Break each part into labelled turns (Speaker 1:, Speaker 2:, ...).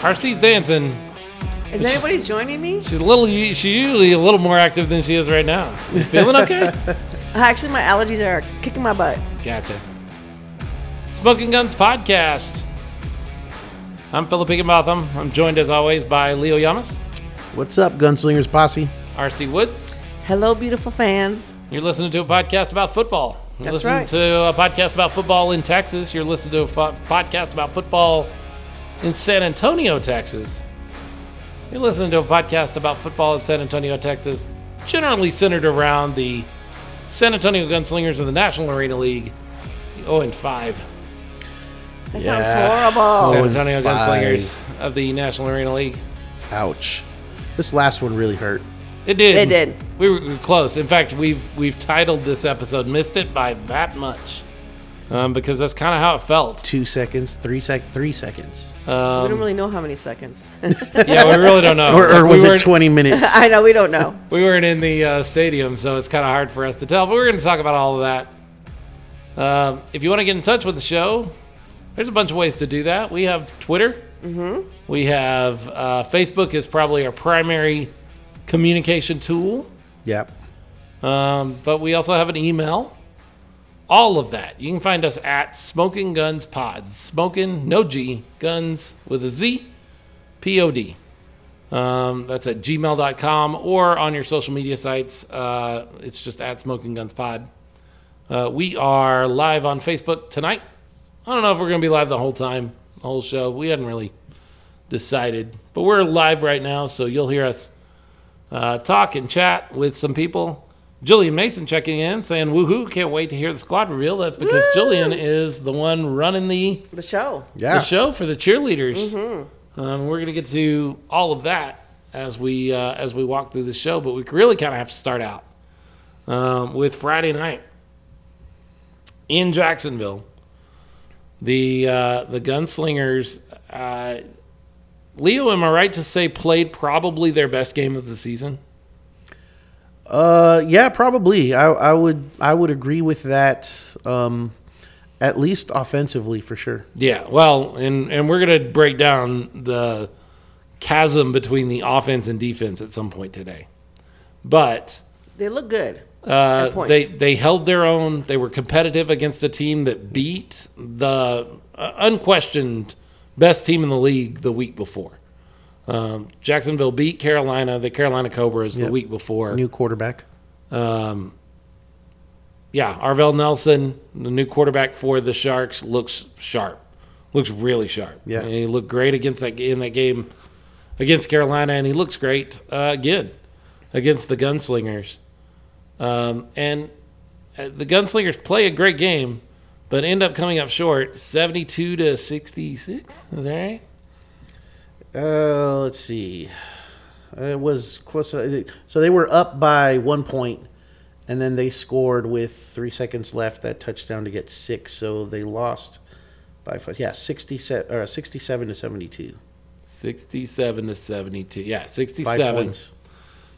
Speaker 1: Parsi's dancing.
Speaker 2: Is anybody joining me?
Speaker 1: She's a little. She's usually a little more active than she is right now. You feeling okay?
Speaker 2: Actually, my allergies are kicking my butt.
Speaker 1: Gotcha. Smoking Guns Podcast. I'm Philip Higginbotham. I'm joined as always by Leo Yamas,
Speaker 3: What's up, Gunslingers Posse?
Speaker 1: RC Woods.
Speaker 2: Hello, beautiful fans.
Speaker 1: You're listening to a podcast about football. You're
Speaker 2: That's
Speaker 1: listening
Speaker 2: right.
Speaker 1: to a podcast about football in Texas. You're listening to a fo- podcast about football in San Antonio, Texas. You're listening to a podcast about football in San Antonio, Texas, generally centered around the San Antonio Gunslingers of the National Arena League, the 0 and 5
Speaker 2: That
Speaker 3: Yeah.
Speaker 2: sounds horrible.
Speaker 1: San
Speaker 3: Oh and
Speaker 1: Antonio
Speaker 3: five.
Speaker 1: Gunslingers of the National Arena League.
Speaker 3: Ouch. This last one really hurt.
Speaker 1: It did.
Speaker 2: It did.
Speaker 1: We were we were close. In fact, we've we've titled this episode "Missed It" by that much, um, because that's kind of how it felt.
Speaker 3: Two seconds, three sec, three seconds,
Speaker 2: we don't really know how many seconds.
Speaker 1: yeah, we really don't know.
Speaker 3: Oh, or, or
Speaker 1: Like,
Speaker 3: was
Speaker 1: we
Speaker 3: it
Speaker 1: weren't,
Speaker 3: twenty minutes?
Speaker 2: I know we don't know.
Speaker 1: We weren't in the uh, stadium, so it's kind of hard for us to tell. But we're going to talk about all of that. Um, if you want to get in touch with the show, there's a bunch of ways to do that. We have Twitter. Mm-hmm. We have uh, Facebook is probably our primary communication tool.
Speaker 3: Yep.
Speaker 1: Um, but we also have an email. All of that. You can find us at Smoking Guns Pods. Smoking, no G, guns with a Z, P O D. Um, that's at gmail.com or on your social media sites. Uh, it's just at Smoking Guns Pod. Uh, we are live on Facebook tonight. I don't know if we're going to be live the whole time, the whole show. We hadn't really decided, but we're live right now, so you'll hear us uh, talk and chat with some people. Julian Mason checking in, saying, "Woohoo! Can't wait to hear the squad reveal." That's because Julian is the one running the,
Speaker 2: The show.
Speaker 3: Yeah.
Speaker 1: the show for the cheerleaders. Um, we're gonna get to all of that as we uh, as we walk through the show, but we really kind of have to start out um, with Friday night in Jacksonville. The uh, the Gunslingers, uh, Leo, am I right to say played probably their best game of the season?
Speaker 3: Uh, yeah, probably. I, I would, I would agree with that. Um, at least offensively, for sure.
Speaker 1: Yeah, well, and and we're gonna break down the chasm between the offense and defense at some point today. But
Speaker 2: They look good.
Speaker 1: uh,
Speaker 2: At points.
Speaker 1: they they held their own. They were competitive against a team that beat the uh, unquestioned best team in the league the week before. Um, Jacksonville beat Carolina, the Carolina Cobras, the
Speaker 3: Yep.
Speaker 1: week before.
Speaker 3: New quarterback.
Speaker 1: Um, yeah, Arvell Nelson, the new quarterback for the Sharks, looks sharp. Looks really sharp.
Speaker 3: Yeah.
Speaker 1: And he looked great against that in that game against Carolina, and he looks great uh, again against the Gunslingers. Um, and uh, the Gunslingers play a great game, but end up coming up short, seventy-two to sixty-six. Is that right?
Speaker 3: Uh, let's see. It was close. uh, So they were up by one point, and then they scored with three seconds left that touchdown to get six. So they lost by five. Yeah, sixty-seven or sixty-seven to seventy-two.
Speaker 1: Sixty-seven to seventy-two. Yeah,
Speaker 3: Five
Speaker 1: sixty-seven.
Speaker 3: points.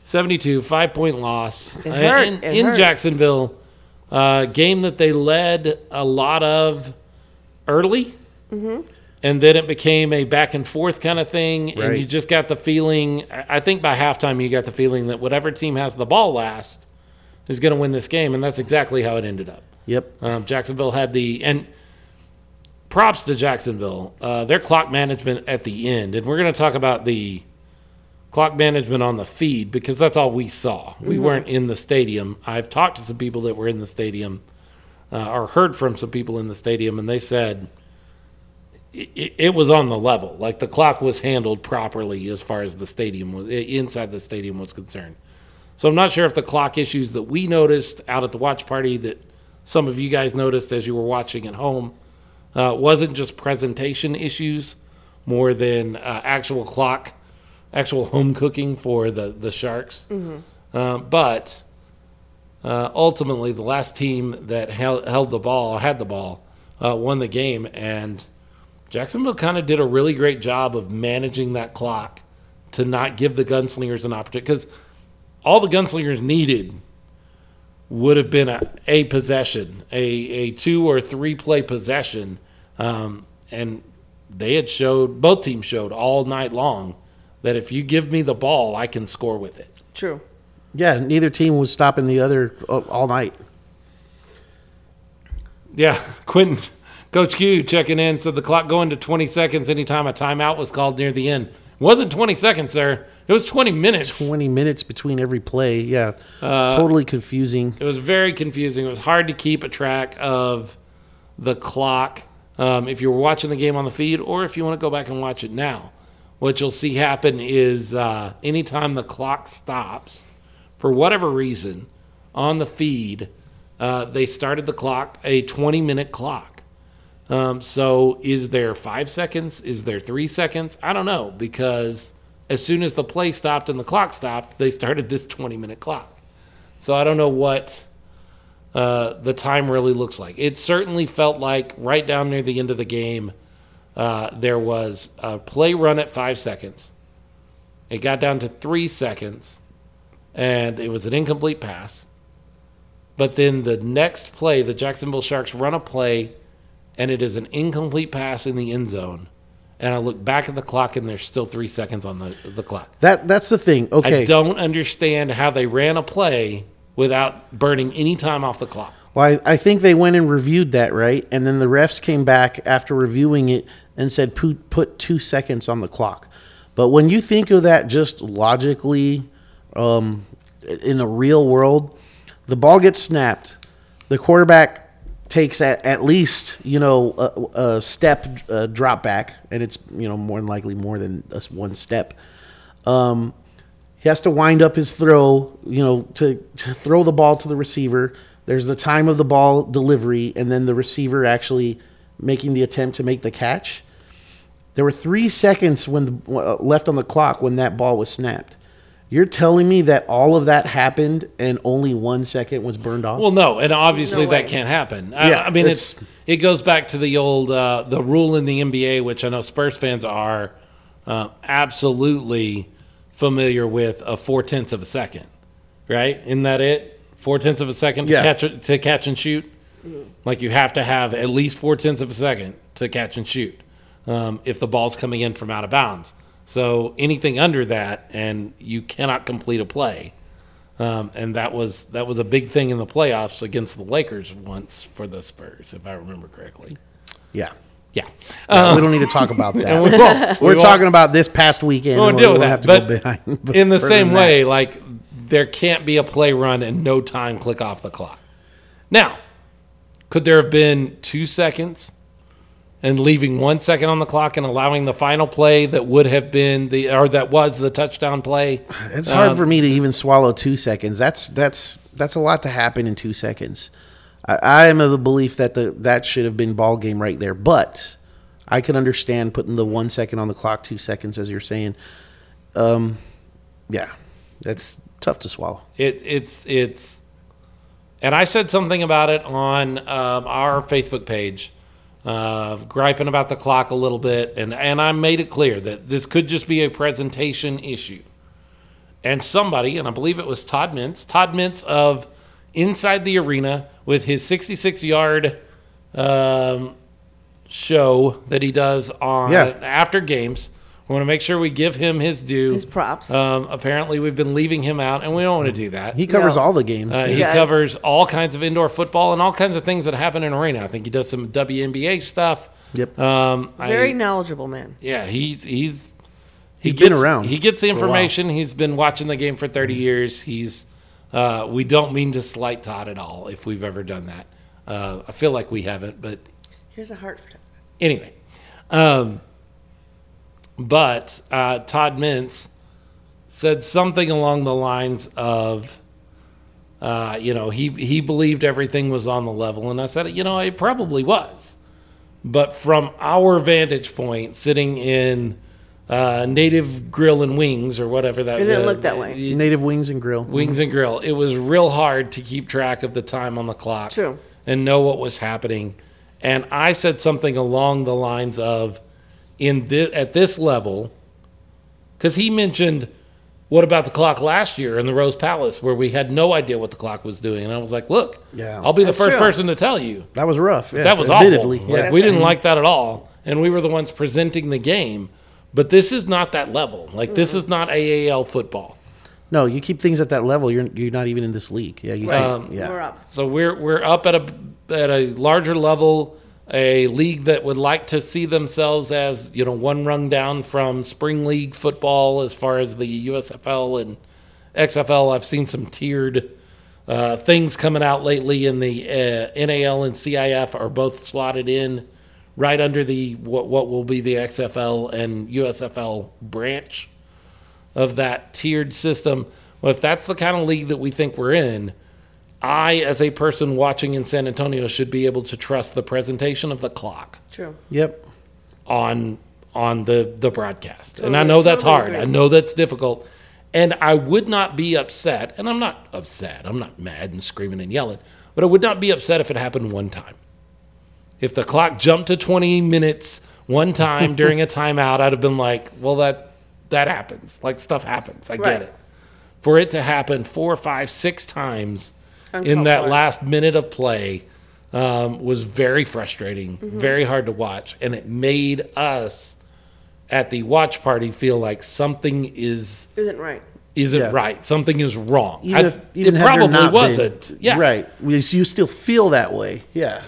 Speaker 1: 72 five point loss Uh,
Speaker 2: hurt,
Speaker 1: in,
Speaker 2: it
Speaker 1: in
Speaker 2: hurt.
Speaker 1: jacksonville uh, game that they led a lot of early
Speaker 2: Mm-hmm.
Speaker 1: and then it became a back and forth kind of thing and
Speaker 3: Right.
Speaker 1: you just got the feeling i I think by halftime you got the feeling that whatever team has the ball last is going to win this game and that's exactly how it ended up
Speaker 3: Yep.
Speaker 1: um, Jacksonville had the and props to Jacksonville. Uh, their clock management at the end, and we're going to talk about the clock management on the feed because that's all we saw. We weren't in the stadium. I've talked to some people that were in the stadium, uh, or heard from some people in the stadium, and they said it, it was on the level. Like the clock was handled properly as far as the stadium was inside the stadium was concerned. So I'm not sure if the clock issues that we noticed out at the watch party that some of you guys noticed as you were watching at home uh, wasn't just presentation issues more than uh, actual clock, actual home cooking for the the sharks. Uh, but uh, ultimately, the last team that held, held the ball had the ball uh, won the game, and Jacksonville kind of did a really great job of managing that clock to not give the gunslingers an opportunity because all the gunslingers needed would have been a, a possession, a, a two or three play possession, um, and they had showed both teams showed all night long that if you give me the ball, I can score with it.
Speaker 2: True.
Speaker 3: Yeah, neither team was stopping the other uh, all night.
Speaker 1: Yeah, Quentin, Coach Q checking in said the clock going to 20 seconds anytime a timeout was called near the end. wasn't 20 seconds, sir. It was 20 minutes.
Speaker 3: 20 minutes between every play. Yeah.
Speaker 1: Uh,
Speaker 3: totally confusing.
Speaker 1: It was very confusing. It was hard to keep a track of the clock um, if you were watching the game on the feed or if you want to go back and watch it now. What you'll see happen is uh, anytime the clock stops, for whatever reason, on the feed, uh, they started the clock, a 20 minute clock. Um, so is there five seconds? Is there three seconds? I don't know because as soon as the play stopped and the clock stopped, they started this 20 minute clock. So I don't know what uh, the time really looks like. It certainly felt like right down near the end of the game, uh, there was a play run at five seconds. It got down to three seconds, and it was an incomplete pass. But then the next play, the Jacksonville Sharks run a play, and it is an incomplete pass in the end zone. And I look back at the clock, and there's still three seconds on the, the clock.
Speaker 3: That that's the thing.
Speaker 1: I
Speaker 3: Okay.
Speaker 1: don't understand how they ran a play without burning any time off the clock.
Speaker 3: Well, I, I think they went and reviewed that, right? And then the refs came back after reviewing it and said put, put two seconds on the clock. But when you think of that just logically um, in the real world, the ball gets snapped. The quarterback takes at, at least, you know, a, a step uh drop back, and it's, you know, more than likely more than us one step. Um, he has to wind up his throw, you know, to, to throw the ball to the receiver. There's the time of the ball delivery, and then the receiver actually making the attempt to make the catch. There were three seconds when the, uh, left on the clock when that ball was snapped. You're telling me that all of that happened and only one second was burned off?
Speaker 1: Well, no, and obviously
Speaker 2: No way.
Speaker 1: that can't happen. I-
Speaker 3: Yeah,
Speaker 1: I, mean, it's,
Speaker 3: it's-
Speaker 1: it goes back to the old uh, the rule in the NBA, which I know Spurs fans are uh, absolutely familiar with, a four tenths of a second, right? Isn't that it? Four tenths of a second
Speaker 3: Yeah.
Speaker 1: to catch to catch and shoot. Like you have to have at least four tenths of a second to catch and shoot um, if the ball's coming in from out of bounds. So anything under that, and you cannot complete a play. Um, and that was that was a big thing in the playoffs against the Lakers once for the Spurs, if I remember correctly.
Speaker 3: yeah.
Speaker 1: Yeah,
Speaker 3: we don't need to talk about that.
Speaker 1: we won't.
Speaker 3: We're
Speaker 1: We won't.
Speaker 3: talking about this past weekend.
Speaker 1: We'll
Speaker 3: and
Speaker 1: deal with
Speaker 3: won't
Speaker 1: that.
Speaker 3: have to
Speaker 1: but
Speaker 3: go behind.
Speaker 1: in the
Speaker 3: further
Speaker 1: same
Speaker 3: than that.
Speaker 1: way, like there can't be a play run and no time click off the clock. Now, could there have been two seconds and leaving one second on the clock and allowing the final play that would have been the or that was the touchdown play?
Speaker 3: It's hard
Speaker 1: Um,
Speaker 3: for me to even swallow two seconds. That's that's that's a lot to happen in two seconds. I, I am of the belief that the that should have been ball game right there, but I can understand putting the one second on the clock, two seconds, as you're saying. Um, yeah, that's tough to swallow.
Speaker 1: It, it's it's, and I said something about it on um, our Facebook page, uh, griping about the clock a little bit, and and I made it clear that this could just be a presentation issue. And somebody, and I believe it was Todd Mintz, Todd Mintz of Inside the Arena with his 66 yard um, show that he does on
Speaker 3: Yeah.
Speaker 1: after games. I want to make sure we give him his due.
Speaker 2: His props.
Speaker 1: Um, apparently, we've been leaving him out, and we don't want to do that.
Speaker 3: He covers
Speaker 2: No.
Speaker 3: all the games.
Speaker 1: Uh, he
Speaker 2: Yes.
Speaker 1: covers all kinds of indoor football and all kinds of things that happen in arena. I think he does some WNBA stuff.
Speaker 3: Yep.
Speaker 1: Um,
Speaker 2: Very
Speaker 1: I,
Speaker 2: knowledgeable man.
Speaker 1: yeah, he's he's he
Speaker 3: He's been
Speaker 1: gets-
Speaker 3: around
Speaker 1: He gets the
Speaker 3: for a while. Mm-hmm.
Speaker 1: information. He's been watching the game for thirty years. He's uh, we don't mean to slight Todd at all if we've ever done that. Uh, I feel like we haven't, but
Speaker 2: Here's a heart for
Speaker 1: anyway, um, but uh, Todd Mintz said something along the lines of, uh, you know, he he believed everything was on the level, and I said, you know, it probably was, but from our vantage point, sitting in uh, native grill and wings or whatever that
Speaker 2: It didn't
Speaker 1: uh,
Speaker 2: look that way.
Speaker 1: y-
Speaker 3: Native wings and grill.
Speaker 1: Wings and Grill. It was real hard to keep track of the time on the clock.
Speaker 2: True.
Speaker 1: And know what was happening. And I said something along the lines of in this, at this level cuz he mentioned what about the clock last year in the Rose Palace where we had no idea what the clock was doing and I was like, "Look,
Speaker 3: Yeah.
Speaker 1: I'll be the
Speaker 2: That's
Speaker 1: first
Speaker 2: true.
Speaker 1: person to tell you."
Speaker 3: That was rough. Yeah,
Speaker 1: That was awful.
Speaker 3: admittedly.
Speaker 1: Like,
Speaker 3: Yeah.
Speaker 1: we didn't like that at all. and we were the ones presenting the game. But this is not that level. Like this is not AAL football.
Speaker 3: No, you keep things at that level. You're you're not even in this league. Yeah, you can't.
Speaker 1: Um,
Speaker 3: yeah.
Speaker 2: We're up.
Speaker 1: So we're we're up at a at a larger level, a league that would like to see themselves as you know one rung down from spring league football as far as the USFL and XFL. I've seen some tiered uh, things coming out lately, in the uh, NAL and CIF are both slotted in right under the what what will be the XFL and USFL branch of that tiered system. Well, if that's the kind of league that we think we're in, I, as a person watching in San Antonio, should be able to trust the presentation of the clock
Speaker 2: True.
Speaker 3: Yep.
Speaker 1: on on the the broadcast. and I
Speaker 2: Totally-
Speaker 1: know that's
Speaker 2: totally
Speaker 1: hard.
Speaker 2: agree.
Speaker 1: I know that's difficult. And I would not be upset, and I'm not upset. I'm not mad and screaming and yelling, but I would not be upset if it happened one time. If the clock jumped to 20 minutes one time during a timeout, I'd have been like, "Well, that that happens. Like stuff happens. I
Speaker 2: Right.
Speaker 1: get it." For it to happen four, five, six times in
Speaker 2: Uncalled
Speaker 1: that
Speaker 2: for.
Speaker 1: last minute of play um, was very frustrating, very hard to watch, and it made us at the watch party feel like something is
Speaker 2: Isn't right.
Speaker 1: isn't
Speaker 3: Yeah.
Speaker 1: right, something is wrong.
Speaker 3: Even
Speaker 1: I-
Speaker 3: if even
Speaker 1: it
Speaker 3: had there
Speaker 1: probably
Speaker 3: not been-
Speaker 1: wasn't. yeah,
Speaker 3: Right. You s- you still feel that way. Yeah.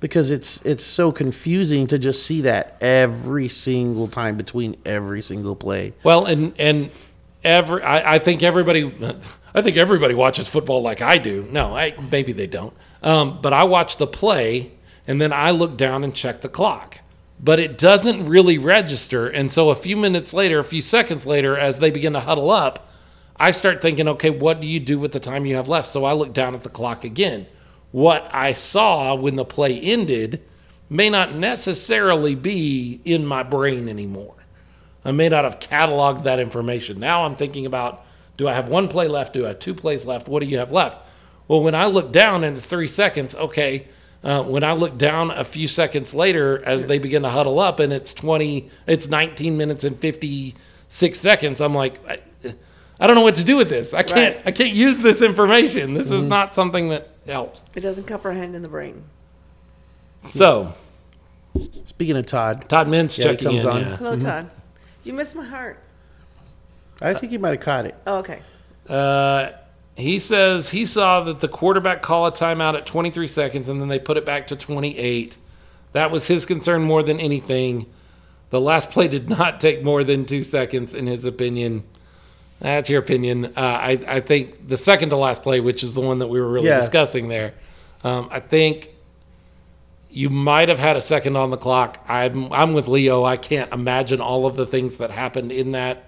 Speaker 3: Because it's it's so confusing to just see that every single time between every single play.
Speaker 1: Well, and and every I, I think everybody I think everybody watches football like I do. No, I, maybe they don't. Um, but I watch the play and then I look down and check the clock. But it doesn't really register. And so a few minutes later, a few seconds later, as they begin to huddle up, I start thinking, okay, what do you do with the time you have left? So I look down at the clock again. What I saw when the play ended may not necessarily be in my brain anymore. I may not have cataloged that information. Now I'm thinking about do I have one play left? Do I have two plays left? What do you have left? Well, when I look down and it's three seconds, okay. Uh, when I look down a few seconds later as they begin to huddle up and it's 20, it's 19 minutes and 56 seconds, I'm like, I, I don't know what to do with this. I can't, I can't use this information. This
Speaker 3: Mm-hmm.
Speaker 1: is not something that helps.
Speaker 2: It doesn't comprehend in the brain.
Speaker 1: So
Speaker 3: Speaking of Todd,
Speaker 1: Todd Mintz
Speaker 3: Yeah, he
Speaker 1: checking
Speaker 3: comes
Speaker 1: in.
Speaker 3: on.
Speaker 1: yeah.
Speaker 2: Hello, Todd. You missed my heart.
Speaker 3: I think he might have caught it.
Speaker 2: Oh, okay.
Speaker 1: Uh, he says he saw that the quarterback call a timeout at 23 seconds and then they put it back to 28. That was his concern more than anything. The last play did not take more than two seconds, in his opinion. That's your opinion. Uh, I, I think the second to last play, which is the one that we were really
Speaker 3: Yeah.
Speaker 1: discussing there, um, I think you might have had a second on the clock. I'm, I'm with Leo. I can't imagine all of the things that happened in that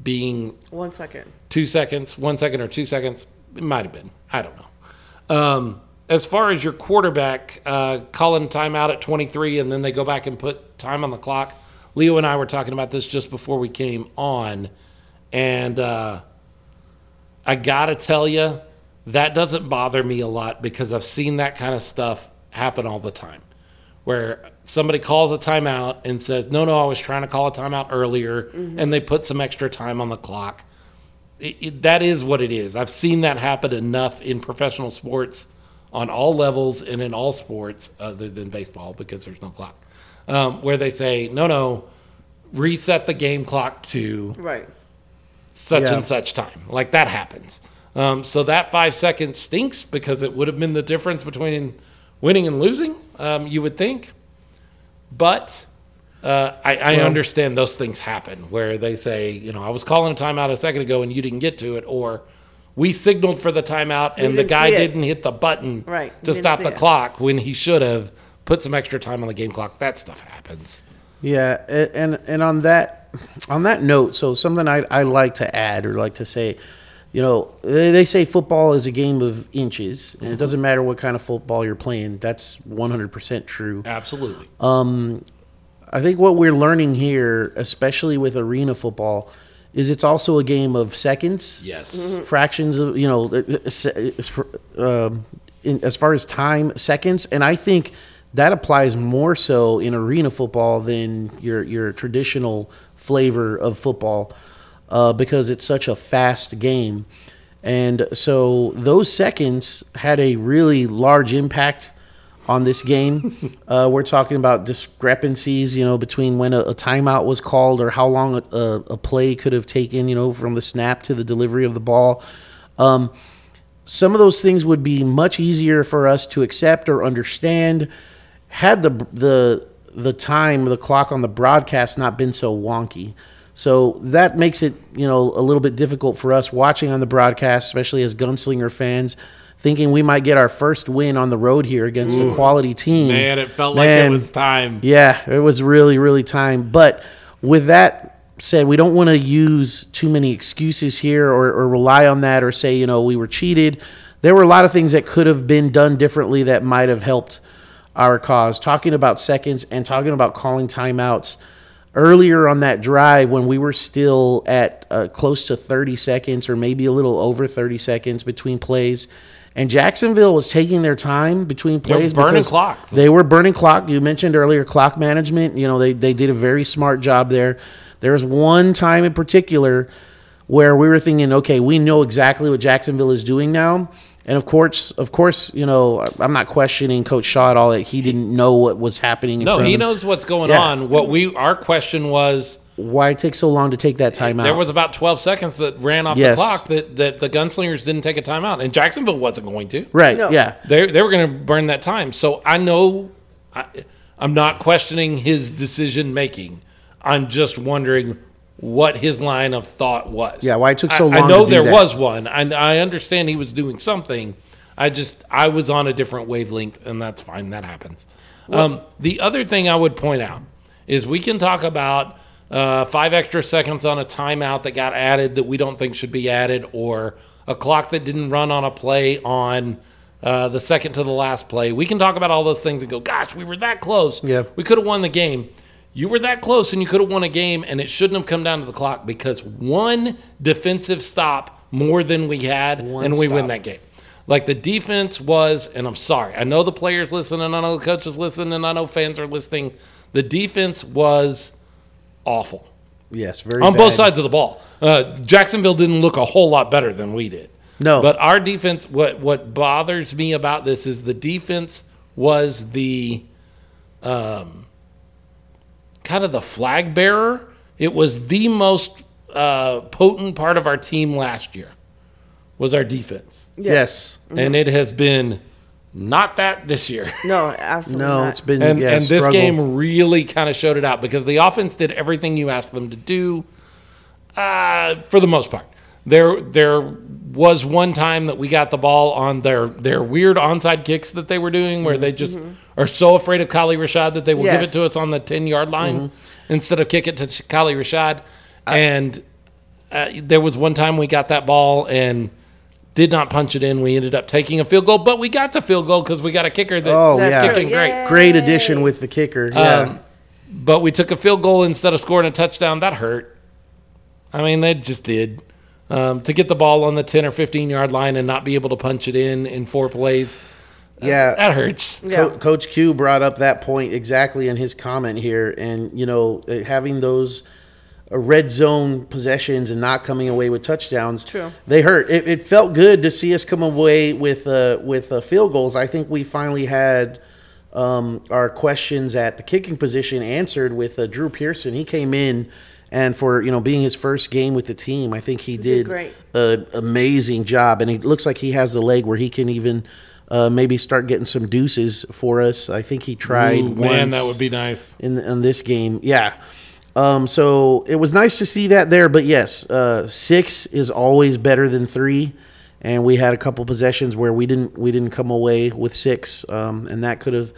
Speaker 1: being
Speaker 2: One second.
Speaker 1: two seconds, one second or two seconds. It might have been. I don't know. Um, as far as your quarterback uh, calling timeout at 23 and then they go back and put time on the clock, Leo and I were talking about this just before we came on. And uh, I got to tell you, that doesn't bother me a lot because I've seen that kind of stuff happen all the time where somebody calls a timeout and says, No, no, I was trying to call a timeout earlier. And they put some extra time on the clock it, it, that is what it is. I've seen that happen enough in professional sports on all levels and in all sports other than baseball because there's no clock, um, where they say, no, no, reset the game clock to
Speaker 2: Right.
Speaker 1: such
Speaker 3: Yeah.
Speaker 1: and such time. Like that happens. Um, so that five seconds stinks because it would have been the difference between winning and losing, um, you would think. But uh, I, I understand those things happen where they say, you know, I was calling a timeout a second ago and you didn't get to it, or we signaled for the timeout and the
Speaker 2: didn't
Speaker 1: guy
Speaker 2: see it.
Speaker 1: didn't hit the button
Speaker 2: Right, you
Speaker 1: to
Speaker 2: didn't
Speaker 1: stop
Speaker 2: see
Speaker 1: the
Speaker 2: it.
Speaker 1: clock when he should have put some extra time on the game clock. That stuff happens.
Speaker 3: Yeah, a- and and on that on that note, so something I I like to add or like to say, you know, they, they say football is a game of inches, and it doesn't matter what kind of football you're playing. That's 100% true.
Speaker 1: Absolutely.
Speaker 2: Uh,
Speaker 3: I think what we're learning here, especially with arena football, is it's also a game of seconds.
Speaker 1: yes.
Speaker 3: fractions of you know uh, uh, se- uh, fr- um, in, as far as time seconds and i think that applies more so in arena football than your your traditional flavor of football uh, because it's such a fast game and so those seconds had a really large impact on this game. uh, we're talking about discrepancies, you know, between when a, a timeout was called or how long a, a, a play could have taken, you know, from the snap to the delivery of the ball. Um, some of those things would be much easier for us to accept or understand had the the the time the clock on the broadcast not been so wonky so that makes it you know a little bit difficult for us watching on the broadcast especially as gunslinger fans thinking we might get our first win on the road here against a quality team
Speaker 1: Man, it felt like
Speaker 3: Man,
Speaker 1: it was time.
Speaker 3: yeah, it was really, really time. But with that said, we don't want to use too many excuses here or, or rely on that or say, you know, we were cheated. There were a lot of things that could have been done differently that might have helped our cause. Talking about seconds and talking about calling timeouts earlier on that drive when we were still at uh, close to 30 seconds or maybe a little over 30 seconds between plays. And Jacksonville was taking their time between
Speaker 1: were
Speaker 3: plays.
Speaker 1: burning
Speaker 3: because
Speaker 1: clock.
Speaker 3: They were burning clock. You mentioned earlier clock management. You know, they, they did a very smart job there. There was one time in particular where we were thinking, okay, we know exactly what Jacksonville is doing now. And of course, of course, you know, I'm not questioning Coach Shaw at all that he didn't know what was happening. In
Speaker 1: No,
Speaker 3: front of
Speaker 1: he
Speaker 3: him.
Speaker 1: knows what's going
Speaker 3: Yeah.
Speaker 1: on. What we our question was
Speaker 3: Why it takes so long to take that timeout?
Speaker 1: there was about 12 seconds that ran off
Speaker 3: Yes.
Speaker 1: the clock that, that the gunslingers didn't take a timeout and Jacksonville wasn't going to.
Speaker 3: right.
Speaker 2: No.
Speaker 3: Yeah.
Speaker 1: They they were going to burn that time. So I know I, I'm not questioning his decision making. I'm just wondering what his line of thought was.
Speaker 3: Yeah, why it took so
Speaker 1: I-
Speaker 3: long
Speaker 1: I know
Speaker 3: to do
Speaker 1: there
Speaker 3: that.
Speaker 1: was one. I, I understand he was doing something. I just I was on a different wavelength, and that's fine. That happens. Um, the other thing I would point out is we can talk about uh, five extra seconds on a timeout that got added that we don't think should be added, or a clock that didn't run on a play on uh, the second to the last play. We can talk about all those things and go, "Gosh, we were that close.
Speaker 3: Yeah.
Speaker 1: we could have won the game." You were that close and you could have won a game, and it shouldn't have come down to the clock because one defensive stop more than we had,
Speaker 3: One
Speaker 1: and we win
Speaker 3: stop.
Speaker 1: that game. Like the defense was, and I'm sorry, I know the players listen, and I know the coaches listen, and I know fans are listening. The defense was awful
Speaker 3: Yes. Very
Speaker 1: on both
Speaker 3: bad.
Speaker 1: sides of the ball. Uh, Jacksonville didn't look a whole lot better than we did.
Speaker 3: No.
Speaker 1: but our defense. What what bothers me about this is the defense was the um, kind of the flag bearer. It was the most uh, potent part of our team last year. Was our defense,
Speaker 3: Yes.
Speaker 1: and it has been not that this year.
Speaker 2: No, absolutely
Speaker 3: No,
Speaker 2: not.
Speaker 3: it's been
Speaker 1: and,
Speaker 3: yeah,
Speaker 1: and this
Speaker 3: struggle.
Speaker 1: game really kind of showed it out because the offense did everything you asked them to do uh, for the most part. There there was one time that we got the ball on their their weird onside kicks that they were doing where
Speaker 3: Mm-hmm.
Speaker 1: they just are so afraid of Kali Rashad that they will give
Speaker 2: Yes.
Speaker 1: it to us on the 10 yard line
Speaker 3: Mm-hmm.
Speaker 1: instead of kick it to Kali Rashad. and uh, there was one time we got that ball and did not punch it in. We ended up taking a field goal, but we got the field goal because we got a kicker that
Speaker 3: Oh,
Speaker 2: That's
Speaker 3: yeah.
Speaker 2: true.
Speaker 1: Kicking great.
Speaker 2: Yay.
Speaker 3: Great addition with the kicker. Yeah.
Speaker 1: Um, but we took a field goal instead of scoring a touchdown. That hurt. I mean, they just did. Um, to get the ball on the 10 or 15 yard line and not be able to punch it in in four plays,
Speaker 3: yeah.
Speaker 1: that hurts.
Speaker 2: Yeah.
Speaker 3: Co- Coach Q brought up that point exactly in his comment here, and you know, eh, having those uh, red zone possessions and not coming away with touchdowns,
Speaker 2: True.
Speaker 3: they hurt. It, it felt good to see us come away with uh, with uh, field goals. I think we finally had um, our questions at the kicking position answered with uh, Drew Pearson. He came in. And for you know being his first game with the team, I think he did,
Speaker 2: great.
Speaker 3: a amazing job, and it looks like he has the leg where he can even uh, maybe start getting some deuces for us. I think he tried.
Speaker 1: Ooh, man,
Speaker 3: once
Speaker 1: that would be nice.
Speaker 3: in in this game. Yeah. Um, so it was nice to see that there, but yes, uh, six is always better than three, and we had a couple possessions where we didn't we didn't come away with six, um, and that could have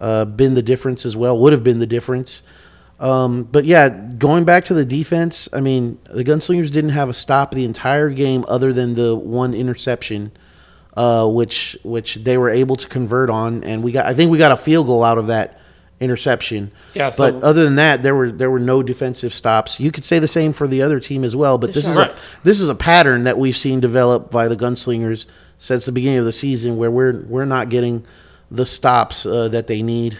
Speaker 3: uh, been the difference as well. Would have been the difference. Um, but yeah, going back to the defense, I mean, the Gunslingers didn't have a stop the entire game other than the one interception, uh, which which they were able to convert on, and we got I think we got a field goal out of that interception.
Speaker 1: Yeah, so-
Speaker 3: but other than that, there were there were no defensive stops. You could say the same for the other team as well, but this is
Speaker 1: Right.
Speaker 3: a, this is a pattern that we've seen develop by the Gunslingers since the beginning of the season, where we're we're not getting the stops uh, that they need.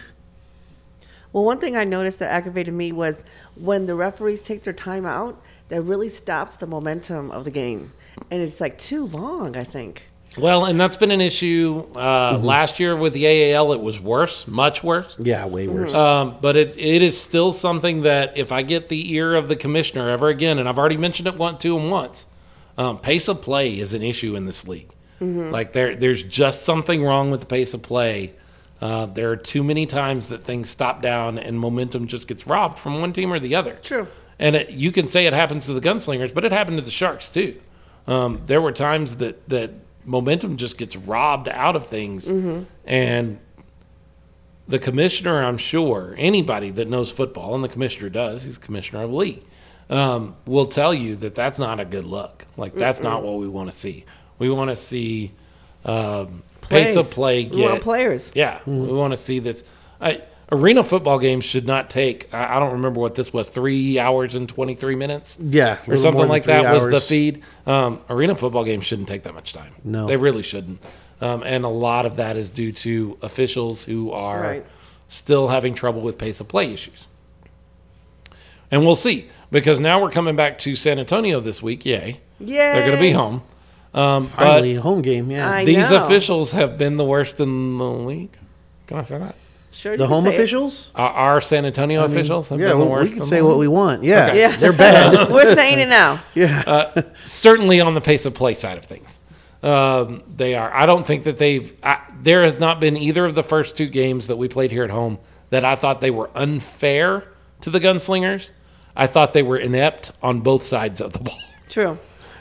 Speaker 2: Well, one thing I noticed that aggravated me was when the referees take their time out, that really stops the momentum of the game. And it's like too long, I think.
Speaker 1: Well, and that's been an issue. Uh,
Speaker 3: Mm-hmm.
Speaker 1: Last year with the AAL, it was worse, much worse.
Speaker 3: Yeah, way
Speaker 2: Mm-hmm.
Speaker 3: worse.
Speaker 1: Um, but it, it is still something that if I get the ear of the commissioner ever again, and I've already mentioned it one, two, and once, um, pace of play is an issue in this league. Like there, there's just something wrong with the pace of play. Uh, there are too many times that things stop down and momentum just gets robbed from one team or the other.
Speaker 2: True.
Speaker 1: And it, you can say it happens to the gunslingers, but it happened to the sharks too. Um, there were times that that momentum just gets robbed out of things, and the commissioner, I'm sure, anybody that knows football, and the commissioner does, he's the commissioner of the league, um, will tell you that that's not a good look. Like, that's not what we want to see. We want to see um, pace of
Speaker 2: Plays.
Speaker 1: play
Speaker 2: We want
Speaker 1: get.
Speaker 2: players.
Speaker 1: Yeah, we want to see this. I, arena football games should not take, I, I don't remember what this was, three hours and 23 minutes?
Speaker 3: yeah, a
Speaker 1: or
Speaker 3: little more
Speaker 1: something
Speaker 3: than
Speaker 1: like
Speaker 3: three
Speaker 1: that was the
Speaker 3: hours.
Speaker 1: feed. Um, arena football games shouldn't take that much time.
Speaker 3: No.
Speaker 1: they really shouldn't. Um, and a lot of that is due to officials who are
Speaker 2: Right.
Speaker 1: still having trouble with pace of play issues. And we'll see because now we're coming back to San Antonio this week. Yay!
Speaker 2: Yeah.
Speaker 1: They're going to be home. Um,
Speaker 3: Finally, home game. Yeah,
Speaker 2: I-
Speaker 1: but these
Speaker 2: know.
Speaker 1: officials have been the worst in the league. Can I say that?
Speaker 2: Sure.
Speaker 3: the
Speaker 2: you
Speaker 3: home
Speaker 2: say it.
Speaker 3: officials.
Speaker 1: Our, our San Antonio officials have
Speaker 3: Yeah,
Speaker 1: been the
Speaker 3: we-
Speaker 1: worst.
Speaker 3: we can
Speaker 1: in
Speaker 3: say
Speaker 1: the
Speaker 3: what
Speaker 1: league.
Speaker 3: we want. Yeah,
Speaker 2: Yeah.
Speaker 3: they're bad.
Speaker 2: We're saying it now.
Speaker 3: yeah,
Speaker 1: certainly on the pace of play side of things. Um, they are. I don't think that they've. I, there has not been either of the first two games that we played here at home that I thought they were unfair to the gunslingers. I thought they were inept on both sides of the ball,
Speaker 2: True.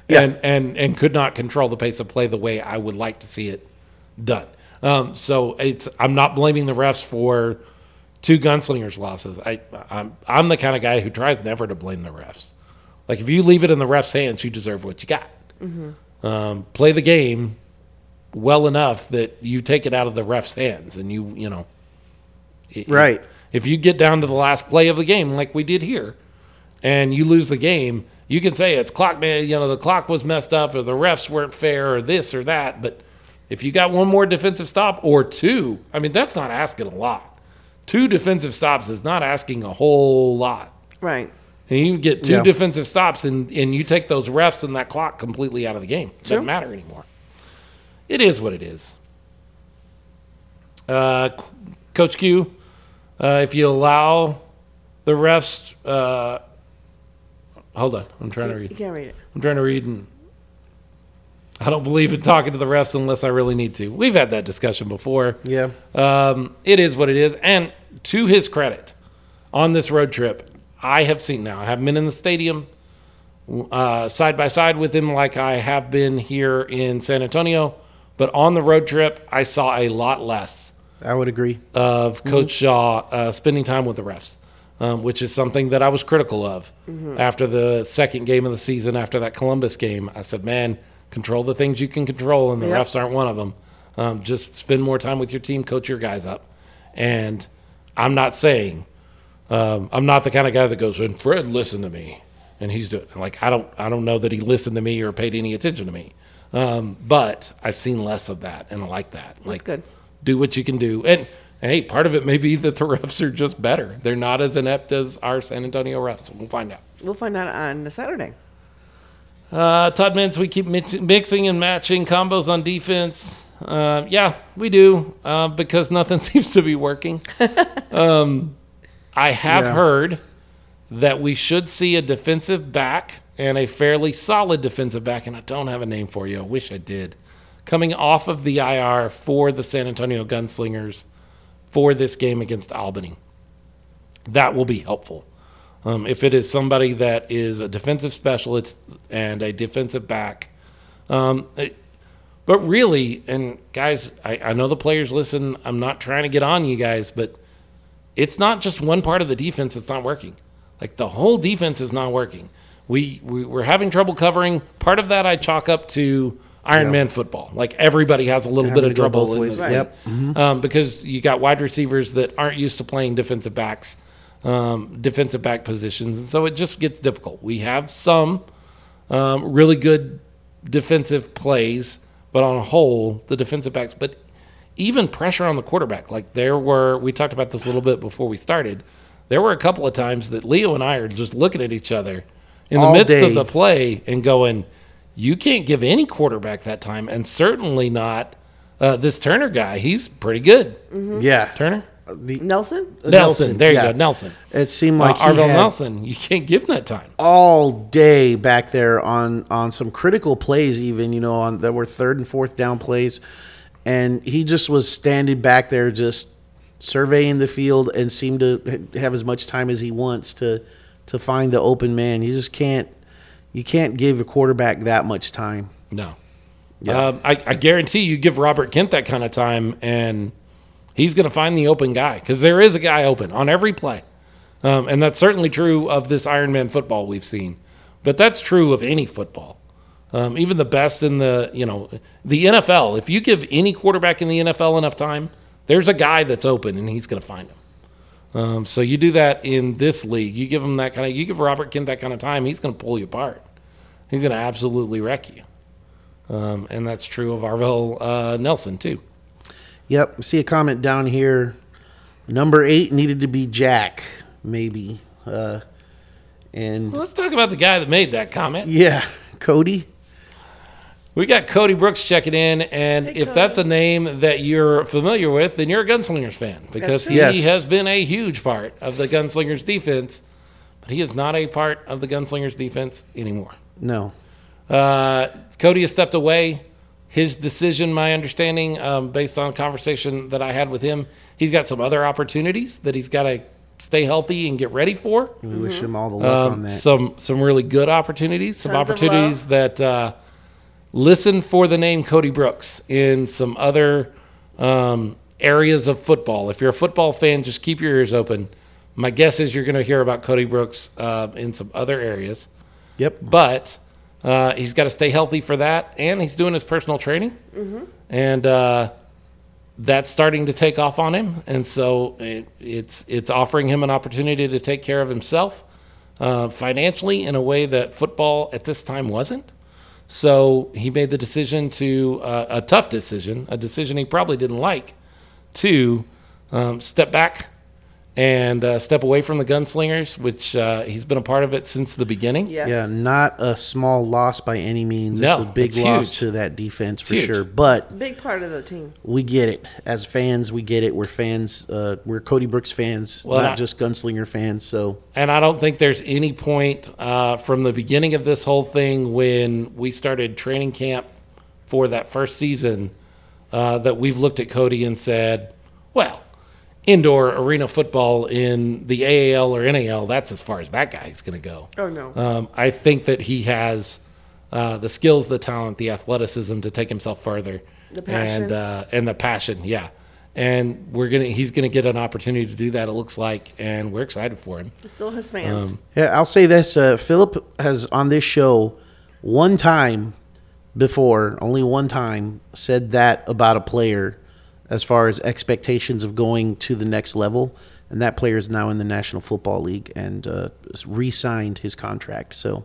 Speaker 3: Yeah.
Speaker 1: and and and could not control the pace of play the way I would like to see it done. Um, so it's. I'm not blaming the refs for two gunslingers losses. I I'm I'm the kind of guy who tries never to blame the refs. Like if you leave it in the refs' hands, you deserve what you got.
Speaker 3: Mm-hmm.
Speaker 1: Um, play the game well enough that you take it out of the refs' hands, and you you know, i-
Speaker 3: Right.
Speaker 1: If you get down to the last play of the game, like we did here, and you lose the game, you can say it's clock man. You know the clock was messed up, or the refs weren't fair, or this or that. But if you got one more defensive stop or two, I mean that's not asking a lot. Two defensive stops is not asking a whole lot.
Speaker 2: Right.
Speaker 1: And you get two
Speaker 3: Yeah.
Speaker 1: defensive stops, and, and you take those refs and that clock completely out of the game. It doesn't
Speaker 2: Sure.
Speaker 1: matter anymore. It is what it is. Uh, C- Coach Q, uh, if you allow the refs, uh, hold on, I'm trying to
Speaker 2: You
Speaker 1: read.
Speaker 2: can't read it.
Speaker 1: I'm trying to read, and I don't believe in talking to the refs unless I really need to. We've had that discussion before.
Speaker 3: yeah.
Speaker 1: Um, it is what it is. And to his credit, on this road trip, I have seen now, I haven't been in the stadium uh, side by side with him like I have been here in San Antonio, but on the road trip, I saw a lot less
Speaker 3: I would agree.
Speaker 1: of Coach Shaw uh, spending time with the refs, um, which is something that I was critical of after the second game of the season, after that Columbus game. I said, man, control the things you can control, and the
Speaker 2: Yep.
Speaker 1: refs aren't one of them. Um, just spend more time with your team, coach your guys up. And I'm not saying, um, I'm not the kind of guy that goes, and Fred, listen to me. And he's doing like I don't I don't know that he listened to me or paid any attention to me, um, but I've seen less of that and I like that. Like
Speaker 2: good.
Speaker 1: do what you can do. And hey, part of it may be that the refs are just better. They're not as inept as our San Antonio refs. We'll find out.
Speaker 2: We'll find out on Saturday.
Speaker 1: Uh, Todd Mintz, we keep mix- mixing and matching combos on defense. Uh, yeah, we do uh, because nothing seems to be working. um, I have
Speaker 3: Yeah.
Speaker 1: heard that we should see a defensive back and a fairly solid defensive back, and I don't have a name for you. I wish I did. Coming off of the IR for the San Antonio Gunslingers for this game against Albany. That will be helpful. Um, if it is somebody that is a defensive specialist and a defensive back, um, it- but really, and guys, I, I know the players listen. I'm not trying to get on you guys, but it's not just one part of the defense that's not working. Like the whole defense is not working. We, we we're having trouble covering. Part of that I chalk up to Iron
Speaker 3: Yeah.
Speaker 1: Man football. Like everybody has a little bit
Speaker 3: Having
Speaker 1: of
Speaker 3: to go
Speaker 1: trouble.
Speaker 3: both
Speaker 1: in
Speaker 3: ways.
Speaker 1: this league
Speaker 3: Yep. Mm-hmm.
Speaker 1: um, because you got wide receivers that aren't used to playing defensive backs, um, defensive back positions, and so it just gets difficult. We have some um, really good defensive plays, but on a whole, the defensive backs, but even pressure on the quarterback. Like there were, we talked about this a little bit before we started. There were a couple of times that Leo and I are just looking at each other in the
Speaker 3: All
Speaker 1: midst
Speaker 3: day.
Speaker 1: of the play and going, You can't give any quarterback that time, and certainly not uh, this Turner guy. He's pretty good.
Speaker 2: Mm-hmm.
Speaker 3: Yeah.
Speaker 1: Turner?
Speaker 3: The,
Speaker 2: Nelson?
Speaker 1: Nelson. There you
Speaker 3: Mm-hmm. yeah.
Speaker 1: go. Nelson.
Speaker 3: It seemed
Speaker 1: Uh,
Speaker 3: like he
Speaker 1: Arvell
Speaker 3: had
Speaker 1: Nelson. You can't give him that time.
Speaker 3: all day back there on on some critical plays, even you know on that were third and fourth down plays, and he just was standing back there just surveying the field and seemed to ha- have as much time as he wants to to find the open man. You just can't you can't give a quarterback that much time.
Speaker 1: No.
Speaker 3: Yeah.
Speaker 1: Um, I, I guarantee you give Robert Kent that kind of time, and he's going to find the open guy because there is a guy open on every play. Um, and that's certainly true of this Ironman football we've seen, but that's true of any football. Um, even the best in the you know the NFL. If you give any quarterback in the NFL enough time, there's a guy that's open and he's going to find him. Um, so you do that in this league. You give him that kind of. You give Robert Kent that kind of time, he's going to pull you apart. He's going to absolutely wreck you. Um, and that's true of Arvell uh, Nelson too.
Speaker 3: Yep. See a comment down here. Number eight needed to be Jack, maybe. Uh, and
Speaker 1: Let's talk about the guy that made that comment.
Speaker 3: yeah, Cody.
Speaker 1: We got Cody Brooks checking in, and if that's a name that you're familiar with, then you're a Gunslingers fan because
Speaker 2: That's
Speaker 1: he
Speaker 2: true.
Speaker 3: Yes.
Speaker 1: has been a huge part of the Gunslingers defense, but he is not a part of the Gunslingers defense anymore.
Speaker 3: No.
Speaker 1: Uh, Cody has stepped away. His decision, my understanding, um, based on conversation that I had with him, he's got some other opportunities that he's got to stay healthy and get ready for.
Speaker 2: Mm-hmm.
Speaker 3: We wish him all the luck on
Speaker 1: Um,
Speaker 3: that.
Speaker 1: some some really good opportunities, some
Speaker 2: Tons of
Speaker 1: opportunities that uh, listen for the name Cody Brooks in some other um, areas of football. If you're a football fan, just keep your ears open. My guess is you're going to hear about Cody Brooks uh, in some other areas,
Speaker 3: yep.
Speaker 1: but uh, he's got to stay healthy for that, and he's doing his personal training, and uh, that's starting to take off on him. And so it, it's it's offering him an opportunity to take care of himself uh, financially in a way that football at this time wasn't. So he made the decision to uh, a tough decision, a decision he probably didn't like, to um, step back and uh, step away from the gunslingers, which uh, he's been a part of it since the beginning.
Speaker 2: Yes.
Speaker 3: Yeah, not a small loss by any means.
Speaker 1: No,
Speaker 3: it's a big
Speaker 1: it's
Speaker 3: loss
Speaker 1: huge.
Speaker 3: to that defense for
Speaker 1: huge.
Speaker 3: sure. But
Speaker 2: Big part of the team.
Speaker 3: we get it as fans. We get it. We're fans. Uh, we're Cody Brooks fans,
Speaker 1: Well,
Speaker 3: not
Speaker 1: I-
Speaker 3: just gunslinger fans. So
Speaker 1: And I don't think there's any point uh, from the beginning of this whole thing when we started training camp for that first season uh, that we've looked at Cody and said, well, indoor arena football in the AAL or NAL, that's as far as that guy's going to go.
Speaker 2: Oh, no.
Speaker 1: Um, I think that he has uh, the skills, the talent, the athleticism to take himself further.
Speaker 2: The passion.
Speaker 1: And, uh, and the passion, yeah. And we're gonna he's gonna get an opportunity to do that, it looks like, and we're excited for him.
Speaker 2: Still his fans.
Speaker 1: um,
Speaker 3: yeah, I'll say this: uh, Philip has on this show one time before, only one time, said that about a player as far as expectations of going to the next level. And that player is now in the National Football League and uh, re-signed his contract. So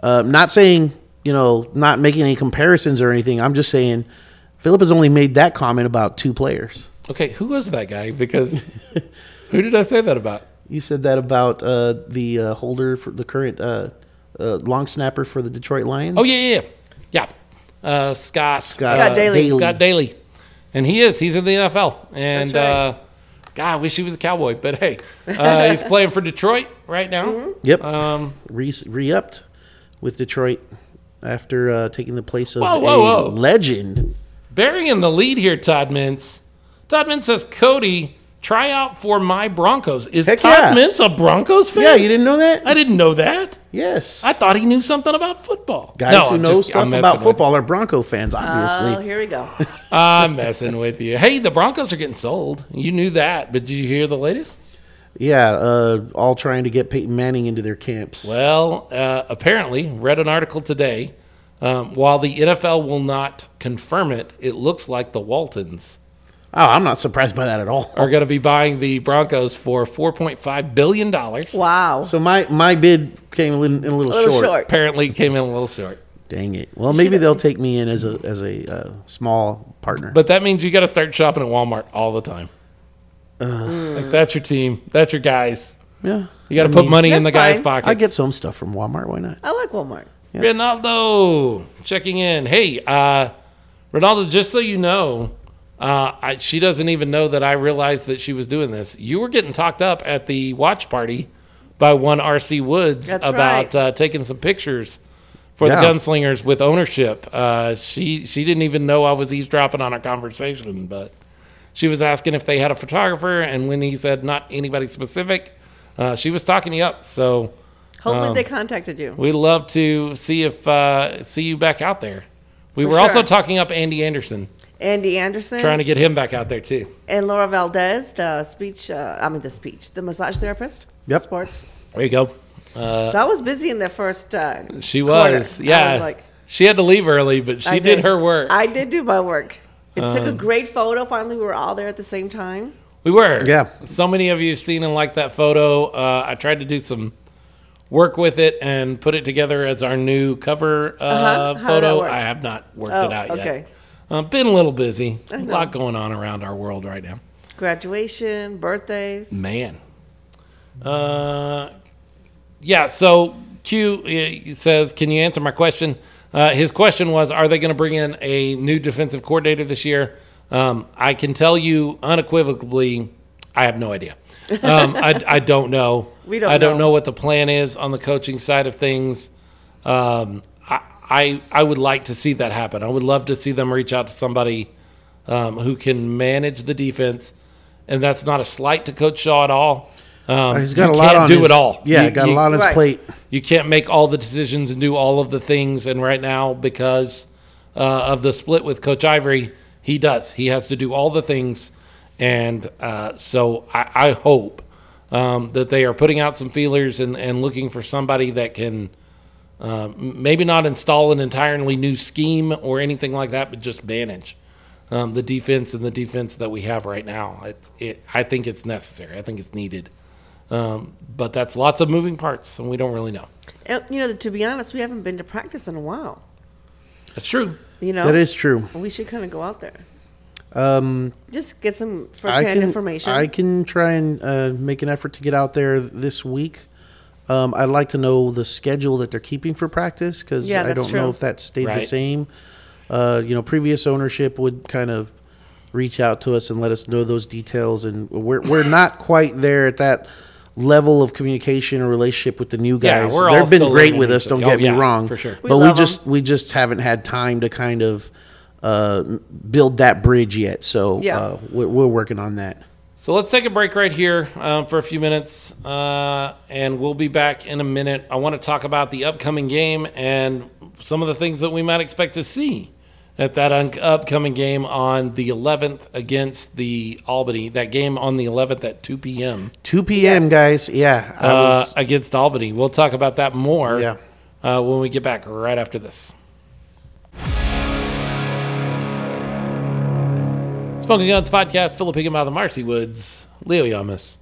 Speaker 3: Uh, not saying, you know, not making any comparisons or anything. I'm just saying Philip has only made that comment about two players.
Speaker 1: Okay, who was that guy? Because who did I say that about?
Speaker 3: You said that about uh, the uh, holder for the current uh, uh, long snapper for the Detroit Lions.
Speaker 1: Oh yeah, yeah, yeah. Yeah. Uh, Scott
Speaker 3: Scott
Speaker 1: uh,
Speaker 2: Daly.
Speaker 1: Scott Daily, and he is. He's in the NFL. And
Speaker 2: That's right.
Speaker 1: uh, God, I wish he was a Cowboy, but hey, uh, he's playing for Detroit right now.
Speaker 2: Mm-hmm.
Speaker 3: Yep.
Speaker 1: Um,
Speaker 3: Re- re-upped with Detroit after uh, taking the place of
Speaker 1: Whoa, whoa,
Speaker 3: a
Speaker 1: whoa.
Speaker 3: legend.
Speaker 1: burying the lead here, Todd Mintz. Todd Mintz says, "Cody, try out for my Broncos." Is
Speaker 3: Heck
Speaker 1: Todd
Speaker 3: yeah.
Speaker 1: Mintz a Broncos fan?
Speaker 3: Yeah, you didn't know that?
Speaker 1: I didn't know that.
Speaker 3: yes.
Speaker 1: I thought he knew something about football.
Speaker 3: Guys
Speaker 1: No,
Speaker 3: who
Speaker 1: I'm
Speaker 3: know
Speaker 1: just- I'm
Speaker 3: stuff
Speaker 1: messing
Speaker 3: about
Speaker 1: with
Speaker 3: football are Bronco fans, obviously.
Speaker 2: Oh, here we go.
Speaker 1: I'm messing with you. Hey, the Broncos are getting sold. You knew that, but did you hear the latest?
Speaker 3: yeah, uh, all trying to get Peyton Manning into their camps.
Speaker 1: Well, uh, apparently, read an article today. Um, while the NFL will not confirm it, it looks like the Waltons
Speaker 3: Oh, I'm not surprised by that at all.
Speaker 1: are going to be buying the Broncos for 4.5 billion dollars.
Speaker 2: Wow.
Speaker 3: So my my bid came in, in a little,
Speaker 2: a little
Speaker 3: short.
Speaker 2: short.
Speaker 1: Apparently, came in a little short,
Speaker 3: Dang it! Well, maybe they'll take me in as a as a uh, small partner.
Speaker 1: but that means you got to start shopping at Walmart all the time. like that's your team. That's your guys.
Speaker 3: yeah,
Speaker 1: You got to
Speaker 3: I
Speaker 1: put
Speaker 3: mean,
Speaker 1: money in
Speaker 2: That's
Speaker 1: the guys'
Speaker 2: fine.
Speaker 1: pocket.
Speaker 3: I get some stuff from Walmart. Why not?
Speaker 2: I like Walmart.
Speaker 1: Ronaldo checking in. Hey, uh, Ronaldo, just so you know, uh, I, she doesn't even know that I realized that she was doing this. You were getting talked up at the watch party by one RC Woods
Speaker 2: That's
Speaker 1: about
Speaker 2: right.
Speaker 1: uh, taking some pictures for
Speaker 3: Yeah.
Speaker 1: the Gunslingers with ownership. Uh, she she didn't even know I was eavesdropping on our conversation, but she was asking if they had a photographer, and when he said not anybody specific, uh, she was talking you up. So. Um,
Speaker 2: Hopefully, they contacted you.
Speaker 1: We'd love to see if uh, see you back out there. We
Speaker 2: For
Speaker 1: were also
Speaker 2: sure.
Speaker 1: talking up Andy Anderson,
Speaker 2: Andy Anderson
Speaker 1: trying to get him back out there too.
Speaker 2: and Laura Valdez, the speech, uh, I mean, the speech, the massage therapist.
Speaker 3: Yep.
Speaker 2: Sports.
Speaker 1: There you go.
Speaker 2: so I was busy in the first. Uh,
Speaker 1: Uh, She
Speaker 2: quarter.
Speaker 1: was, yeah.
Speaker 2: I was like,
Speaker 1: she had to leave early, but she
Speaker 2: I
Speaker 1: did. her work. Um,
Speaker 2: I did do my work. It took a great photo. Finally, we were all there at the same time.
Speaker 1: we were.
Speaker 3: Yeah.
Speaker 1: So many of you seen and liked that photo. Uh, I tried to do some work with it and put it together as our new cover uh,
Speaker 2: Uh-huh. How did that
Speaker 1: photo.
Speaker 2: work?
Speaker 1: I have not worked
Speaker 2: Oh,
Speaker 1: it out
Speaker 2: okay.
Speaker 1: yet. Uh, been a little busy. A
Speaker 2: know.
Speaker 1: lot going on around our world right now.
Speaker 2: Graduation, birthdays.
Speaker 1: Man. Uh, yeah, so Q uh, says, Can you answer my question? Uh, his question was Are they going to bring in a new defensive coordinator this year? Um, I can tell you unequivocally, I have no idea. Um, I, I don't know.
Speaker 2: We don't
Speaker 1: I don't
Speaker 2: know.
Speaker 1: know what the plan is on the coaching side of things. Um, I, I, I would like to see that happen. I would love to see them reach out to somebody um, who can manage the defense. And that's not a slight to Coach Shaw at all. Um,
Speaker 3: He's got
Speaker 1: you
Speaker 3: a lot
Speaker 1: can't
Speaker 3: on
Speaker 1: do
Speaker 3: his,
Speaker 1: it all.
Speaker 3: Yeah,
Speaker 1: You-
Speaker 3: got
Speaker 1: you-
Speaker 3: a lot on his
Speaker 2: Right.
Speaker 3: plate.
Speaker 1: You can't make all the decisions and do all of the things. And right now, because uh, of the split with Coach Ivory, he does. He has to do all the things. And uh, so I, I hope um, that they are putting out some feelers and, and looking for somebody that can uh, m- maybe not install an entirely new scheme or anything like that, but just manage um, the defense and the defense that we have right now. It, it, I think it's necessary. I think it's needed. Um, but that's lots of moving parts, and we don't really know.
Speaker 2: And, you know, to be honest, we haven't been to practice in a while.
Speaker 1: That's true.
Speaker 2: You know,
Speaker 3: That is true.
Speaker 2: we should kind of go out there.
Speaker 3: Um,
Speaker 2: Just get some
Speaker 3: I
Speaker 2: firsthand
Speaker 3: can,
Speaker 2: information.
Speaker 3: I can try and uh, make an effort to get out there this week. Um, I'd like to know the schedule that they're keeping for practice because
Speaker 2: Yeah,
Speaker 3: I
Speaker 2: that's
Speaker 3: don't
Speaker 2: true.
Speaker 3: know if that stayed the
Speaker 1: Right.
Speaker 3: same. Uh, you know, previous ownership would kind of reach out to us and let us know those details, and we're we're not quite there at that level of communication or relationship with the new
Speaker 1: Yeah,
Speaker 3: guys.
Speaker 1: we're all
Speaker 3: They've been
Speaker 1: still
Speaker 3: great
Speaker 1: learning
Speaker 3: with
Speaker 1: each
Speaker 3: us. Don't
Speaker 1: other. Oh,
Speaker 3: get me
Speaker 1: yeah,
Speaker 3: wrong,
Speaker 1: for sure.
Speaker 2: We
Speaker 3: but we
Speaker 2: love 'em.
Speaker 3: just we just haven't had time to kind of uh, build that bridge yet. So
Speaker 2: Yeah.
Speaker 3: uh, we're, we're working on that.
Speaker 1: So let's take a break right here um, for a few minutes, uh, and we'll be back in a minute. I want to talk about the upcoming game and some of the things that we might expect to see at that un- upcoming game on the 11th against the Albany. That game on the 11th at 2 p.m.
Speaker 3: 2 p.m. guys. Yeah, I
Speaker 1: Uh,
Speaker 3: was-
Speaker 1: against Albany. We'll talk about that more
Speaker 3: Yeah.
Speaker 1: uh, when we get back right after this. Smoking Guns Podcast, Philip Higgin by the Marcy Woods, Leo Yamas.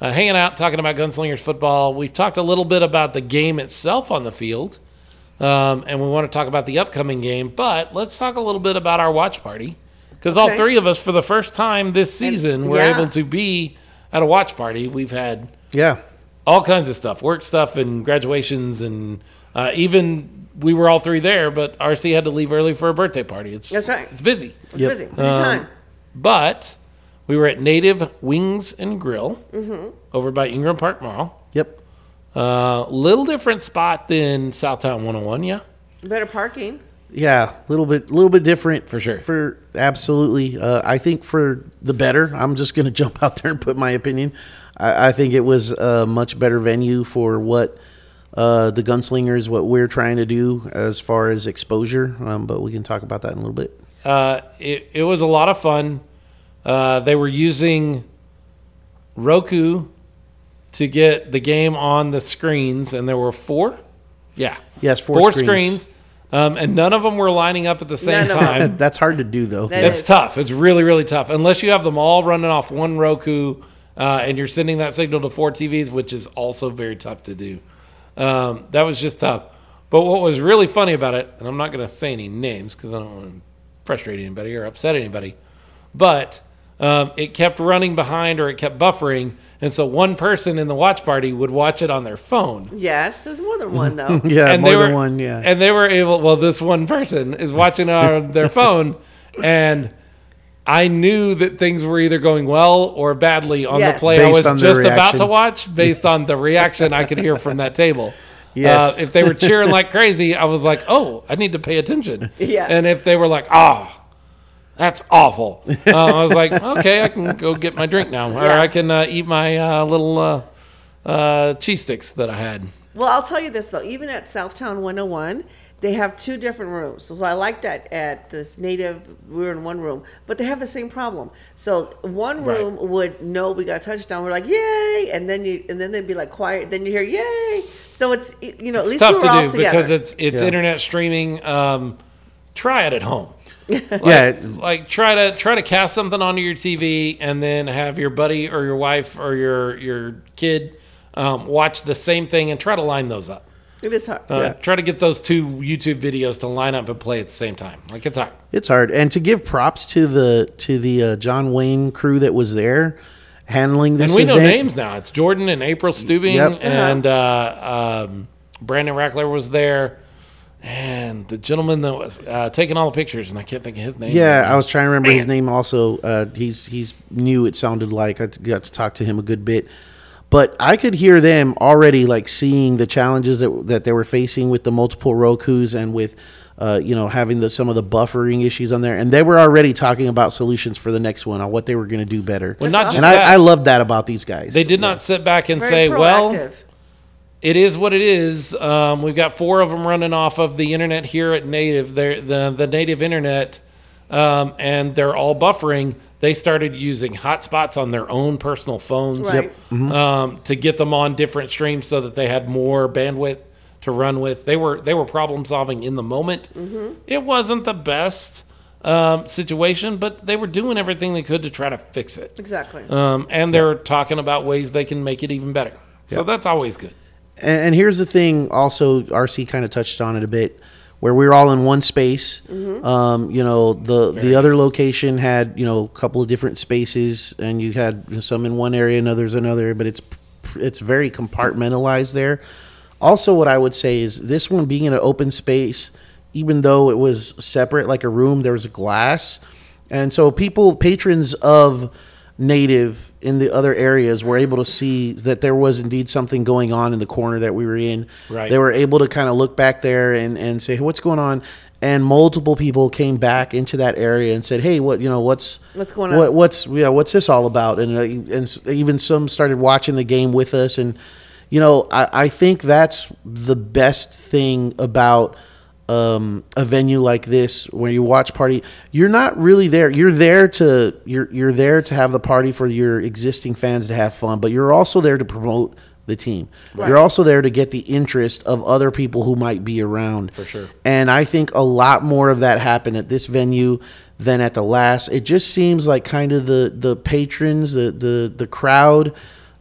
Speaker 1: Uh, hanging out, talking about Gunslingers football. We've talked a little bit about the game itself on the field, um, and we want to talk about the upcoming game, but let's talk a little bit about our watch party. Because all
Speaker 2: Okay.
Speaker 1: three of us, for the first time this season, were
Speaker 2: yeah.
Speaker 1: able to be at a watch party. We've had
Speaker 3: yeah.
Speaker 1: all kinds of stuff, work stuff, and graduations, and uh, even we were all three there, but RC had to leave early for a birthday party. It's
Speaker 2: That's right.
Speaker 1: It's busy,
Speaker 2: it's
Speaker 3: Yep.
Speaker 2: busy. Busy
Speaker 1: Um,
Speaker 2: time.
Speaker 1: but we were at Native Wings and Grill
Speaker 2: Mm-hmm.
Speaker 1: over by Ingram Park Mall.
Speaker 3: Yep.
Speaker 1: Uh, little different spot than Southtown 101, yeah.
Speaker 2: Better parking.
Speaker 3: Yeah, a little bit, little bit different
Speaker 1: For sure.
Speaker 3: For absolutely, uh, I think for the better. I'm just going to jump out there and put my opinion. I, I think it was a much better venue for what uh, the Gunslingers, what we're trying to do as far as exposure. Um, but we can talk about that in a little bit.
Speaker 2: Mm-hmm.
Speaker 1: Uh, it, it was a lot of fun. Uh, they were using Roku to get the game on the screens, and there were four. Yeah.
Speaker 3: Yes, four screens.
Speaker 1: um, and none of them were lining up at the same
Speaker 2: None of 'em.
Speaker 1: time.
Speaker 3: That's hard to do though.
Speaker 2: That
Speaker 1: it's
Speaker 2: is.
Speaker 1: tough. It's really, really tough. Unless you have them all running off one Roku uh, and you're sending that signal to four TVs, which is also very tough to do. Um, that was just tough. But what was really funny about it, and I'm not going to say any names because I don't want to frustrate anybody or upset anybody, but uh, um, it kept running behind or it kept buffering. And so one person in the watch party would watch it on their phone.
Speaker 2: Yes, there's more than one though.
Speaker 3: Yeah,
Speaker 1: and
Speaker 3: more
Speaker 1: they
Speaker 3: than
Speaker 1: were-
Speaker 3: one. Yeah.
Speaker 1: And they were able, well, this one person is watching it on their phone. And I knew that things were either going well or badly on the
Speaker 2: Yes.
Speaker 1: play I
Speaker 3: Based
Speaker 1: was
Speaker 3: on their
Speaker 1: just about to
Speaker 3: reaction.
Speaker 1: watch based on the reaction I could hear from that table.
Speaker 3: Yes.
Speaker 1: Uh, if they were cheering like crazy, I was like, oh, I need to pay attention.
Speaker 2: Yeah.
Speaker 1: And if they were like, ah, that's awful, uh, I was like, okay, I can go get my drink now, or
Speaker 2: Yeah.
Speaker 1: I can uh, eat my uh, little uh, uh, cheese sticks that I had.
Speaker 2: Well, I'll tell you this though. Even at Southtown 101, they have two different rooms. So I like that at this native, we were in one room, but they have the same problem. So one
Speaker 1: Right.
Speaker 2: room would know we got a touchdown. We're like, yay! And then you, and then they'd be like quiet. Then you hear, yay! So it's you know at least we
Speaker 1: Tough
Speaker 2: were
Speaker 1: to
Speaker 2: all
Speaker 1: do
Speaker 2: together.
Speaker 1: because it's it's
Speaker 3: Yeah.
Speaker 1: internet streaming. Um, try it at home.
Speaker 3: yeah. it-
Speaker 1: Like try to try to cast something onto your TV and then have your buddy or your wife or your your kid um, watch the same thing and try to line those up.
Speaker 2: it is hard.
Speaker 1: Uh,
Speaker 3: Yeah.
Speaker 1: Try to get those two YouTube videos to line up and play at the same time. Like it's hard.
Speaker 3: It's hard, and to give props to the to the uh, John Wayne crew that was there, handling this.
Speaker 1: And we know
Speaker 3: event.
Speaker 1: names now. It's Jordan and April Steubing
Speaker 3: Yep. Uh-huh.
Speaker 1: and uh, um, Brandon Rackler was there. And the gentleman that was uh, taking all the pictures, and I can't think of his name.
Speaker 3: Yeah, I was trying to remember his name. Also, uh, he's he's new. It sounded like I got to talk to him a good bit, but I could hear them already like seeing the challenges that that they were facing with the multiple Roku's and with. Uh, you know, having the some of the buffering issues on there, and they were already talking about solutions for the next one on what they were going to do better.
Speaker 1: Well, not just
Speaker 3: and
Speaker 1: that.
Speaker 3: I, I love that about these guys.
Speaker 1: They did not sit back and
Speaker 2: Very
Speaker 1: say, well,
Speaker 2: proactive.
Speaker 1: it is what it is. Um, we've got four of them running off of the internet here at Native, They're, the the native internet, um, and they're all buffering. They started using hotspots on their own personal phones
Speaker 2: Right. Yep.
Speaker 1: um, to get them on different streams so that they had more bandwidth to run with. They were they were problem solving in the moment.
Speaker 2: Mm-hmm.
Speaker 1: It wasn't the best um, situation, but they were doing everything they could to try to fix it.
Speaker 2: exactly.
Speaker 1: Um, and they're talking about ways they can make it even better. So that's always good.
Speaker 3: And, and here's the thing. Also, RC kind of touched on it a bit, where we were all in one space. Um, you know, the the other location had you know a couple of different spaces, and you had some in one area and others in another. But it's pr- it's very compartmentalized there. Also, what I would say is this one being in an open space, even though it was separate, like a room, there was glass. And so people, patrons of Native in the other areas were able to see that there was indeed something going on in the corner that we were in.
Speaker 1: Right.
Speaker 3: They were able to kind of look back there and, and say, "Hey, what's going on? And multiple people came back into that area and said, hey, what, you know, what's,
Speaker 2: What's going on?
Speaker 3: What, what's yeah what's this all about and uh, and s- even some started watching the game with us and you know I, I think that's the best thing about um, a venue like this where you watch party you're not really there you're there to you're you're there to have the party for your existing fans to have fun but you're also there to promote the team you're also there to get the interest of other people who might be around for
Speaker 1: sure.
Speaker 3: and I think a lot more of that happened at this venue than at the last. It just seems like kind of the the patrons, the the the crowd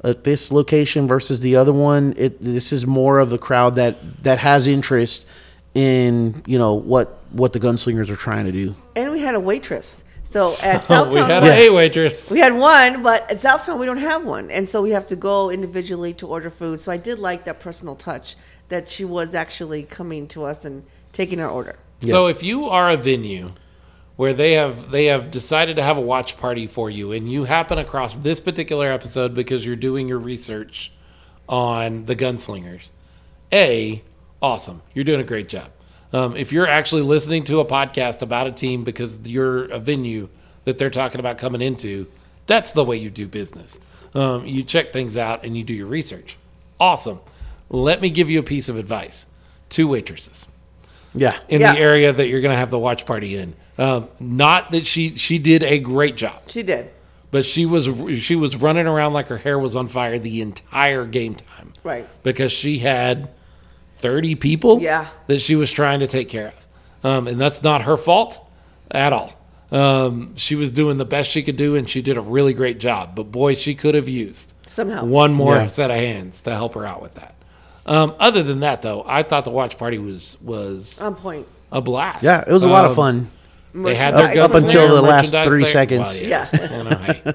Speaker 3: at this location versus the other one. It this is more of the crowd that that has interest in you know what what the gunslingers are trying to do.
Speaker 2: and we had a waitress. So at
Speaker 1: Oh,
Speaker 2: Southtown,
Speaker 1: we had
Speaker 2: West-
Speaker 1: a waitress.
Speaker 2: We had one, but at Southtown we don't have one, and so we have to go individually to order food. So I did like that personal touch that she was actually coming to us and taking our order.
Speaker 1: So if you are a venue where they have they have decided to have a watch party for you and you happen across this particular episode because you're doing your research on the gunslingers. A, awesome. You're doing a great job. Um, if you're actually listening to a podcast about a team because you're a venue that they're talking about coming into, that's the way you do business. Um, you check things out and you do your research. Awesome. Let me give you a piece of advice. Two waitresses
Speaker 3: Yeah,
Speaker 1: in
Speaker 2: Yeah.
Speaker 1: the area that you're going to have the watch party in. Um, not that she she did a great job,
Speaker 2: She did
Speaker 1: but she was she was running around like her hair was on fire the entire game time,
Speaker 2: right.
Speaker 1: Because she had thirty people,
Speaker 2: Yeah.
Speaker 1: that she was trying to take care of, um, and that's not her fault at all. Um, she was doing the best she could do, and she did a really great job. But boy, she could have used
Speaker 2: Somehow.
Speaker 1: one more
Speaker 3: Yeah.
Speaker 1: set of hands to help her out with that. Um, other than that, though, I thought the watch party was was
Speaker 2: On point.
Speaker 1: a blast.
Speaker 3: yeah, it was a lot of
Speaker 1: Um,
Speaker 3: fun.
Speaker 1: They had their
Speaker 2: Merchandise.
Speaker 1: guns
Speaker 3: Up until
Speaker 1: there,
Speaker 3: the last
Speaker 1: merchandise
Speaker 3: three
Speaker 1: there.
Speaker 3: seconds.
Speaker 1: Well, You know, hey.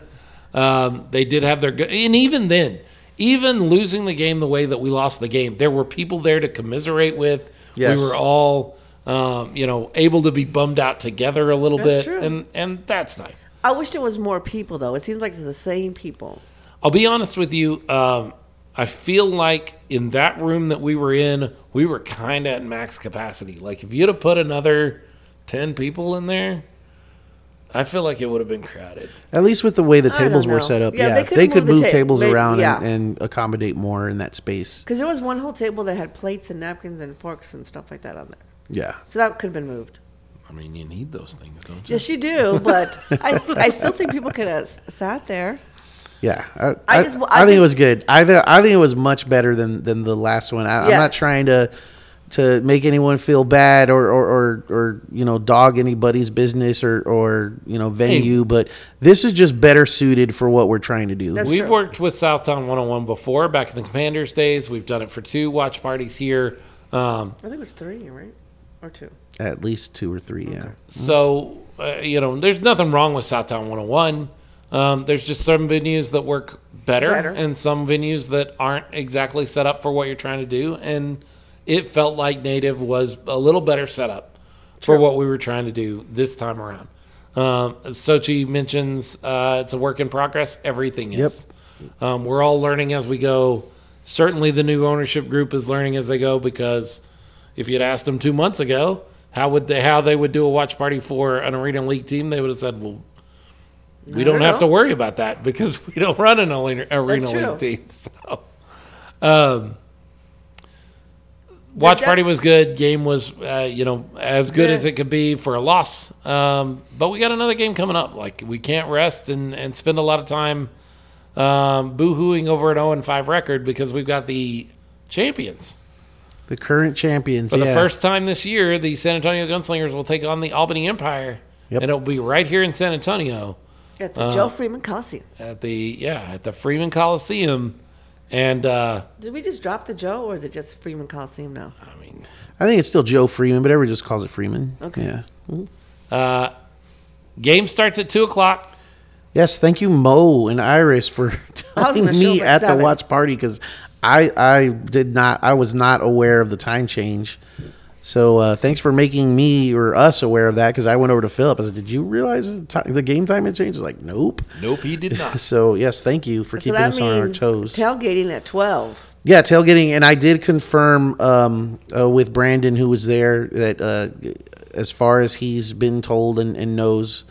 Speaker 1: um, they did have their gu- and even then, even losing the game the way that we lost the game, there were people there to commiserate with.
Speaker 3: Yes.
Speaker 1: We were all, um, you know, able to be bummed out together a little bit,
Speaker 2: That's true.
Speaker 1: and and that's nice.
Speaker 2: I wish there was more people though. It seems like it's the same people.
Speaker 1: I'll be honest with you. Um, I feel like in that room that we were in, we were kind of at max capacity. Like if you'd have put another ten people in there, I feel like it would have been crowded.
Speaker 3: At least with the way the
Speaker 2: I don't
Speaker 3: tables were
Speaker 2: know.
Speaker 3: set up,
Speaker 2: Yeah, they
Speaker 3: yeah, they,
Speaker 2: could've
Speaker 3: could
Speaker 2: moved the
Speaker 3: move
Speaker 2: ta-
Speaker 3: tables
Speaker 2: they-
Speaker 3: around and,
Speaker 2: yeah.
Speaker 3: and accommodate more in that space.
Speaker 2: Because there was one whole table that had plates and napkins and forks and stuff like that on there.
Speaker 3: Yeah,
Speaker 2: So that could have been moved.
Speaker 1: I mean, you need those things, don't you?
Speaker 2: Yes, you do, but I, I still think people could have s- sat there.
Speaker 3: yeah. I,
Speaker 2: I
Speaker 3: I,
Speaker 2: just-
Speaker 3: I,
Speaker 2: I
Speaker 3: think
Speaker 2: just-
Speaker 3: it was good. I th- I think it was much better than than the last one. I, I'm
Speaker 2: Yes.
Speaker 3: not trying to to make anyone feel bad or or, or, or you know dog anybody's business or or you know venue, but this is just better suited for what we're trying to do.
Speaker 2: That's-
Speaker 1: We've
Speaker 2: Sure.
Speaker 1: worked with Southtown 101 before, back in the Commanders days. We've done it for two watch parties here. Um,
Speaker 2: I think it was three, right? Or two.
Speaker 3: At least two or three. Yeah.
Speaker 1: So, uh, you know, there's nothing wrong with Southtown 101. Um, there's just some venues that work better,
Speaker 2: Better.
Speaker 1: and some venues that aren't exactly set up for what you're trying to do. And it felt like Native was a little better set up for what we were trying to do this time around. Um, Sochi mentions uh, it's a work in progress. Everything is. Um, we're all learning as we go. Certainly, the new ownership group is learning as they go because if you'd asked them two months ago how would they how they would do a watch party for an arena league team, they would have said, "Well, we don't,
Speaker 2: don't
Speaker 1: have to
Speaker 2: know."
Speaker 1: worry about that because we don't run an arena, arena
Speaker 2: That's
Speaker 1: league
Speaker 2: true.
Speaker 1: team." So, um, watch
Speaker 2: def-
Speaker 1: party was good. Game was uh, you know as good
Speaker 2: Yeah.
Speaker 1: as it could be for a loss. Um, but we got another game coming up. Like we can't rest and and spend a lot of time um, boo-hooing over an 0 and 5 record because we've got the champions.
Speaker 3: The current champions.
Speaker 1: For the
Speaker 3: yeah.
Speaker 1: first time this year, the San Antonio Gunslingers will take on the Albany Empire,
Speaker 3: Yep.
Speaker 1: and it'll be right here in San Antonio
Speaker 2: At the Joe Freeman Coliseum.
Speaker 1: at the yeah at the Freeman Coliseum, and uh,
Speaker 2: Did we just drop the Joe, or is it just Freeman Coliseum now?
Speaker 1: I mean
Speaker 3: I think it's still Joe Freeman, but everyone just calls it Freeman.
Speaker 2: Okay.
Speaker 3: Yeah.
Speaker 1: game starts at two o'clock.
Speaker 3: Yes, thank you, Mo and Iris, for telling
Speaker 2: gonna show
Speaker 3: me
Speaker 2: up at
Speaker 3: at
Speaker 2: seven.
Speaker 3: the watch party because I I did not I was not aware of the time change. So uh, thanks for making me or us aware of that because I went over to Philip. I said, "Did you realize the, time, the game time had changed?" He's like, "Nope."
Speaker 1: Nope, he did not.
Speaker 3: So yes, thank you for keeping us on our toes.
Speaker 2: tailgating at 12.
Speaker 3: Yeah, tailgating, and I did confirm um, uh, with Brandon, who was there, that uh, as far as he's been told and, and knows,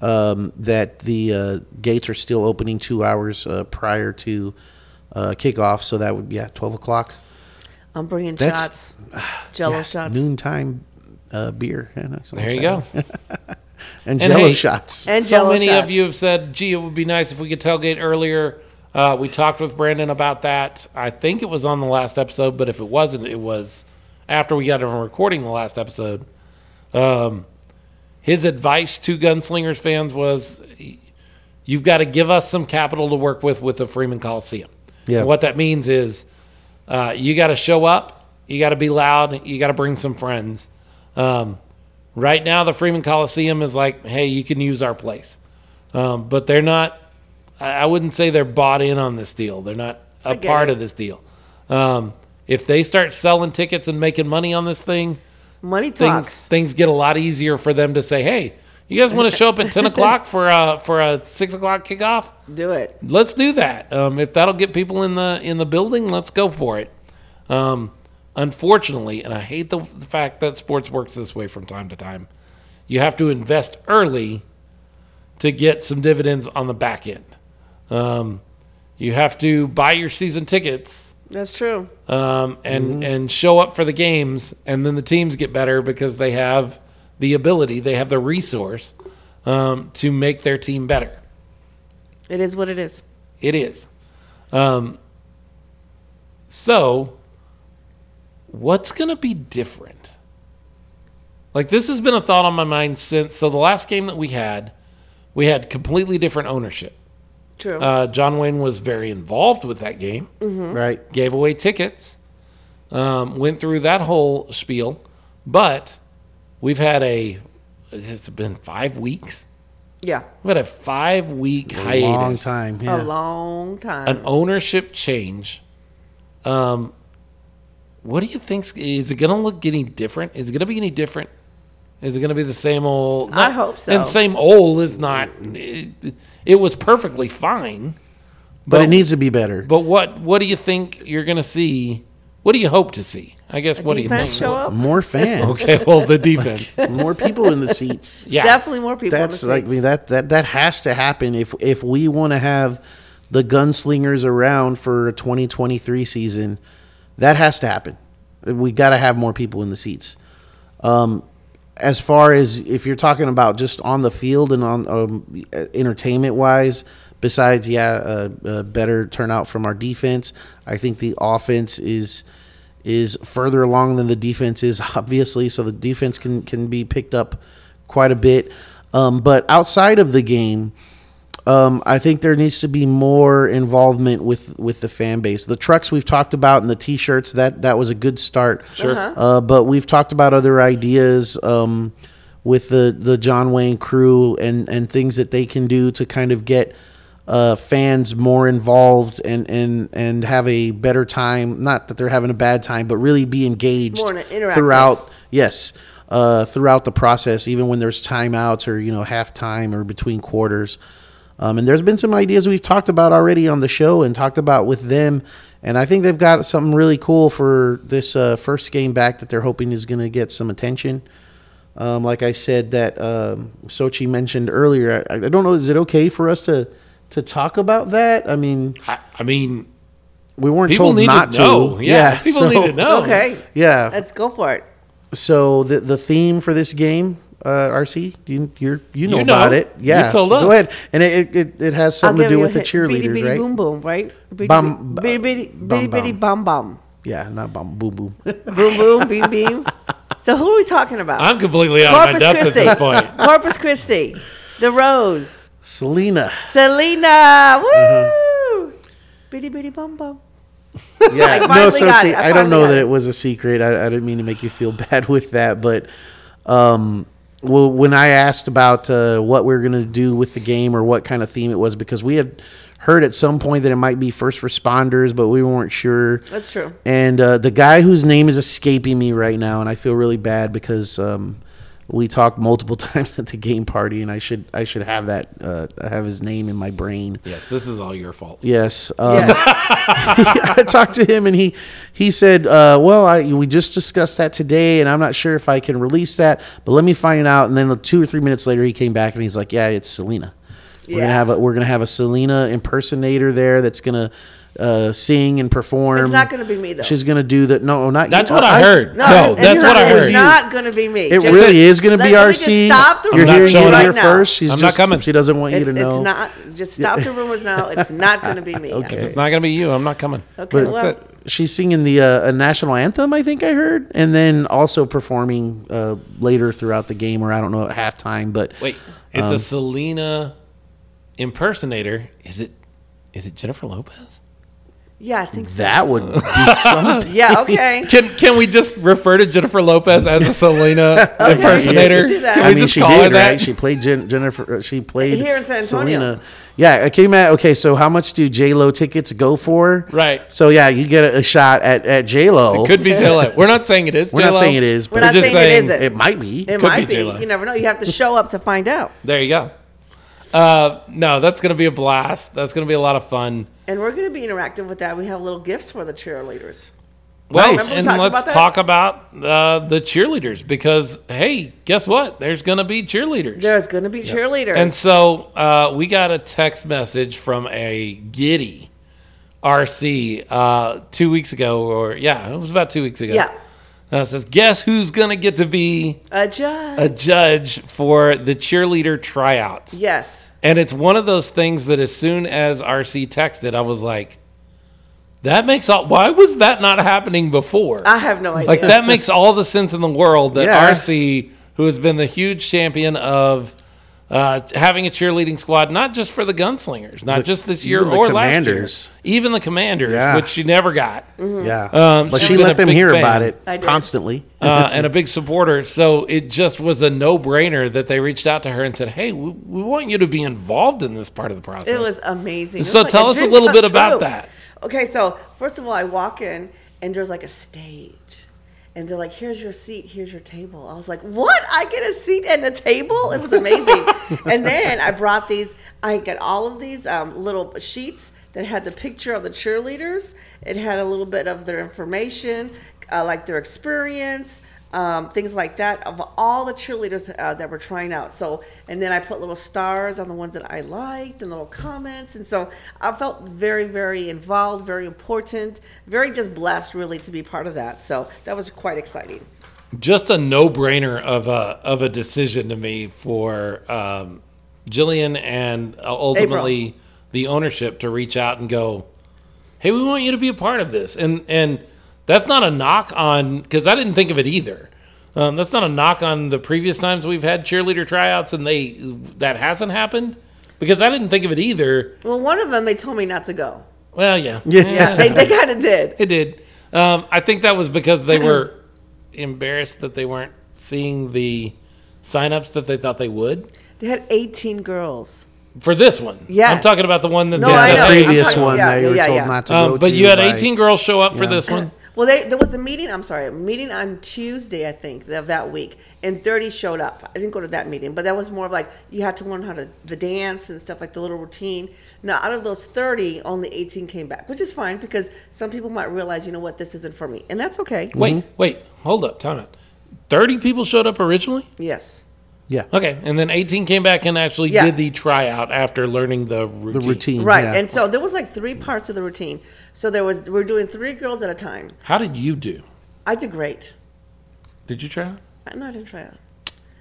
Speaker 3: um, that the uh, gates are still opening two hours uh, prior to uh, kickoff. So that would yeah, twelve o'clock
Speaker 2: I'm bringing
Speaker 3: That's-
Speaker 2: shots, Jello shots,
Speaker 3: noontime uh, beer. Yeah, that's what I'm
Speaker 1: There you
Speaker 3: saying.
Speaker 1: go.
Speaker 3: and
Speaker 1: And
Speaker 3: Jello
Speaker 1: hey-
Speaker 3: shots.
Speaker 2: and
Speaker 1: so
Speaker 2: Jello
Speaker 1: many
Speaker 2: shots.
Speaker 1: of you have said, "Gee, it would be nice if we could tailgate earlier." Uh, we talked with Brandon about that. I think it was on the last episode, but if it wasn't, it was after we got done recording the last episode. Um, his advice to Gunslingers fans was, "You've got to give us some capital to work with with the Freeman Coliseum."
Speaker 3: Yeah.
Speaker 1: And What that means is, uh, you got to show up. You got to be loud. You got to bring some friends. Um, right now, the Freeman Coliseum is like, hey, you can use our place, um, but they're not. I, I wouldn't say they're bought in on this deal. They're not a
Speaker 2: get
Speaker 1: part
Speaker 2: it.
Speaker 1: of this deal. Um, if they start selling tickets and making money on this thing,
Speaker 2: Money
Speaker 1: things
Speaker 2: talks.
Speaker 1: things get a lot easier for them to say, hey, you guys want to show up at ten o'clock for a for a six o'clock kickoff?
Speaker 2: Do it.
Speaker 1: let's do that. Um, if that'll get people in the in the building, let's go for it. Um, unfortunately, and I hate the, the fact that sports works this way from time to time. You have to invest early to get some dividends on the back end. Um, you have to buy your season tickets
Speaker 2: That's true.
Speaker 1: um, and and show up for the games, and then the teams get better because they have the ability, they have the resource um, to make their team better.
Speaker 2: It is what it is.
Speaker 1: It is. Um, so, what's going to be different? Like, this has been a thought on my mind since. So, the last game that we had, we had completely different ownership.
Speaker 2: True.
Speaker 1: Uh, John Wayne was very involved with that game,
Speaker 3: right.
Speaker 1: gave away tickets, um, went through that whole spiel. But we've had a it's been five weeks.
Speaker 2: Yeah.
Speaker 1: What a five week
Speaker 3: A
Speaker 1: hiatus.
Speaker 3: long time.
Speaker 2: A
Speaker 3: Yeah.
Speaker 2: long time.
Speaker 1: An ownership change. Um, what do you think? Is it going to look any different? Is it going to be any different? Is it going to be the same old?
Speaker 2: I hope so.
Speaker 1: And same old is not. It, it was perfectly fine.
Speaker 3: but it needs to be better.
Speaker 1: But what what do you think you're going to see? What do you hope to see? I guess what do you think?
Speaker 2: Defense show up.
Speaker 3: More fans.
Speaker 1: Okay, well the defense.
Speaker 3: More people in the seats.
Speaker 1: Yeah.
Speaker 2: Definitely more people. in the
Speaker 3: That's like I
Speaker 2: seats.
Speaker 3: mean, that that that has to happen if if we want to have the gunslingers around for a 2023 season. That has to happen. We got to have more people in the seats. Um, as far as if you're talking about just on the field and on um, entertainment wise, besides yeah, a, a better turnout from our defense. I think the offense is is further along than the defense is, obviously. So the defense can can be picked up quite a bit. Um, but outside of the game, um, I think there needs to be more involvement with with the fan base. The trucks we've talked about and the t-shirts that that was a good start.
Speaker 1: Sure.
Speaker 2: Uh-huh.
Speaker 3: Uh, but we've talked about other ideas um, with the the John Wayne crew and and things that they can do to kind of get uh, fans more involved and and and have a better time. Not that they're having a bad time, but really be engaged
Speaker 2: More interactive.
Speaker 3: throughout yes uh, throughout the process even when there's timeouts or you know halftime or between quarters um, and there's been some ideas we've talked about already on the show and talked about with them and i think they've got something really cool for this uh, first game back that they're hoping is going to get some attention um, like i said that um, sochi mentioned earlier I, I don't know is it okay for us to to talk about that i mean
Speaker 1: I, I mean,
Speaker 3: we weren't
Speaker 1: people
Speaker 3: told
Speaker 1: need
Speaker 3: not
Speaker 1: to know.
Speaker 3: to
Speaker 1: Yeah, people
Speaker 3: so-
Speaker 1: need to know.
Speaker 2: Oh. Okay.
Speaker 3: yeah
Speaker 2: Let's go for it.
Speaker 3: so the the theme for this game, uh, RC, you you're, you know
Speaker 1: You know.
Speaker 3: about it.
Speaker 1: You
Speaker 3: Yeah,
Speaker 1: told
Speaker 3: so
Speaker 1: us.
Speaker 3: go ahead, and it, it, it has something to
Speaker 2: I'll
Speaker 3: do
Speaker 2: give
Speaker 3: with
Speaker 2: you
Speaker 3: the
Speaker 2: a hit. Bitty
Speaker 3: cheerleaders,
Speaker 2: bitty
Speaker 3: right?
Speaker 2: Boom boom, right? Bitty
Speaker 3: Bum-
Speaker 2: bitty bitty bitty
Speaker 3: bum,
Speaker 2: bitty bum bum.
Speaker 3: Yeah, not bomb boom boom.
Speaker 2: Boom boom beam beam. So who are we talking about?
Speaker 1: I'm completely out of my
Speaker 2: Corpus
Speaker 1: depth
Speaker 2: Christi.
Speaker 1: at this point.
Speaker 2: Corpus Christi. The Rose.
Speaker 3: Selena.
Speaker 2: Selena.
Speaker 3: Mm-hmm.
Speaker 2: Woo! Bitty bitty bum
Speaker 3: Um,
Speaker 2: bum.
Speaker 3: Yeah, no,
Speaker 2: finally
Speaker 3: so
Speaker 2: got
Speaker 3: see,
Speaker 2: it. I
Speaker 3: I, don't
Speaker 2: finally
Speaker 3: know
Speaker 2: got
Speaker 3: that
Speaker 2: it.
Speaker 3: it was a secret. I, I didn't mean to make you feel bad with that, but um, well, when I asked about uh, what we are going to do with the game or what kind of theme it was, because we had heard at some point that it might be first responders, but we weren't sure.
Speaker 2: That's true.
Speaker 3: And uh, the guy whose name is escaping me right now, and I feel really bad because um, we talked multiple times at the game party, and I should I should have that uh, have his name in my brain.
Speaker 1: Yes, this is all your fault.
Speaker 3: Yes, um,
Speaker 2: Yeah.
Speaker 3: I talked to him, and he he said, uh, "Well, I, we just discussed that today, and I'm not sure if I can release that, but let me find out." And then two or three minutes later, he came back and he's like, "Yeah, it's Selena. We're gonna
Speaker 2: Yeah.
Speaker 3: have a we're gonna have a Selena impersonator there that's gonna." Uh, sing and perform.
Speaker 2: It's not gonna be me, though.
Speaker 3: um, She's gonna do that. No, not you.
Speaker 1: That's
Speaker 3: Oh,
Speaker 1: what I, heard. No,
Speaker 2: No, it-
Speaker 1: that's
Speaker 2: it's
Speaker 1: what I
Speaker 2: not-
Speaker 1: heard.
Speaker 2: It's not going to be me.
Speaker 3: It
Speaker 2: Just-
Speaker 3: really is going to
Speaker 2: let-
Speaker 3: be
Speaker 2: let me just
Speaker 3: RC.
Speaker 2: Stop the
Speaker 3: You're
Speaker 2: rumors
Speaker 1: not
Speaker 3: hearing it
Speaker 1: showing
Speaker 2: right
Speaker 3: here
Speaker 2: now.
Speaker 3: first. She's
Speaker 1: I'm not
Speaker 3: just,
Speaker 1: coming.
Speaker 3: She doesn't want
Speaker 2: It's,
Speaker 3: you to know.
Speaker 2: it's not. Just stop the rumors now. It's not going to be me.
Speaker 3: Okay.
Speaker 1: It's not going to be you. I'm not coming.
Speaker 2: Okay.
Speaker 1: That's
Speaker 2: Well,
Speaker 1: it.
Speaker 3: She's singing the uh, a national anthem, I think I heard, and then also performing uh, later throughout the game, or I don't know at halftime. But
Speaker 1: Wait, it's
Speaker 3: Um,
Speaker 1: a Selena impersonator. Is it? Is it Jennifer Lopez?
Speaker 2: yeah, I think so.
Speaker 3: that would be something.
Speaker 2: Yeah. Okay.
Speaker 1: Can Can we just refer to Jennifer Lopez as a Selena impersonator?
Speaker 2: we can do that.
Speaker 1: Can
Speaker 2: I
Speaker 1: we
Speaker 3: I mean,
Speaker 1: just
Speaker 3: she
Speaker 1: call her
Speaker 3: did,
Speaker 1: that?
Speaker 3: right? She played Jen, Jennifer. uh, She played
Speaker 2: Here in San Antonio.
Speaker 3: Selena. Yeah, it came out. Okay, so how much do J Lo tickets go for?
Speaker 1: Right.
Speaker 3: So yeah, you get a, a shot at at J Lo.
Speaker 1: Could be J-Lo. We're not saying it is.
Speaker 3: We're not
Speaker 1: J-Lo.
Speaker 3: saying it is,
Speaker 2: We're
Speaker 3: but
Speaker 2: not
Speaker 1: just
Speaker 2: saying, it
Speaker 1: saying
Speaker 2: isn't.
Speaker 3: it might be.
Speaker 2: It
Speaker 1: could
Speaker 2: might
Speaker 1: be
Speaker 2: be.
Speaker 1: J-Lo.
Speaker 2: You never know. You have to show up to find out.
Speaker 1: There you go. Uh, no, that's going to be a blast. That's going to be a lot of fun.
Speaker 2: And we're going to be interactive with that. We have little gifts for the cheerleaders.
Speaker 1: Well,
Speaker 3: Nice.
Speaker 1: and
Speaker 2: Remember we
Speaker 1: let's talk
Speaker 2: talked
Speaker 1: about uh, the cheerleaders because hey, guess what? There's going to be cheerleaders.
Speaker 2: There's going to be cheerleaders.
Speaker 1: And so uh, we got a text message from a giddy RC uh, two weeks ago, or yeah, it was about two weeks ago.
Speaker 2: Yeah.
Speaker 1: Uh, it says, guess who's gonna get to be
Speaker 2: a judge.
Speaker 1: a judge for the cheerleader tryouts?
Speaker 2: yes.
Speaker 1: And it's one of those things that as soon as RC texted, I was like, that makes all. Why was that not happening before?
Speaker 2: I have no idea.
Speaker 1: Like that makes all the sense in the world that
Speaker 3: Yeah.
Speaker 1: RC, who has been the huge champion of Uh, having a cheerleading squad, not just for the gunslingers, not
Speaker 3: The-
Speaker 1: just this year
Speaker 3: even the
Speaker 1: or
Speaker 3: commanders.
Speaker 1: last year, even the commanders,
Speaker 3: Yeah.
Speaker 1: which she never got,
Speaker 3: Yeah.
Speaker 1: Um,
Speaker 3: but
Speaker 1: she's
Speaker 3: she
Speaker 1: been
Speaker 3: let
Speaker 1: a
Speaker 3: them
Speaker 1: big
Speaker 3: hear
Speaker 1: fan.
Speaker 3: about it
Speaker 2: I did. Oh,
Speaker 3: constantly.
Speaker 1: uh, and a big supporter. So it just was a no brainer that they reached out to her and said, "Hey, we, we want you to be involved in this part of the process."
Speaker 2: It was amazing. It
Speaker 1: So
Speaker 2: was like
Speaker 1: tell us a
Speaker 2: dream
Speaker 1: little
Speaker 2: come
Speaker 1: bit about
Speaker 2: true.
Speaker 1: that.
Speaker 2: Okay, so first of all, I walk in and there's like a stage. And they're like, here's your seat, here's your table. I was like, what? I get a seat and a table? It was amazing. and then I brought these, I got all of these um, little sheets that had the picture of the cheerleaders. It had a little bit of their information, uh, like their experience, um, things like that of all the cheerleaders uh, that were trying out. So, and then I put little stars on the ones that I liked and little comments. And so I felt very, very involved, very important, very just blessed really to be part of that. So that was quite exciting.
Speaker 1: just a no brainer of a of a decision to me for um, Jillian and uh, ultimately the ownership to reach out and go, "Hey, we want you to be a part of this," and and that's not a knock on because I didn't think of it either. Um, that's not a knock on the previous times we've had cheerleader tryouts and they that hasn't happened because I didn't think of it either.
Speaker 2: Well, one of them, they told me not to go.
Speaker 1: Well, yeah,
Speaker 3: Yeah.
Speaker 2: They, they kind of did.
Speaker 1: it did. Um, I think that was because they were embarrassed that they weren't seeing the signups that they thought they would
Speaker 2: They had 18 girls.
Speaker 1: for this one.
Speaker 2: Yes.
Speaker 1: I'm talking about the one that
Speaker 2: No,
Speaker 1: they
Speaker 2: I
Speaker 1: said
Speaker 2: know.
Speaker 1: they-
Speaker 2: I'm
Speaker 3: Previous
Speaker 2: talking-
Speaker 3: one,
Speaker 2: yeah,
Speaker 3: they were
Speaker 2: yeah,
Speaker 3: told
Speaker 2: yeah.
Speaker 3: not to
Speaker 1: Um,
Speaker 3: go
Speaker 1: but
Speaker 3: to
Speaker 1: you had
Speaker 3: by-
Speaker 1: 18 girls show up for
Speaker 3: Yeah. Mm-hmm.
Speaker 1: this one.
Speaker 2: Well, they, there was a meeting. I'm sorry, a meeting on Tuesday, I think, of that week, and 30 showed up. I didn't go to that meeting, but that was more of like you had to learn how to the dance and stuff like the little routine. Now, out of those 30, only 18 came back, which is fine because some people might realize, you know what, this isn't for me, and that's okay.
Speaker 1: Wait, wait, hold up, time out. 30 people showed up originally.
Speaker 2: Yes,
Speaker 3: Yeah.
Speaker 1: Okay, and then 18 came back and actually
Speaker 2: Yeah.
Speaker 1: did the tryout after learning the routine.
Speaker 3: The routine.
Speaker 2: right.
Speaker 3: yeah.
Speaker 2: And so there was like three parts of the routine. So there was we're doing three girls at a time.
Speaker 1: How did you do?
Speaker 2: I did great.
Speaker 1: Did you try out?
Speaker 2: I'm not in trial.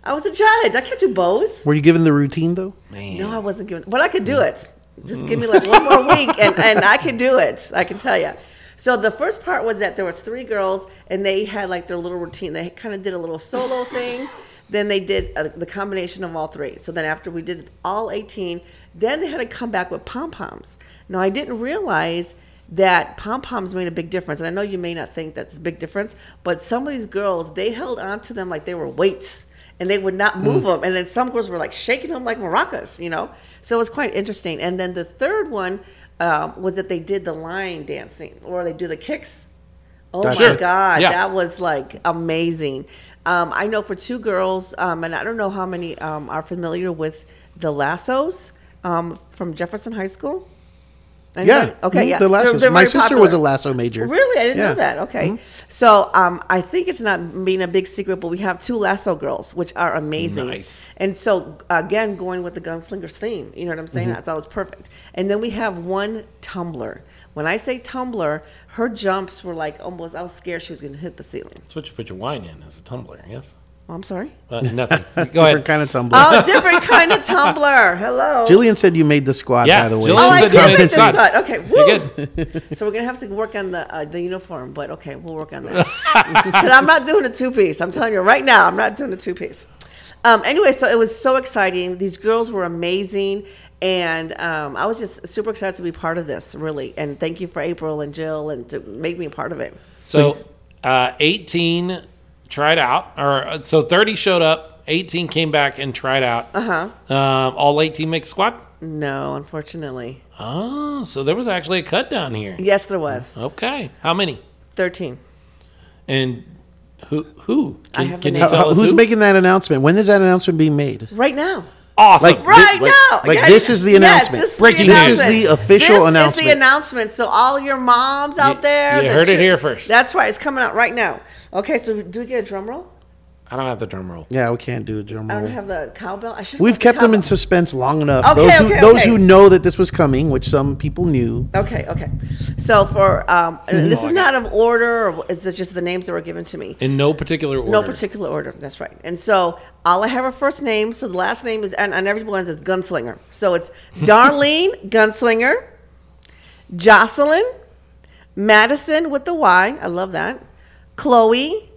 Speaker 2: I was a judge. I can't do both.
Speaker 3: Were you given the routine though?
Speaker 1: Man.
Speaker 2: No, I wasn't given, but I could do it. Just give me like one more week, and, and I could do it. I can tell you. So the first part was that there was three girls, and they had like their little routine. They kind of did a little solo thing. Then they did uh the combination of all three. So then after we did all 18, then they had to come back with pom poms. Now I didn't realize that pom poms made a big difference, and I know you may not think that's a big difference, but some of these girls they held on to them like they were weights and they would not
Speaker 3: Mm.
Speaker 2: move them. And then some girls were like shaking them like maracas, you know. So it was quite interesting. And then the third one um, was that they did the line dancing, or they do the kicks. Oh
Speaker 3: That's
Speaker 2: my
Speaker 3: it.
Speaker 2: god,
Speaker 1: Yeah.
Speaker 2: that was like amazing. Um, I know for two girls, um, and I don't know how many um, are familiar with the lassos um, from Jefferson High School. Anybody?
Speaker 3: Yeah.
Speaker 2: Okay.
Speaker 3: Mhm,
Speaker 2: Yeah.
Speaker 3: The lassos. My
Speaker 2: very
Speaker 3: sister
Speaker 2: popular.
Speaker 3: was a lasso major.
Speaker 2: Really, I didn't
Speaker 3: Yeah.
Speaker 2: know that. Okay,
Speaker 1: Mm-hmm.
Speaker 2: so um, I think it's not being a big secret, but we have two lasso girls, which are amazing.
Speaker 1: Nice.
Speaker 2: And so again, going with the gunslingers theme, you know what I'm
Speaker 1: Mm-hmm.
Speaker 2: saying? That's always perfect. And then we have one tumbler. When I say tumbler, her jumps were like almost. I was scared she was going to hit the ceiling.
Speaker 1: That's what you put your wine in as a tumbler, yes?
Speaker 2: Oh, I'm sorry.
Speaker 1: Uh, nothing. Go
Speaker 3: Different
Speaker 1: ahead.
Speaker 3: kind of tumbler.
Speaker 2: Oh, different kind of tumbler. Hello.
Speaker 3: Jillian said you made the squad,
Speaker 1: Yeah,
Speaker 3: by the way.
Speaker 1: Jillian
Speaker 2: Oh, I
Speaker 1: said
Speaker 2: can't
Speaker 1: you
Speaker 2: wait
Speaker 1: made
Speaker 2: to
Speaker 1: the squad.
Speaker 2: squad. Okay, woo.
Speaker 1: You're good.
Speaker 2: So we're gonna have to work on the uh, the uniform, but okay, we'll work on that. Because I'm not doing a two piece. I'm telling you right now, I'm not doing a two piece. Um, anyway, so it was so exciting. These girls were amazing, and um, I was just super excited to be part of this, really. And thank you for April and Jill and to make me a part of it.
Speaker 1: So, uh, 18 tried out, or uh, so 30 showed up, 18 came back and tried out. Uh
Speaker 2: Uh-huh.
Speaker 1: huh. Um, all 18 mixed squad.
Speaker 2: No, unfortunately,
Speaker 1: Oh, so there was actually a cut down here.
Speaker 2: yes, there was
Speaker 1: Okay, how many?
Speaker 2: thirteen.
Speaker 1: And who? Who? Can,
Speaker 2: have
Speaker 1: can
Speaker 2: the
Speaker 1: you
Speaker 3: How-
Speaker 1: tell
Speaker 3: how-
Speaker 1: us
Speaker 3: who's
Speaker 1: who?
Speaker 3: making that announcement? When is that announcement being made?
Speaker 2: Right now,
Speaker 1: awesome?
Speaker 3: Like,
Speaker 2: right
Speaker 3: Like-
Speaker 2: now.
Speaker 3: like this is the announcement.
Speaker 2: this is the
Speaker 1: Breaking news.
Speaker 2: announcement.
Speaker 1: This is
Speaker 3: the official
Speaker 2: This
Speaker 3: announcement.
Speaker 2: is the announcement. So all your moms out there,
Speaker 1: you
Speaker 2: the
Speaker 1: heard it
Speaker 2: chi-
Speaker 1: here first.
Speaker 2: That's right. It's coming out right now. Okay, so do we get a drum roll?
Speaker 1: I don't have the drum roll.
Speaker 3: Yeah, we can't do a drum
Speaker 2: I
Speaker 3: roll.
Speaker 2: don't have the cowbell. I should.
Speaker 3: Uh-huh. We've kept them in suspense long enough.
Speaker 2: Okay,
Speaker 3: those who,
Speaker 2: okay,
Speaker 3: those
Speaker 2: okay.
Speaker 3: who know that this was coming, which some people knew,
Speaker 2: Okay, okay. So for um, and this is not of order. Or, it's just the names that were given to me.
Speaker 1: In no particular order.
Speaker 2: No particular order. That's right. And so all I have are first names. So the last name is, and, and everyone says Gunslinger. So it's Darlene Gunslinger, Jocelyn, Madison with the Y. I love that. Chloe,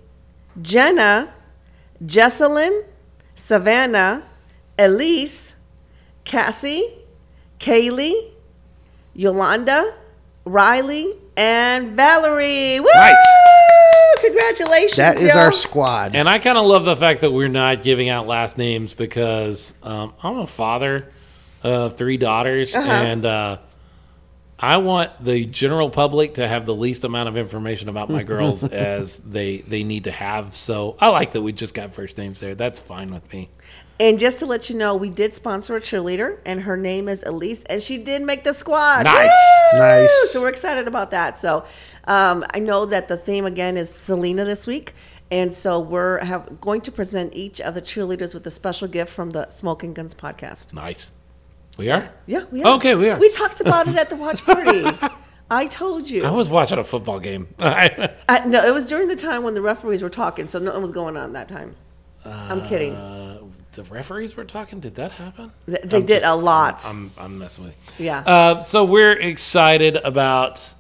Speaker 2: Jenna, Jessalyn, Savannah, Elise, Cassie, Kaylee, Yolanda, Riley, and Valerie. Woo!
Speaker 1: Nice.
Speaker 2: Congratulations,
Speaker 3: That is
Speaker 2: y'all.
Speaker 3: our squad.
Speaker 1: And I kind of love the fact that we're not giving out last names because um, I'm a father of three daughters,
Speaker 2: Uh-huh.
Speaker 1: and uh, I want the general public to have the least amount of information about my girls as they they need to have. So I like that we just got first names there. That's fine with me.
Speaker 2: And just to let you know, we did sponsor a cheerleader, and her name is Elise, and she did make the squad.
Speaker 1: Nice.
Speaker 2: Woo!
Speaker 3: Nice.
Speaker 2: So we're excited about that. So um, I know that the theme again is Selena this week, and so we're have, going to present each of the cheerleaders with a special gift from the Smoking Guns podcast.
Speaker 1: Nice. We are.
Speaker 2: Yeah, we are.
Speaker 1: Okay, we are.
Speaker 2: We talked about it at the watch party. I told you.
Speaker 1: I was watching a football game. I,
Speaker 2: I, no, it was during the time when the referees were talking, so nothing was going on that time. I'm kidding.
Speaker 1: uh, the referees were talking. Did that happen?
Speaker 2: They, they did a lot.
Speaker 1: I'm I'm messing with. You.
Speaker 2: yeah.
Speaker 1: Uh, so we're excited about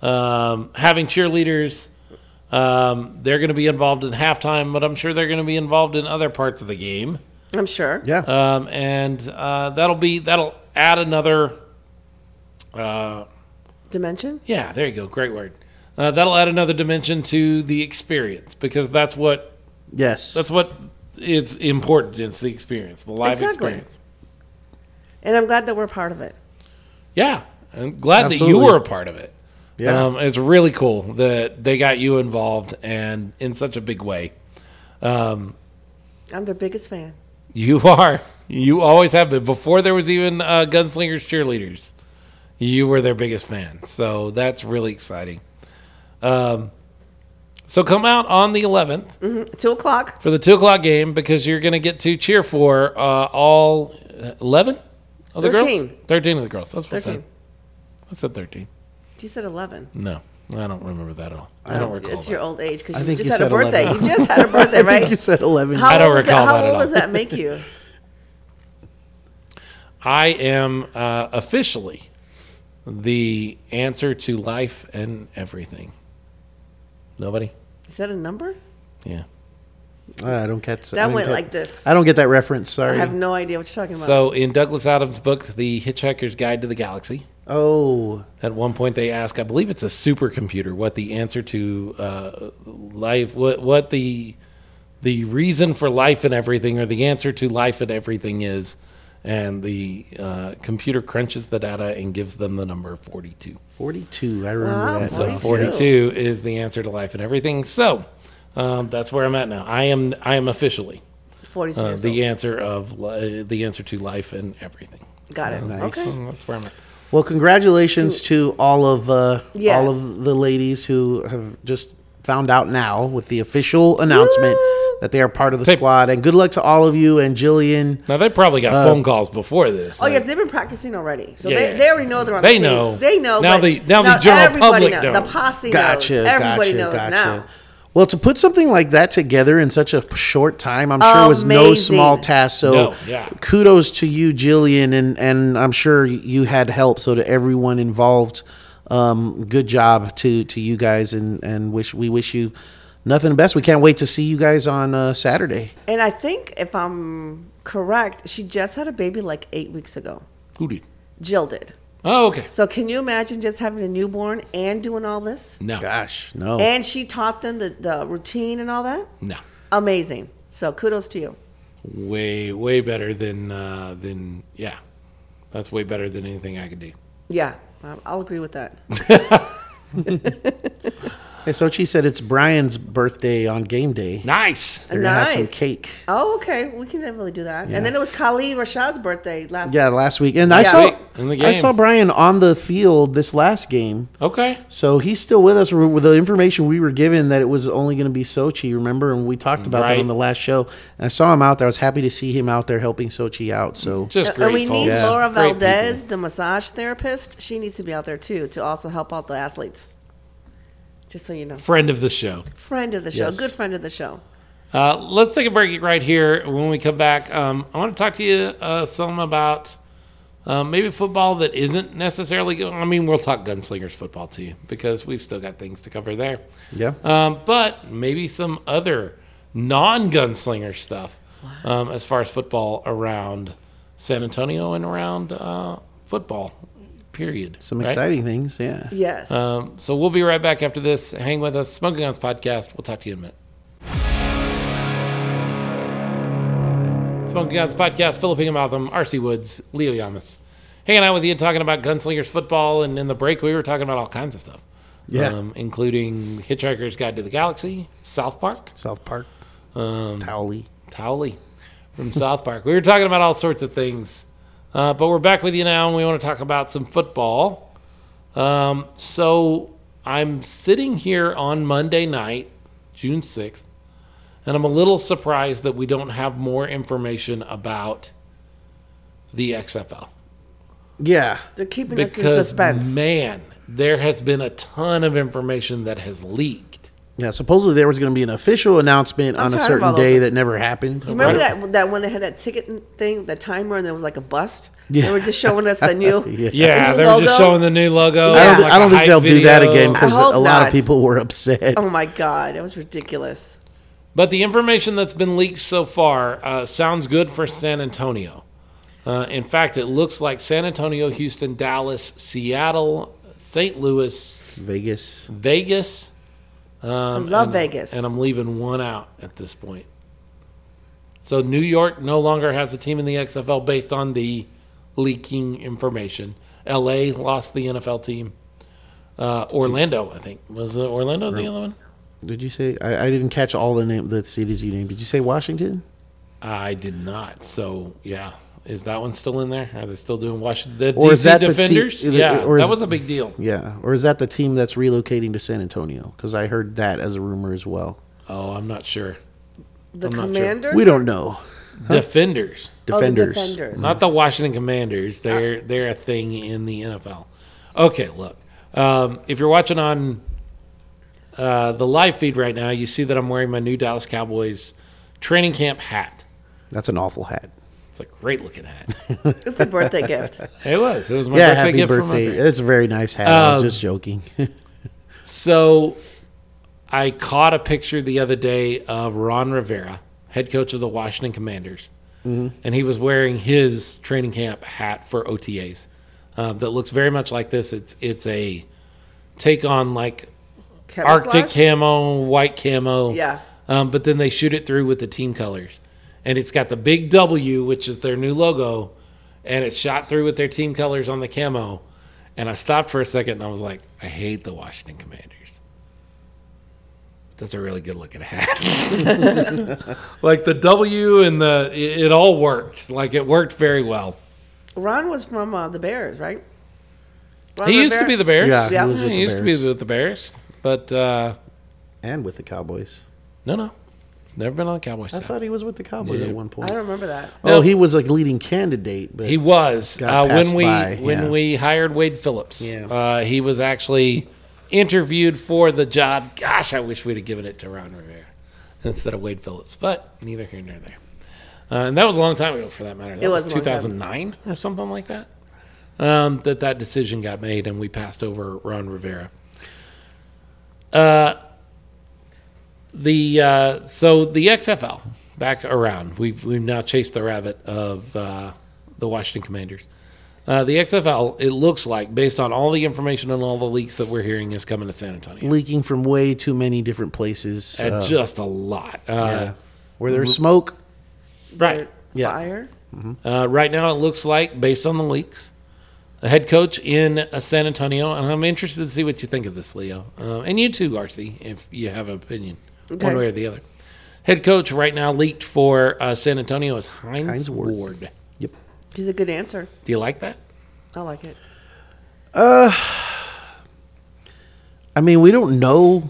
Speaker 1: um, having cheerleaders. Um, they're going to be involved in halftime, but I'm sure they're going to be involved in other parts of the game.
Speaker 2: I'm sure.
Speaker 3: yeah.
Speaker 1: Um, and uh, that'll be that'll add another. Uh,
Speaker 2: Dimension?
Speaker 1: yeah, there you go. Great word. Uh, that'll add another dimension to the experience because that's what
Speaker 3: yes.
Speaker 1: that's what is important. It's the experience, the live
Speaker 2: Exactly.
Speaker 1: experience.
Speaker 2: And I'm glad that we're part of it.
Speaker 1: Yeah, I'm glad that you
Speaker 3: Absolutely.
Speaker 1: were a part of it.
Speaker 3: Yeah.
Speaker 1: um, it's really cool that they got you involved and in such a big way. Um,
Speaker 2: I'm their biggest fan.
Speaker 1: You are, you always have been. Before there was even uh, Gunslingers cheerleaders, you were their biggest fan. So that's really exciting. Um, so come out on the 11th
Speaker 2: Mm, Two o'clock.
Speaker 1: for the two o'clock game because you're going to get to cheer for uh, all uh, 11 of the girls,
Speaker 2: Thirteen.
Speaker 1: 13 of the girls. That's what I said.
Speaker 2: 13.
Speaker 1: I said 13.
Speaker 2: You said 11.
Speaker 1: No, I don't remember that at all. I don't recall.
Speaker 2: It's
Speaker 1: that.
Speaker 2: your old age because
Speaker 3: I
Speaker 2: you
Speaker 3: think
Speaker 2: just
Speaker 3: you
Speaker 2: had a
Speaker 3: said
Speaker 2: birthday.
Speaker 3: 11.
Speaker 2: You just had a birthday,
Speaker 3: I
Speaker 2: right?
Speaker 3: think you said 11.
Speaker 2: How
Speaker 1: I don't
Speaker 2: old is
Speaker 1: recall
Speaker 2: that,
Speaker 1: that
Speaker 2: How
Speaker 1: at
Speaker 2: old does
Speaker 1: all.
Speaker 2: that make you?
Speaker 1: I am uh, officially the answer to life and everything. Nobody?
Speaker 2: Is that a number?
Speaker 1: Yeah.
Speaker 3: Uh, I don't catch I
Speaker 2: That
Speaker 3: didn't
Speaker 2: went
Speaker 3: get-
Speaker 2: like this. I,
Speaker 3: I don't get that reference. Sorry.
Speaker 2: have no idea what you're talking about.
Speaker 1: So in Douglas Adams' book, The Hitchhiker's Guide to the Galaxy,
Speaker 3: oh,
Speaker 1: at one point they ask, I believe it's a supercomputer, what the answer to uh, life, what what the the reason for life and everything, or the answer to life and everything is, and the uh, computer crunches the data and gives them the number forty-two.
Speaker 3: 42. I remember
Speaker 2: Wow,
Speaker 3: that.
Speaker 1: So
Speaker 2: 42.
Speaker 1: 42 is the answer to life and everything. So um, that's where I'm at now. I am I am officially
Speaker 2: 42
Speaker 1: uh,
Speaker 2: years
Speaker 1: the
Speaker 2: old.
Speaker 1: answer of li- the answer to life and everything.
Speaker 2: Got it.
Speaker 3: Nice.
Speaker 2: Okay.
Speaker 1: So that's where I'm at.
Speaker 3: Well, congratulations to all of uh,
Speaker 2: Yes.
Speaker 3: all of the ladies who have just found out now with the official announcement
Speaker 2: Woo!
Speaker 3: that they are part of the
Speaker 1: Hey.
Speaker 3: squad. And good luck to all of you and Jillian.
Speaker 1: Now they probably got phone calls before this.
Speaker 2: Uh, Oh yes, they've been practicing already, so
Speaker 1: Yeah,
Speaker 2: they,
Speaker 1: yeah.
Speaker 2: they already know they're on
Speaker 1: They
Speaker 2: the team.
Speaker 1: know.
Speaker 2: They know.
Speaker 1: Now
Speaker 2: but
Speaker 1: the- now the general
Speaker 2: everybody
Speaker 1: public
Speaker 2: knows.
Speaker 1: knows.
Speaker 2: The posse
Speaker 3: Gotcha.
Speaker 2: knows. Everybody
Speaker 3: gotcha.
Speaker 2: knows
Speaker 3: gotcha.
Speaker 2: now.
Speaker 3: Well, to put something like that together in such a p- short time, I'm sure was no
Speaker 2: Amazing.
Speaker 3: small task. So,
Speaker 1: No, yeah.
Speaker 3: kudos to you, Jillian, and and I'm sure you had help. So, to everyone involved, um, good job to to you guys, and and wish we wish you nothing but best. We can't wait to see you guys on uh, Saturday.
Speaker 2: And I think if I'm correct, she just had a baby like eight weeks ago.
Speaker 1: Who did?
Speaker 2: Jill did.
Speaker 1: Oh, okay.
Speaker 2: So can you imagine just having a newborn and doing all this?
Speaker 1: No,
Speaker 3: Gosh, no.
Speaker 2: And she taught them the, the routine and all that?
Speaker 1: no.
Speaker 2: Amazing. So kudos to you.
Speaker 1: Way way better than uh, than yeah. That's way better than anything I could do.
Speaker 2: Yeah, um, I'll agree with that.
Speaker 3: Hey, Sochi said it's Brian's birthday on game day.
Speaker 1: Nice.
Speaker 3: They're gonna have
Speaker 2: Nice.
Speaker 3: some cake.
Speaker 2: Oh, okay. We can definitely do that.
Speaker 3: Yeah.
Speaker 2: And then it was Khalid Rashad's birthday last
Speaker 3: Yeah, last week, and I
Speaker 2: Yeah.
Speaker 3: saw
Speaker 1: Sweet. In the
Speaker 3: I
Speaker 1: game.
Speaker 3: saw Brian on the field this last game.
Speaker 1: Okay.
Speaker 3: So he's still with us. With the information we were given that it was only going to be Sochi, remember? And we talked about
Speaker 1: Right.
Speaker 3: that on the last show. And I saw him out there. I was happy to see him out there helping Sochi out. So
Speaker 1: Just
Speaker 2: And- And
Speaker 1: grateful.
Speaker 2: we need
Speaker 3: Yeah.
Speaker 2: Laura
Speaker 1: Great people.
Speaker 2: Valdez, the massage therapist. She needs to be out there too to also help out the athletes. Just so you know.
Speaker 1: Friend of the show.
Speaker 2: Friend of the show,
Speaker 3: Yes.
Speaker 2: good friend of the show.
Speaker 1: Uh, let's take a break right here. When we come back, um, I want to talk to you uh, some about uh, maybe football that isn't necessarily. go- I mean, we'll talk gunslingers football too because we've still got things to cover there.
Speaker 3: Yeah.
Speaker 1: Um, but maybe some other non-gunslinger stuff um, as far as football around San Antonio and around uh, football. Period.
Speaker 3: Some
Speaker 1: right?
Speaker 3: exciting things, yeah.
Speaker 2: Yes.
Speaker 1: Um, so we'll be right back after this. Hang with us, Smoking Guns Podcast. We'll talk to you in a minute. Smoking Guns Podcast, Philip Higginbotham, RC Woods, Leo Yamas. Hanging out with you, talking about Gunslingers football, and in the break, we were talking about all kinds of stuff. Um,
Speaker 3: Yeah.
Speaker 2: Um,
Speaker 1: including Hitchhiker's Guide to the Galaxy, South Park,
Speaker 3: South Park,
Speaker 2: um,
Speaker 3: Towley.
Speaker 1: Towley from South Park. We were talking about all sorts of things, uh, but we're back with you now, and we want to talk about some football. Um, so I'm sitting here on Monday night, June 6th, and I'm a little surprised that we don't have more information about the XFL
Speaker 3: Yeah,
Speaker 2: They're keeping us in
Speaker 1: because
Speaker 2: suspense.
Speaker 1: man, there has been a ton of information that has leaked.
Speaker 3: yeah. Supposedly there was going to be an official announcement on
Speaker 2: tired
Speaker 3: a
Speaker 2: of all
Speaker 3: certain
Speaker 2: those-
Speaker 3: day that never happened.
Speaker 2: You remember that that when they had that ticket thing, that timer, and there was like a bust. They
Speaker 3: Yeah.
Speaker 2: were just showing us the new.
Speaker 3: Yeah.
Speaker 1: Yeah,
Speaker 2: The
Speaker 1: they
Speaker 2: new
Speaker 1: were just
Speaker 2: logo?
Speaker 1: showing the new logo.
Speaker 3: I don't,
Speaker 1: and
Speaker 3: thi-
Speaker 1: like
Speaker 3: I
Speaker 1: a
Speaker 3: don't think
Speaker 1: hype
Speaker 3: they'll do that
Speaker 1: video.
Speaker 3: again because
Speaker 2: I hope
Speaker 3: a lot
Speaker 2: not.
Speaker 3: of people were upset.
Speaker 2: Oh my god, that was ridiculous.
Speaker 1: But the information that's been leaked so far uh, sounds good for San Antonio. Uh, in fact, it looks like San Antonio, Houston, Dallas, Seattle, St. Louis,
Speaker 3: Vegas.
Speaker 1: Vegas. Um,
Speaker 2: I love
Speaker 1: and-
Speaker 2: Vegas.
Speaker 1: And I'm leaving one out at this point. So New York no longer has a team in the XFL based on the leaking information. LA lost the NFL team. Uh, Orlando, I think. Was it Orlando the other one?
Speaker 3: Did you say? I, I didn't catch all the name, the cities you named. Did you say Washington?
Speaker 1: I did not. So yeah, is that one still in there? Are they still doing Washington? The
Speaker 3: Or
Speaker 1: DC
Speaker 3: is that the te-
Speaker 1: Defenders?
Speaker 3: the-
Speaker 1: yeah,
Speaker 3: or
Speaker 1: that
Speaker 3: is-
Speaker 1: was a big deal.
Speaker 3: Yeah, or is that the team that's relocating to San Antonio? Because I heard that as a rumor as well.
Speaker 1: Oh, I'm not sure.
Speaker 2: The
Speaker 1: I'm not sure.
Speaker 2: commander.
Speaker 3: We don't know.
Speaker 1: Defenders,
Speaker 3: Oh, Defenders.
Speaker 2: Oh, the defenders.
Speaker 1: not the Washington Commanders. They're they're a thing in the NFL. Okay, look, um, if you're watching on uh, the live feed right now, you see that I'm wearing my new Dallas Cowboys training camp hat.
Speaker 3: That's an awful hat.
Speaker 1: It's a great looking hat.
Speaker 2: It's a birthday gift.
Speaker 1: it was. It was my
Speaker 3: yeah,
Speaker 1: birthday
Speaker 3: happy
Speaker 1: gift from my
Speaker 3: birthday.
Speaker 1: parents.
Speaker 3: It's a very nice hat. I was
Speaker 1: Um,
Speaker 3: just joking.
Speaker 1: So I caught a picture the other day of Ron Rivera, head coach of the Washington Commanders, and he was wearing his training camp hat for OTAs uh, that looks very much like this. It's it's a take on like Arctic
Speaker 2: Camouflage?
Speaker 1: camo, white camo.
Speaker 2: Yeah.
Speaker 1: Um, but then they shoot it through with the team colors. And it's got the big W, which is their new logo, and it's shot through with their team colors on the camo. And I stopped for a second and I was like, I hate the Washington Commanders. That's a really good looking hat. like the W and the, it, it all worked. Like it worked very well.
Speaker 2: Ron was from uh, the Bears, right? Ron
Speaker 1: he used to
Speaker 2: Rivera?
Speaker 1: be the Bears.
Speaker 3: Yeah,
Speaker 2: Yeah.
Speaker 3: he was with
Speaker 1: he
Speaker 3: the
Speaker 1: used
Speaker 3: Bears
Speaker 1: to be with the Bears. But uh,
Speaker 3: and with the Cowboys.
Speaker 1: no, no. Never been on the Cowboys.
Speaker 3: I
Speaker 1: side.
Speaker 3: thought he was with the Cowboys at one
Speaker 2: I
Speaker 3: point.
Speaker 2: don't remember that.
Speaker 1: No.
Speaker 3: Oh, he was like leading candidate, but
Speaker 1: He was
Speaker 3: Got
Speaker 1: uh, when
Speaker 3: passed
Speaker 1: we
Speaker 3: by,
Speaker 1: when
Speaker 3: yeah.
Speaker 1: we hired Wade Phillips.
Speaker 3: Yeah.
Speaker 1: Uh, he was actually interviewed for the job. Gosh, I wish we'd have given it to Ron Rivera instead of Wade Phillips, but neither here nor there. Uh, and that was a long time ago, for that matter. That
Speaker 2: It
Speaker 1: was,
Speaker 2: was a long time.
Speaker 1: 2009 or something like that. Um, that that decision got made, and we passed over Ron Rivera. the uh, so the XFL back around. We've we've now chased the rabbit of uh, the Washington Commanders. Uh, the XFL, it looks like, based on all the information and all the leaks that we're hearing, is coming to San Antonio.
Speaker 3: leaking from way too many different places.
Speaker 1: At
Speaker 3: uh,
Speaker 1: just a lot.
Speaker 3: yeah.
Speaker 1: Uh,
Speaker 3: Where there's smoke,
Speaker 1: Right.
Speaker 3: Yeah.
Speaker 2: Fire.
Speaker 1: Uh, right now, it looks like, based on the leaks, a head coach in uh, San Antonio, and I'm interested to see what you think of this, Leo, uh, and you too, RC, if you have an opinion,
Speaker 2: Okay.
Speaker 1: one way or the other. Head coach right now leaked for uh, San Antonio is Heinz,
Speaker 3: Heinz
Speaker 1: Ward.
Speaker 3: Ward. Yep.
Speaker 2: He's a good answer.
Speaker 1: Do you like that?
Speaker 2: I like it.
Speaker 3: I mean, we don't know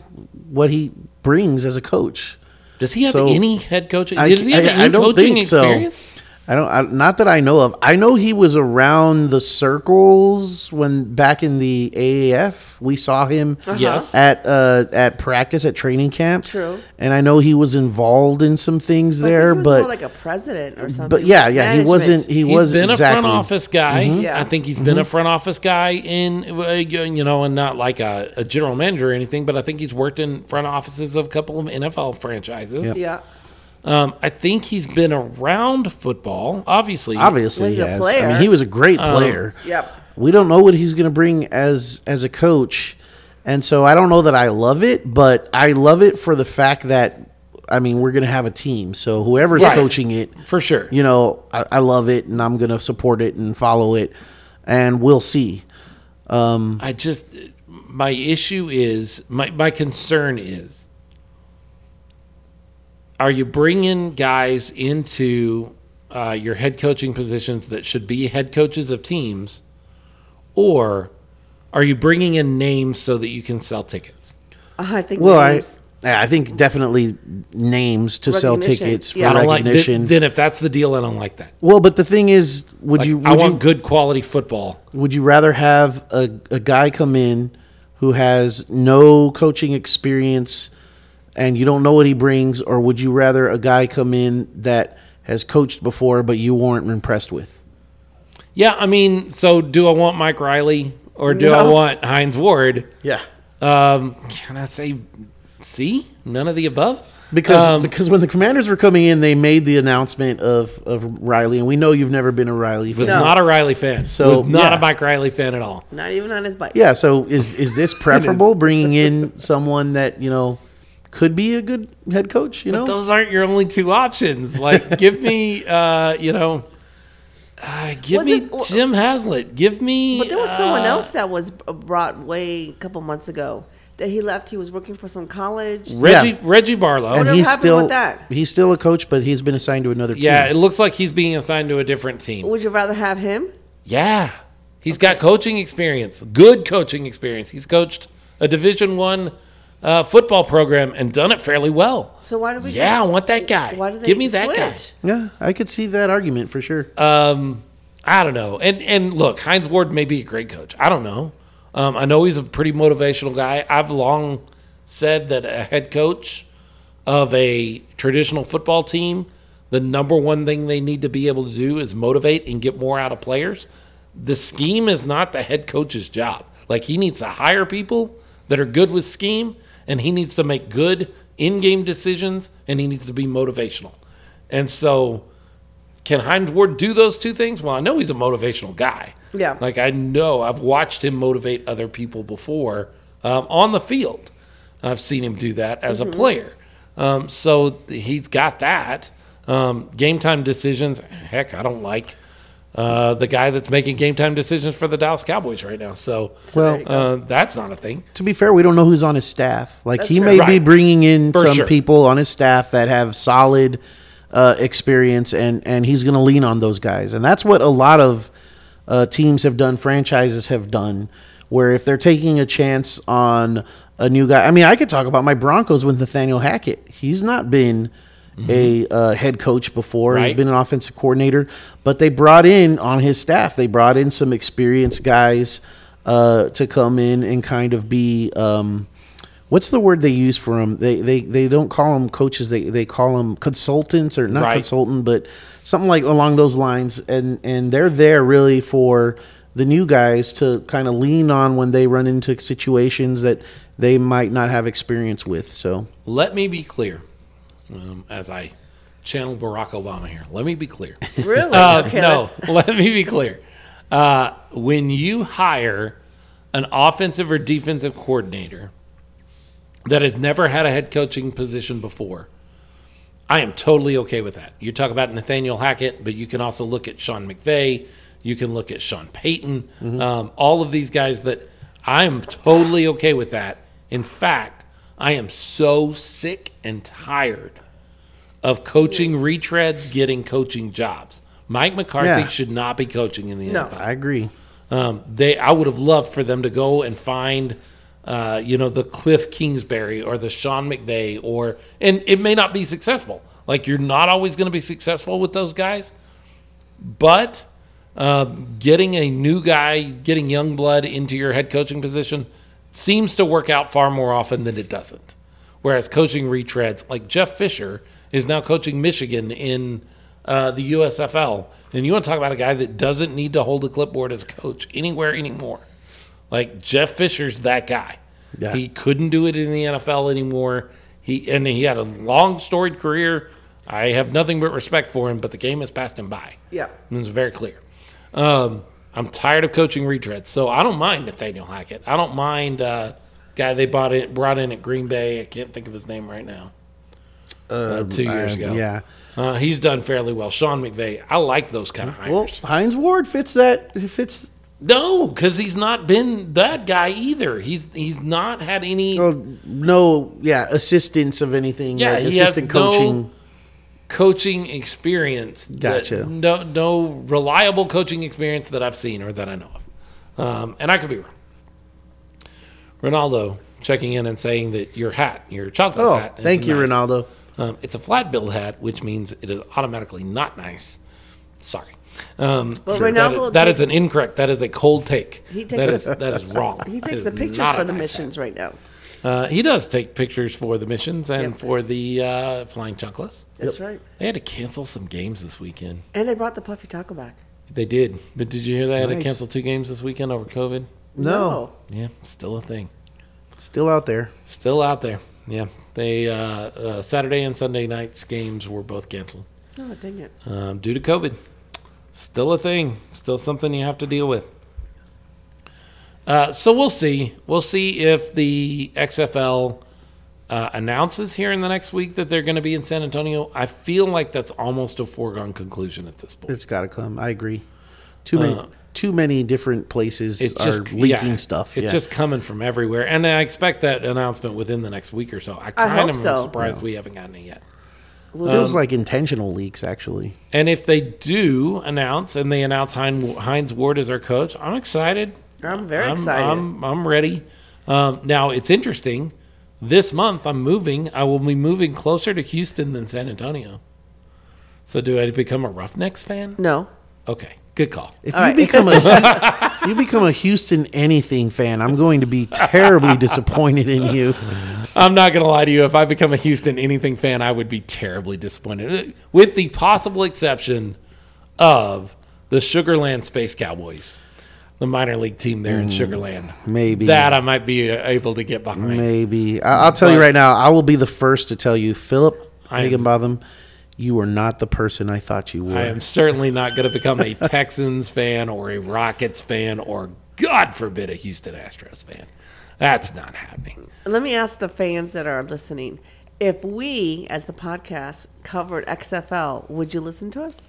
Speaker 3: what he brings as a coach.
Speaker 1: Does he have
Speaker 3: So,
Speaker 1: any head coaching? Does he have any
Speaker 3: don't
Speaker 1: coaching
Speaker 3: think
Speaker 1: experience?
Speaker 3: So. I don't. I, not that I know of. I know he was around the circles when back in the AAF. We saw him.
Speaker 2: Uh-huh.
Speaker 1: Yes.
Speaker 3: At uh, at practice at training camp.
Speaker 2: True.
Speaker 3: And I know he was involved in some things
Speaker 2: I think
Speaker 3: there,
Speaker 2: he was
Speaker 3: but
Speaker 2: more like a president or something.
Speaker 3: but yeah, yeah, he
Speaker 2: Management.
Speaker 3: wasn't. He
Speaker 1: He's
Speaker 3: was
Speaker 1: been
Speaker 3: exactly. Mm-hmm.
Speaker 1: a front office guy.
Speaker 2: Yeah.
Speaker 1: I think he's been a front office guy in, uh, you know, and not like a, a general manager or anything, but I think he's worked in front offices of a couple of NFL franchises.
Speaker 3: Yep.
Speaker 2: Yeah.
Speaker 1: Um, I think he's been around football, obviously.
Speaker 3: Obviously,
Speaker 2: He's
Speaker 3: he
Speaker 2: a
Speaker 3: has. I
Speaker 2: player.
Speaker 3: mean, he was a great
Speaker 1: Um,
Speaker 3: player.
Speaker 2: Yep.
Speaker 3: We don't know what he's going to bring as as a coach, and so I don't know that I love it, but I love it for the fact that I mean we're going to have a team, so whoever's
Speaker 1: Right.
Speaker 3: coaching it,
Speaker 1: For sure.
Speaker 3: you know, I, I love it, and I'm going to support it and follow it, and we'll see.
Speaker 1: I just my issue is my my concern is are you bringing guys into uh, your head coaching positions that should be head coaches of teams, or are you bringing in names so that you can sell tickets?
Speaker 2: Uh, I think.
Speaker 3: Well, I
Speaker 2: names-
Speaker 3: I think definitely names to sell
Speaker 2: Recognition.
Speaker 3: tickets for
Speaker 2: Yeah. I
Speaker 1: I don't like th-
Speaker 3: recognition.
Speaker 1: then, if that's the deal, I don't like that.
Speaker 3: well, but the thing is, would
Speaker 1: Like,
Speaker 3: you?
Speaker 1: I
Speaker 3: Would you
Speaker 1: want good quality football.
Speaker 3: Would you rather have a, a guy come in who has no coaching experience and you don't know what he brings, or would you rather a guy come in that has coached before but you weren't impressed with?
Speaker 1: Yeah, I mean, so do I want Mike Riley or do I
Speaker 2: No.
Speaker 1: want Heinz Ward?
Speaker 3: Yeah.
Speaker 1: Um, can I say C? None of the above.
Speaker 3: Because,
Speaker 1: Um,
Speaker 3: because when the commanders were coming in, they made the announcement of, of Riley, and we know you've never been a Riley fan.
Speaker 1: Was not a Riley fan.
Speaker 3: So,
Speaker 1: was not
Speaker 3: yeah.
Speaker 1: a Mike Riley fan at all.
Speaker 2: Not even on his bike.
Speaker 3: Yeah, so is, is this preferable, bringing in someone that, you know, could be a good head coach, you know?
Speaker 1: Those aren't your only two options. Like, give me, uh, you know, uh, give
Speaker 2: Was
Speaker 1: me
Speaker 2: it- w-
Speaker 1: Jim Haslett. Give me.
Speaker 2: But there was someone
Speaker 1: uh,
Speaker 2: else that was b- brought way a couple months ago that he left. He was working for some college.
Speaker 1: Reggie
Speaker 3: Yeah.
Speaker 1: Reggie Barlow.
Speaker 3: and
Speaker 2: Wonder what
Speaker 3: he's
Speaker 2: happened
Speaker 3: still
Speaker 2: with that.
Speaker 3: he's still a coach, but he's been assigned to another team.
Speaker 1: yeah, it looks like he's being assigned to a different team.
Speaker 2: Would you rather have him?
Speaker 1: Yeah, he's got coaching experience, good coaching experience. He's coached a Division One uh, football program and done it fairly well.
Speaker 2: So why did we?
Speaker 1: Yeah, I
Speaker 2: just-
Speaker 1: want that guy.
Speaker 2: Why did they
Speaker 1: Give me that guy.
Speaker 2: switch?
Speaker 3: Yeah, I could see that argument for sure.
Speaker 1: Um, I don't know. And and look, Heinz Ward may be a great coach. I don't know. Um, I know he's a pretty motivational guy. I've long said that a head coach of a traditional football team, the number one thing they need to be able to do is motivate and get more out of players. The scheme is not the head coach's job. Like he needs to hire people that are good with scheme, and he needs to make good in-game decisions, and he needs to be motivational. And so, can Heinz Ward do those two things? Well, I know he's a motivational guy.
Speaker 2: Yeah.
Speaker 1: Like I know I've watched him motivate other people before um, on the field. I've seen him do that as a player. Um, so th- he's got that. Um, game time decisions, heck, I don't like uh, the guy that's making game time decisions for the Dallas Cowboys right now. So
Speaker 3: Well- there you
Speaker 1: uh, that's not a thing.
Speaker 3: To be fair, we don't know who's on his staff. Like
Speaker 2: That's
Speaker 3: he
Speaker 2: true.
Speaker 3: may be
Speaker 1: Right.
Speaker 3: bringing in
Speaker 1: For
Speaker 3: some
Speaker 1: sure.
Speaker 3: people on his staff that have solid uh, experience, and and he's going to lean on those guys, and that's what a lot of uh, teams have done, franchises have done, where if they're taking a chance on a new guy. I mean, I could talk about my Broncos with Nathaniel Hackett. He's not been. A uh, head coach before. He's
Speaker 1: Mm-hmm. Right.
Speaker 3: been an offensive coordinator, but they brought in on his staff. They brought in some experienced guys uh, to come in and kind of be um, what's the word they use for them? They they they don't call them coaches. They they call them consultants or not
Speaker 1: Right.
Speaker 3: consultant, but something like along those lines. And and they're there really for the new guys to kind of lean on when they run into situations that they might not have experience with. So
Speaker 1: Let me be clear um, as I channel Barack Obama here. Let me be clear.
Speaker 2: Really?
Speaker 1: Uh,
Speaker 2: okay.
Speaker 1: no,
Speaker 2: let's-
Speaker 1: let me be clear. Uh, when you hire an offensive or defensive coordinator that has never had a head coaching position before, I am totally okay with that. You talk about Nathaniel Hackett, but you can also look at Sean McVay. You can look at Sean Payton. Um, all of these guys that I'm totally okay with that. In fact, I am so sick and tired of coaching retreads getting coaching jobs. Mike McCarthy
Speaker 3: Yeah.
Speaker 1: should not be coaching in the
Speaker 2: No.
Speaker 1: NFL.
Speaker 3: I agree.
Speaker 1: Um, they, I would have loved for them to go and find, uh, you know, the Cliff Kingsbury or the Sean McVay, or and it may not be successful. Like you're not always going to be successful with those guys, but um, getting a new guy, getting young blood into your head coaching position, seems to work out far more often than it doesn't. Whereas coaching retreads, like Jeff Fisher is now coaching Michigan in uh, the USFL, and you want to talk about a guy that doesn't need to hold a clipboard as a coach anywhere anymore. Like Jeff Fisher's that guy.
Speaker 3: Yeah.
Speaker 1: He couldn't do it in the NFL anymore. He and he had a long storied career I have nothing but respect for him, but the game has passed him by.
Speaker 2: Yeah.
Speaker 1: And it's very clear. Um, I'm tired of coaching retreads, so I don't mind Nathaniel Hackett. I don't mind uh, guy they bought it brought in at Green Bay. I can't think of his name right now. Uh, two years
Speaker 3: Um,
Speaker 1: ago,
Speaker 3: Yeah.
Speaker 1: uh, he's done fairly well. Sean McVay, I like those kind of hires.
Speaker 3: Well, Heinz Ward fits that. Fits.
Speaker 1: no, because he's not been that guy either. He's he's not had any
Speaker 3: Well, no, yeah, assistance of anything.
Speaker 1: Yeah,
Speaker 3: like
Speaker 1: he has
Speaker 3: assistant
Speaker 1: no-
Speaker 3: coaching.
Speaker 1: coaching experience. that-
Speaker 3: Gotcha.
Speaker 1: no, no reliable coaching experience that I've seen or that I know of, um, and I could be wrong. Ronaldo checking in and saying that your hat, your chocolate
Speaker 3: oh,
Speaker 1: hat. is
Speaker 3: thank you,
Speaker 1: nice.
Speaker 3: Ronaldo.
Speaker 1: Um, it's a flat bill hat, which means it is automatically not nice. Sorry. Um,
Speaker 2: Well,
Speaker 1: that is-
Speaker 2: Ronaldo
Speaker 1: that is
Speaker 2: takes-
Speaker 1: an incorrect. That is a cold take.
Speaker 2: He takes
Speaker 1: that
Speaker 2: the-
Speaker 1: is that is wrong.
Speaker 2: He
Speaker 1: It
Speaker 2: takes
Speaker 1: is
Speaker 2: the pictures
Speaker 1: not a
Speaker 2: for the
Speaker 1: nice hat.
Speaker 2: missions right now.
Speaker 1: Uh, he does take pictures for the missions and
Speaker 2: Yep.
Speaker 1: for the uh, flying chunkless.
Speaker 2: That's right.
Speaker 1: They had to cancel some games this weekend.
Speaker 2: And they brought the puffy taco back.
Speaker 1: They did. But did you hear they had to
Speaker 3: Nice.
Speaker 1: cancel two games this weekend over COVID?
Speaker 3: No,
Speaker 1: Yeah, still a thing.
Speaker 3: still out there.
Speaker 1: Still out there. Yeah. They uh, uh, Saturday and Sunday nights games were both canceled
Speaker 2: No, Oh, dang it.
Speaker 1: um, due to COVID. Still a thing. Still something you have to deal with. Uh, so we'll see. We'll see if the XFL uh, announces here in the next week that they're going to be in San Antonio. I feel like that's almost a foregone conclusion at this point.
Speaker 3: It's got to come. I agree. Too many, too many different places
Speaker 1: it's
Speaker 3: are
Speaker 1: Uh, just
Speaker 3: leaking
Speaker 1: yeah,
Speaker 3: stuff.
Speaker 1: It's
Speaker 3: yeah.
Speaker 1: just coming from everywhere, and I expect that announcement within the next week or so. I kind
Speaker 2: hope
Speaker 1: of am
Speaker 2: so.
Speaker 1: surprised we haven't gotten it yet.
Speaker 3: feels
Speaker 1: um,
Speaker 3: like intentional leaks. Actually,
Speaker 1: And if they do announce, and they announce Hein- Heinz Ward as our coach, I'm excited.
Speaker 2: I'm very excited.
Speaker 1: I'm, I'm ready. Um, now it's interesting. This month I'm moving. I will be moving closer to Houston than San Antonio. So do I become a Roughnecks fan?
Speaker 2: no.
Speaker 1: Okay, good call.
Speaker 3: if
Speaker 2: All
Speaker 3: you
Speaker 2: right.
Speaker 3: become a you become a Houston anything fan, I'm going to be terribly disappointed in you.
Speaker 1: I'm not going to lie to you. If I become a Houston anything fan, I would be terribly disappointed, Uh, with the possible exception of the Sugarland Space Cowboys, the minor league team there in Sugarland.
Speaker 3: Hmm. maybe.
Speaker 1: that I might be uh, able to get behind.
Speaker 3: Maybe I, I'll tell you
Speaker 1: But-
Speaker 3: right now. I will be the first to tell you, Philip
Speaker 1: I am-
Speaker 3: Higginbotham, you are not the person I thought you were.
Speaker 1: I am certainly not going to become a Texans fan or a Rockets fan or, God forbid, a Houston Astros fan. That's not happening.
Speaker 2: Let me ask the fans that are listening if we, as the podcast, covered XFL, would you listen to us?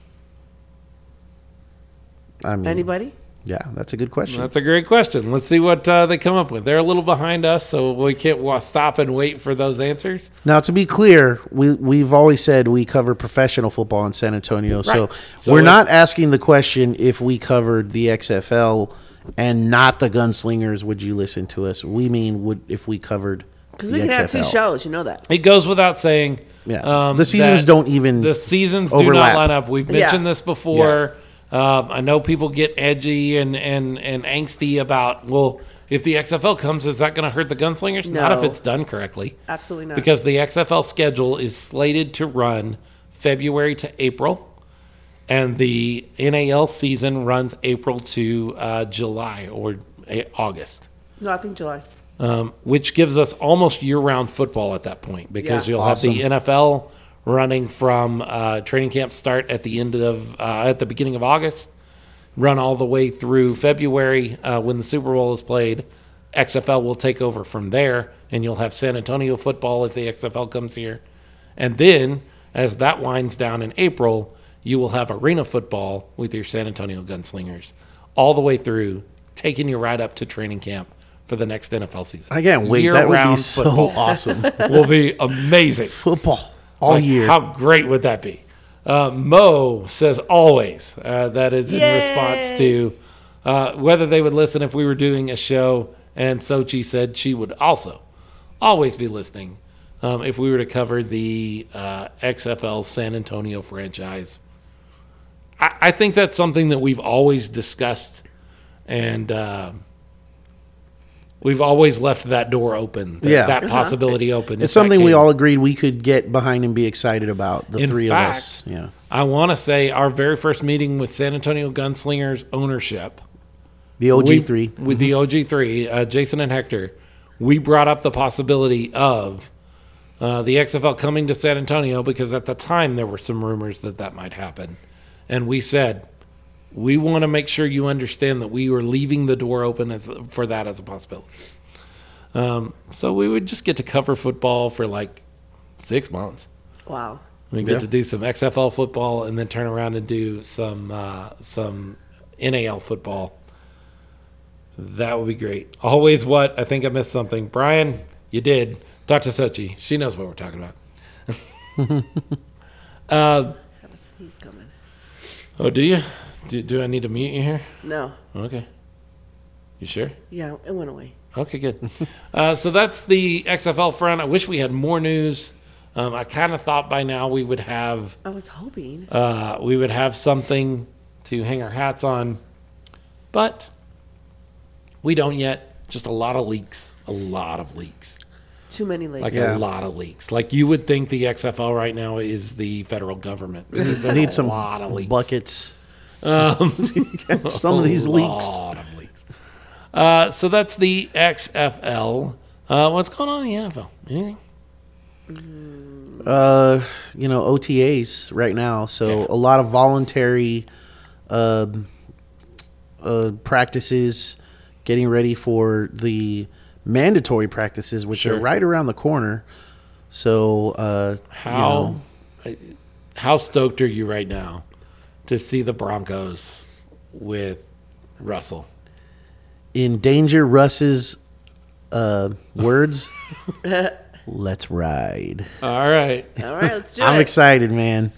Speaker 3: I mean,
Speaker 2: Anybody?
Speaker 3: Yeah, that's a good question.
Speaker 1: That's a great question. Let's see what uh, they come up with. They're a little behind us, so we can't wa- stop and wait for those answers.
Speaker 3: Now, to be clear, we we've always said we cover professional football in San Antonio, so,
Speaker 1: Right. So
Speaker 3: we're
Speaker 1: if-
Speaker 3: not asking the question if we covered the XFL and not the Gunslingers. Would you listen to us? We mean would if we covered
Speaker 2: Because we can have two shows. You know that.
Speaker 1: It goes without saying.
Speaker 3: Yeah,
Speaker 1: um,
Speaker 3: the seasons
Speaker 1: that
Speaker 3: don't even
Speaker 1: The seasons do not
Speaker 3: overlap.
Speaker 1: line up. We've
Speaker 2: Yeah.
Speaker 1: mentioned this before. Um, I know people get edgy and, and, and angsty about, well, if the XFL comes, is that going to hurt the gunslingers? Not if
Speaker 2: No.
Speaker 1: it's done correctly.
Speaker 2: Absolutely not.
Speaker 1: Because the XFL schedule is slated to run February to April, and the NAL season runs April to uh, July or a- August
Speaker 2: no, I think July.
Speaker 1: um, which gives us almost year-round football at that point because
Speaker 2: Yeah.
Speaker 1: you'll have the NFL running from uh, training camp start at the end of uh, at the beginning of August, run all the way through February uh, when the Super Bowl is played. XFL will take over from there, and you'll have San Antonio football if the XFL comes here, and then as that winds down in April, you will have arena football with your San Antonio Gunslingers all the way through, taking you right up to training camp for the next NFL season.
Speaker 3: I can't wait. That would be
Speaker 1: Year-round
Speaker 3: so
Speaker 1: football
Speaker 3: awesome.
Speaker 1: will be amazing.
Speaker 3: football all
Speaker 1: Like,
Speaker 3: year.
Speaker 1: How great would that be? Uh, Mo says always. Uh, that is in
Speaker 2: Yay.
Speaker 1: response to uh, whether they would listen if we were doing a show. And Sochi said she would also always be listening um, if we were to cover the uh, XFL San Antonio franchise. I, I think that's something that we've always discussed, and uh, we've always left that door open, that,
Speaker 3: Yeah.
Speaker 1: that possibility open. if
Speaker 3: it's
Speaker 1: that
Speaker 3: something we
Speaker 1: came.
Speaker 3: all agreed we could get behind and be excited about. The
Speaker 1: In
Speaker 3: three
Speaker 1: fact-
Speaker 3: of us. Yeah.
Speaker 1: I want to say our very first meeting with San Antonio Gunslingers ownership.
Speaker 3: The OG
Speaker 1: we-
Speaker 3: three.
Speaker 1: With the OG3, uh, Jason and Hector, we brought up the possibility of uh, the XFL coming to San Antonio because at the time there were some rumors that that might happen. And we said, we want to make sure you understand that we were leaving the door open as, for that as a possibility. Um, so we would just get to cover football for like six months.
Speaker 2: Wow.
Speaker 1: We get
Speaker 3: Yeah.
Speaker 1: to do some XFL football and then turn around and do some uh, some NAL football. That would be great. Always what I think I missed something. Brian, you did. Dr. Sochi, she knows what we're talking about.
Speaker 2: I have a sneeze coming.
Speaker 1: Oh, do you? Do, do I need to mute you here?
Speaker 2: No.
Speaker 1: Okay. You sure?
Speaker 2: Yeah, it went away.
Speaker 1: Okay, good. uh, so that's the XFL front. I wish we had more news. Um, I kind of thought by now we would have
Speaker 2: I was hoping.
Speaker 1: uh, we would have something to hang our hats on, but we don't yet. Just a lot of leaks, a lot of leaks,
Speaker 2: Too many legs.
Speaker 1: like
Speaker 3: Yeah.
Speaker 1: a lot of leaks. Like you would think the XFL right now is the federal government.
Speaker 3: I need some
Speaker 1: lot of leaks.
Speaker 3: buckets. Um, some of these
Speaker 1: A
Speaker 3: leaks.
Speaker 1: lot of leaks. Uh, so that's the XFL. Uh, what's going on in the NFL? Anything?
Speaker 3: Uh, you know, OTAs right now. So
Speaker 1: Yeah.
Speaker 3: a lot of voluntary um, uh, practices, getting ready for the mandatory practices, which
Speaker 1: Sure.
Speaker 3: are right around the corner. So uh,
Speaker 1: How how stoked are you right now to see the Broncos with Russell?
Speaker 3: you know, in danger, Russ's uh, words. Let's ride.
Speaker 1: All right.
Speaker 2: All right, let's do
Speaker 3: I'm
Speaker 2: it.
Speaker 3: excited, man.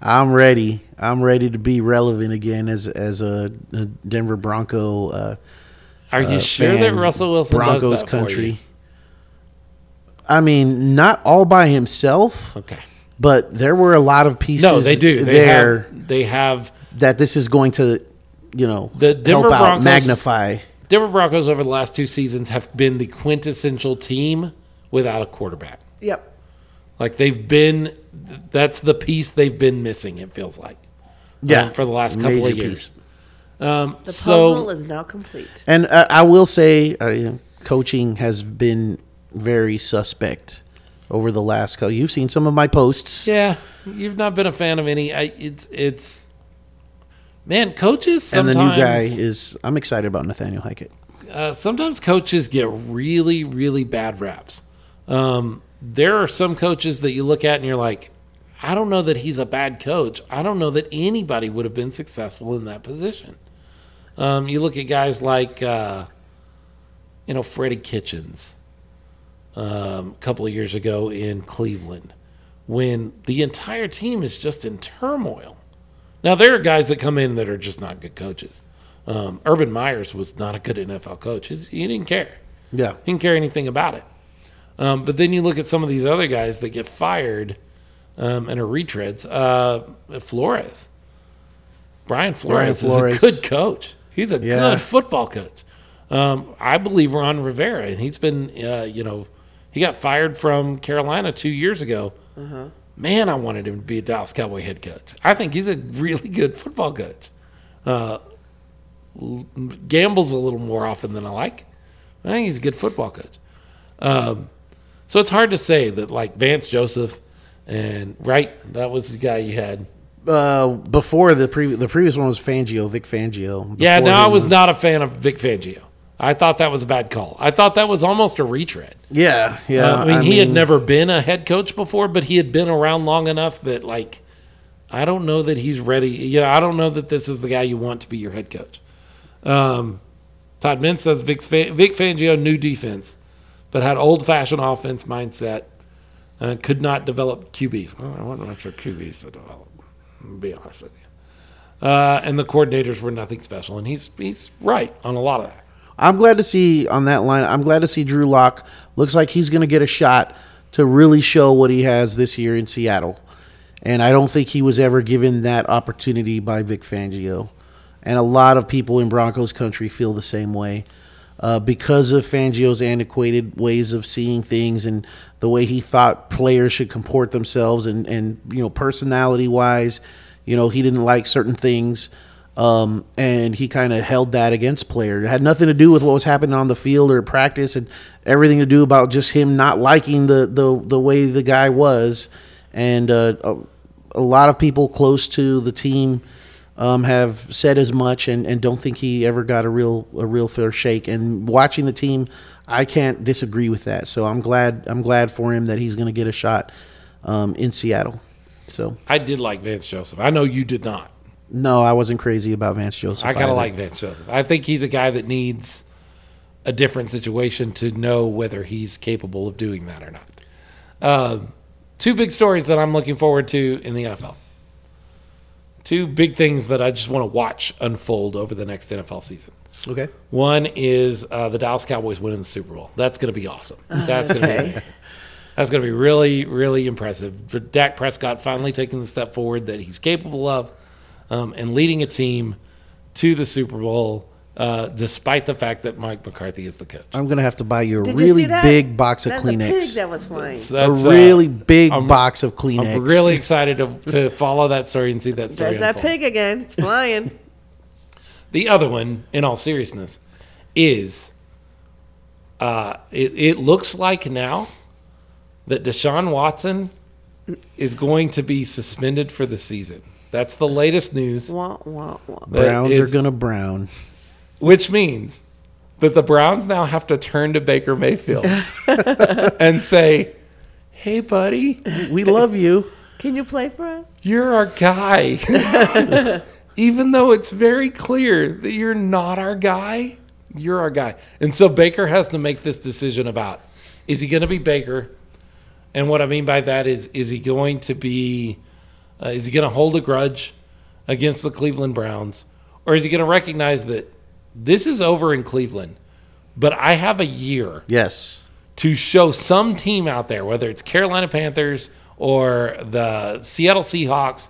Speaker 3: I'm ready. I'm ready to be relevant again as as a, a Denver Bronco. Uh,
Speaker 1: Are you
Speaker 3: uh,
Speaker 1: sure that
Speaker 3: fan,
Speaker 1: Russell Wilson does
Speaker 3: Broncos
Speaker 1: that For you?
Speaker 3: country? I mean, not all by himself,
Speaker 1: Okay.
Speaker 3: but there were a lot of pieces.
Speaker 1: No, they do. They
Speaker 3: there
Speaker 1: have. They have.
Speaker 3: that this is going to, you know,
Speaker 1: The Denver
Speaker 3: help out
Speaker 1: Broncos-
Speaker 3: magnify.
Speaker 1: Denver Broncos over the last two seasons have been the quintessential team without a quarterback.
Speaker 2: Yep.
Speaker 1: Like they've been. That's the piece they've been missing. It feels like. um,
Speaker 3: Yeah,
Speaker 1: for the last couple
Speaker 3: Major
Speaker 1: of years.
Speaker 3: piece.
Speaker 1: Um,
Speaker 2: The
Speaker 1: so
Speaker 2: puzzle is now complete.
Speaker 3: And uh, I will say, uh, you know, coaching has been very suspect over the last. couple. You've seen some of my posts.
Speaker 1: yeah, you've not been a fan of any. I, it's it's. Man, coaches
Speaker 3: and the
Speaker 1: sometimes
Speaker 3: new guy is i'm excited about nathaniel hackett
Speaker 1: uh, sometimes coaches get really, really bad raps. Um, there are some coaches that you look at and you're like, I don't know that he's a bad coach. I don't know that anybody would have been successful in that position. Um, you look at guys like, uh, you know, Freddie Kitchens um, a couple of years ago in Cleveland when the entire team is just in turmoil. Now, there are guys that come in that are just not good coaches. Um, Urban Myers was not a good NFL coach, He's- he didn't care.
Speaker 3: yeah
Speaker 1: He didn't care anything about it. Um, but then you look at some of these other guys that get fired um, and are retreads. Uh, Flores, Brian Flores,
Speaker 3: Flores.
Speaker 1: is a good coach. He's a
Speaker 3: Yeah.
Speaker 1: good football coach. Um, I believe Ron Rivera, and he's been, uh, you know, he got fired from Carolina two years ago. Man, I wanted him to be a Dallas Cowboy head coach. I think he's a really good football coach Uh, gambles a little more often than I like. I think he's a good football coach. Um, so it's hard to say that like Vance Joseph and right that was the guy you had.
Speaker 3: uh, before the previous the previous one was fangio vic fangio Before
Speaker 1: yeah, no, I
Speaker 3: him
Speaker 1: was not a fan of Vic Fangio. I thought that was a bad call. I thought that was almost a retread.
Speaker 3: yeah yeah
Speaker 1: Uh, I mean, he had never been a head coach before, but he had been around long enough that like I don't know that he's ready. You know, I don't know that this is the guy you want to be your head coach. Um, Todd Mintz says Vic, Fa- Vic Fangio knew defense, but had old-fashioned offense mindset. Uh, could not develop QB. Well, I wasn't sure QBs to develop. To be honest with you. Uh, and the coordinators were nothing special, and he's he's right on a lot of that.
Speaker 3: i'm glad to see on that line i'm glad to see drew Lock. looks like he's going to get a shot to really show what he has this year in seattle and i don't think he was ever given that opportunity by vic fangio and a lot of people in broncos country feel the same way uh, because of Fangio's antiquated ways of seeing things and the way he thought players should comport themselves and, and you know personality wise, you know he didn't like certain things. Um, and he kind of held that against player. It had nothing to do with what was happening on the field or practice, and everything to do about just him not liking the the, the way the guy was. And uh, a, a lot of people close to the team um, have said as much, and, and don't think he ever got a real a real fair shake. And watching the team, I can't disagree with that. So I'm glad I'm glad for him that he's going to get a shot um, in Seattle. So
Speaker 1: I did like Vance Joseph. I know you did not.
Speaker 3: no, I wasn't crazy about Vance Joseph.
Speaker 1: I kind
Speaker 3: either.
Speaker 1: of like Vance Joseph. I think he's a guy that needs a different situation to know whether he's capable of doing that or not. Uh, two big stories that I'm looking forward to in the NFL. Two big things that I just want to watch unfold over the next NFL season.
Speaker 3: Okay.
Speaker 1: One is uh, the Dallas Cowboys winning the Super Bowl. That's going to be awesome. That's going to be
Speaker 2: Okay.
Speaker 1: amazing. That's going to be really, really impressive. For Dak Prescott finally taking the step forward that he's capable of um, and leading a team to the Super Bowl, uh, despite the fact that Mike McCarthy is the coach.
Speaker 3: I'm gonna have to buy you a
Speaker 2: Did you
Speaker 3: really
Speaker 2: see that?
Speaker 3: big box of
Speaker 2: That's the
Speaker 3: Kleenex.
Speaker 2: pig that was flying.
Speaker 1: So
Speaker 3: a
Speaker 1: that's, uh,
Speaker 3: really big
Speaker 1: I'm-
Speaker 3: box of Kleenex.
Speaker 1: I'm really excited to, to follow that story and see that story.
Speaker 2: There's that
Speaker 1: unfold.
Speaker 2: pig again. It's flying.
Speaker 1: The other one, in all seriousness, is uh, it, it looks like now that Deshaun Watson is going to be suspended for the season. That's the latest news.
Speaker 2: wah, wah, wah.
Speaker 1: that
Speaker 3: Browns
Speaker 1: is-
Speaker 3: are gonna brown.
Speaker 1: Which means that the Browns now have to turn to Baker Mayfield and say, hey, buddy,
Speaker 3: We love you.
Speaker 2: Can you play for us?
Speaker 1: you're our guy. Even though it's very clear that you're not our guy, you're our guy. And so Baker has to make this decision about is he going to be Baker? And what I mean by that is is he going to be uh, is he going to hold a grudge against the Cleveland Browns or is he going to recognize that this is over in Cleveland, but I have a year
Speaker 3: Yes.
Speaker 1: to show some team out there, whether it's Carolina Panthers or the Seattle Seahawks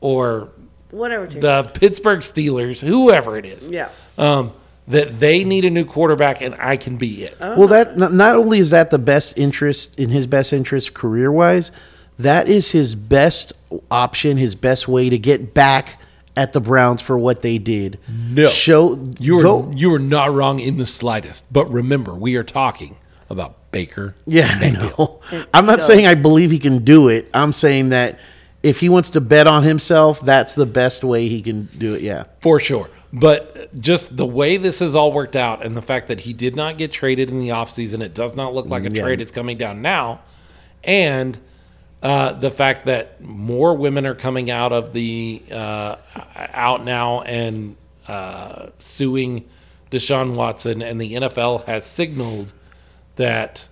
Speaker 1: or
Speaker 2: Whatever. Team.
Speaker 1: the Pittsburgh Steelers, whoever it is,
Speaker 2: yeah.
Speaker 1: um, that they need a new quarterback and I can be it.
Speaker 3: Well, that not, not only is that the best interest in his best interest career wise, that is his best option, his best way to get back at the Browns for what they did.
Speaker 1: No.
Speaker 3: show
Speaker 1: you are
Speaker 3: go-
Speaker 1: you are not wrong in the slightest. But remember, we are talking about Baker.
Speaker 3: Yeah, I know. I'm not saying I believe he can do it. I'm saying that if he wants to bet on himself, that's the best way he can do it. Yeah.
Speaker 1: For sure. But just the way this has all worked out and the fact that he did not get traded in the offseason, it does not look like a
Speaker 3: Yeah.
Speaker 1: trade is coming down now. And uh, the fact that more women are coming out of the uh, out now and uh, suing Deshaun Watson, and the NFL has signaled that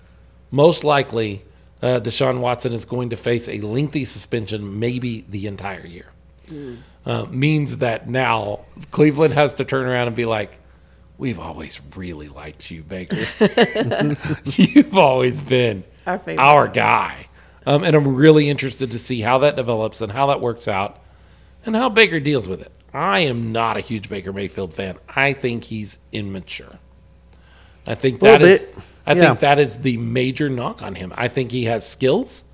Speaker 1: most likely uh, Deshaun Watson is going to face a lengthy suspension, maybe the entire year uh, means that now Cleveland has to turn around and be like, "We've always really liked you, Baker. You've always been
Speaker 2: Our favorite.
Speaker 1: our guy." Um, and I'm really interested to see how that develops and how that works out, and how Baker deals with it. I am not a huge Baker Mayfield fan. I think he's immature. I think that
Speaker 3: Little
Speaker 1: is.
Speaker 3: bit.
Speaker 1: I
Speaker 3: Yeah.
Speaker 1: think that is the major knock on him. I think he has skills.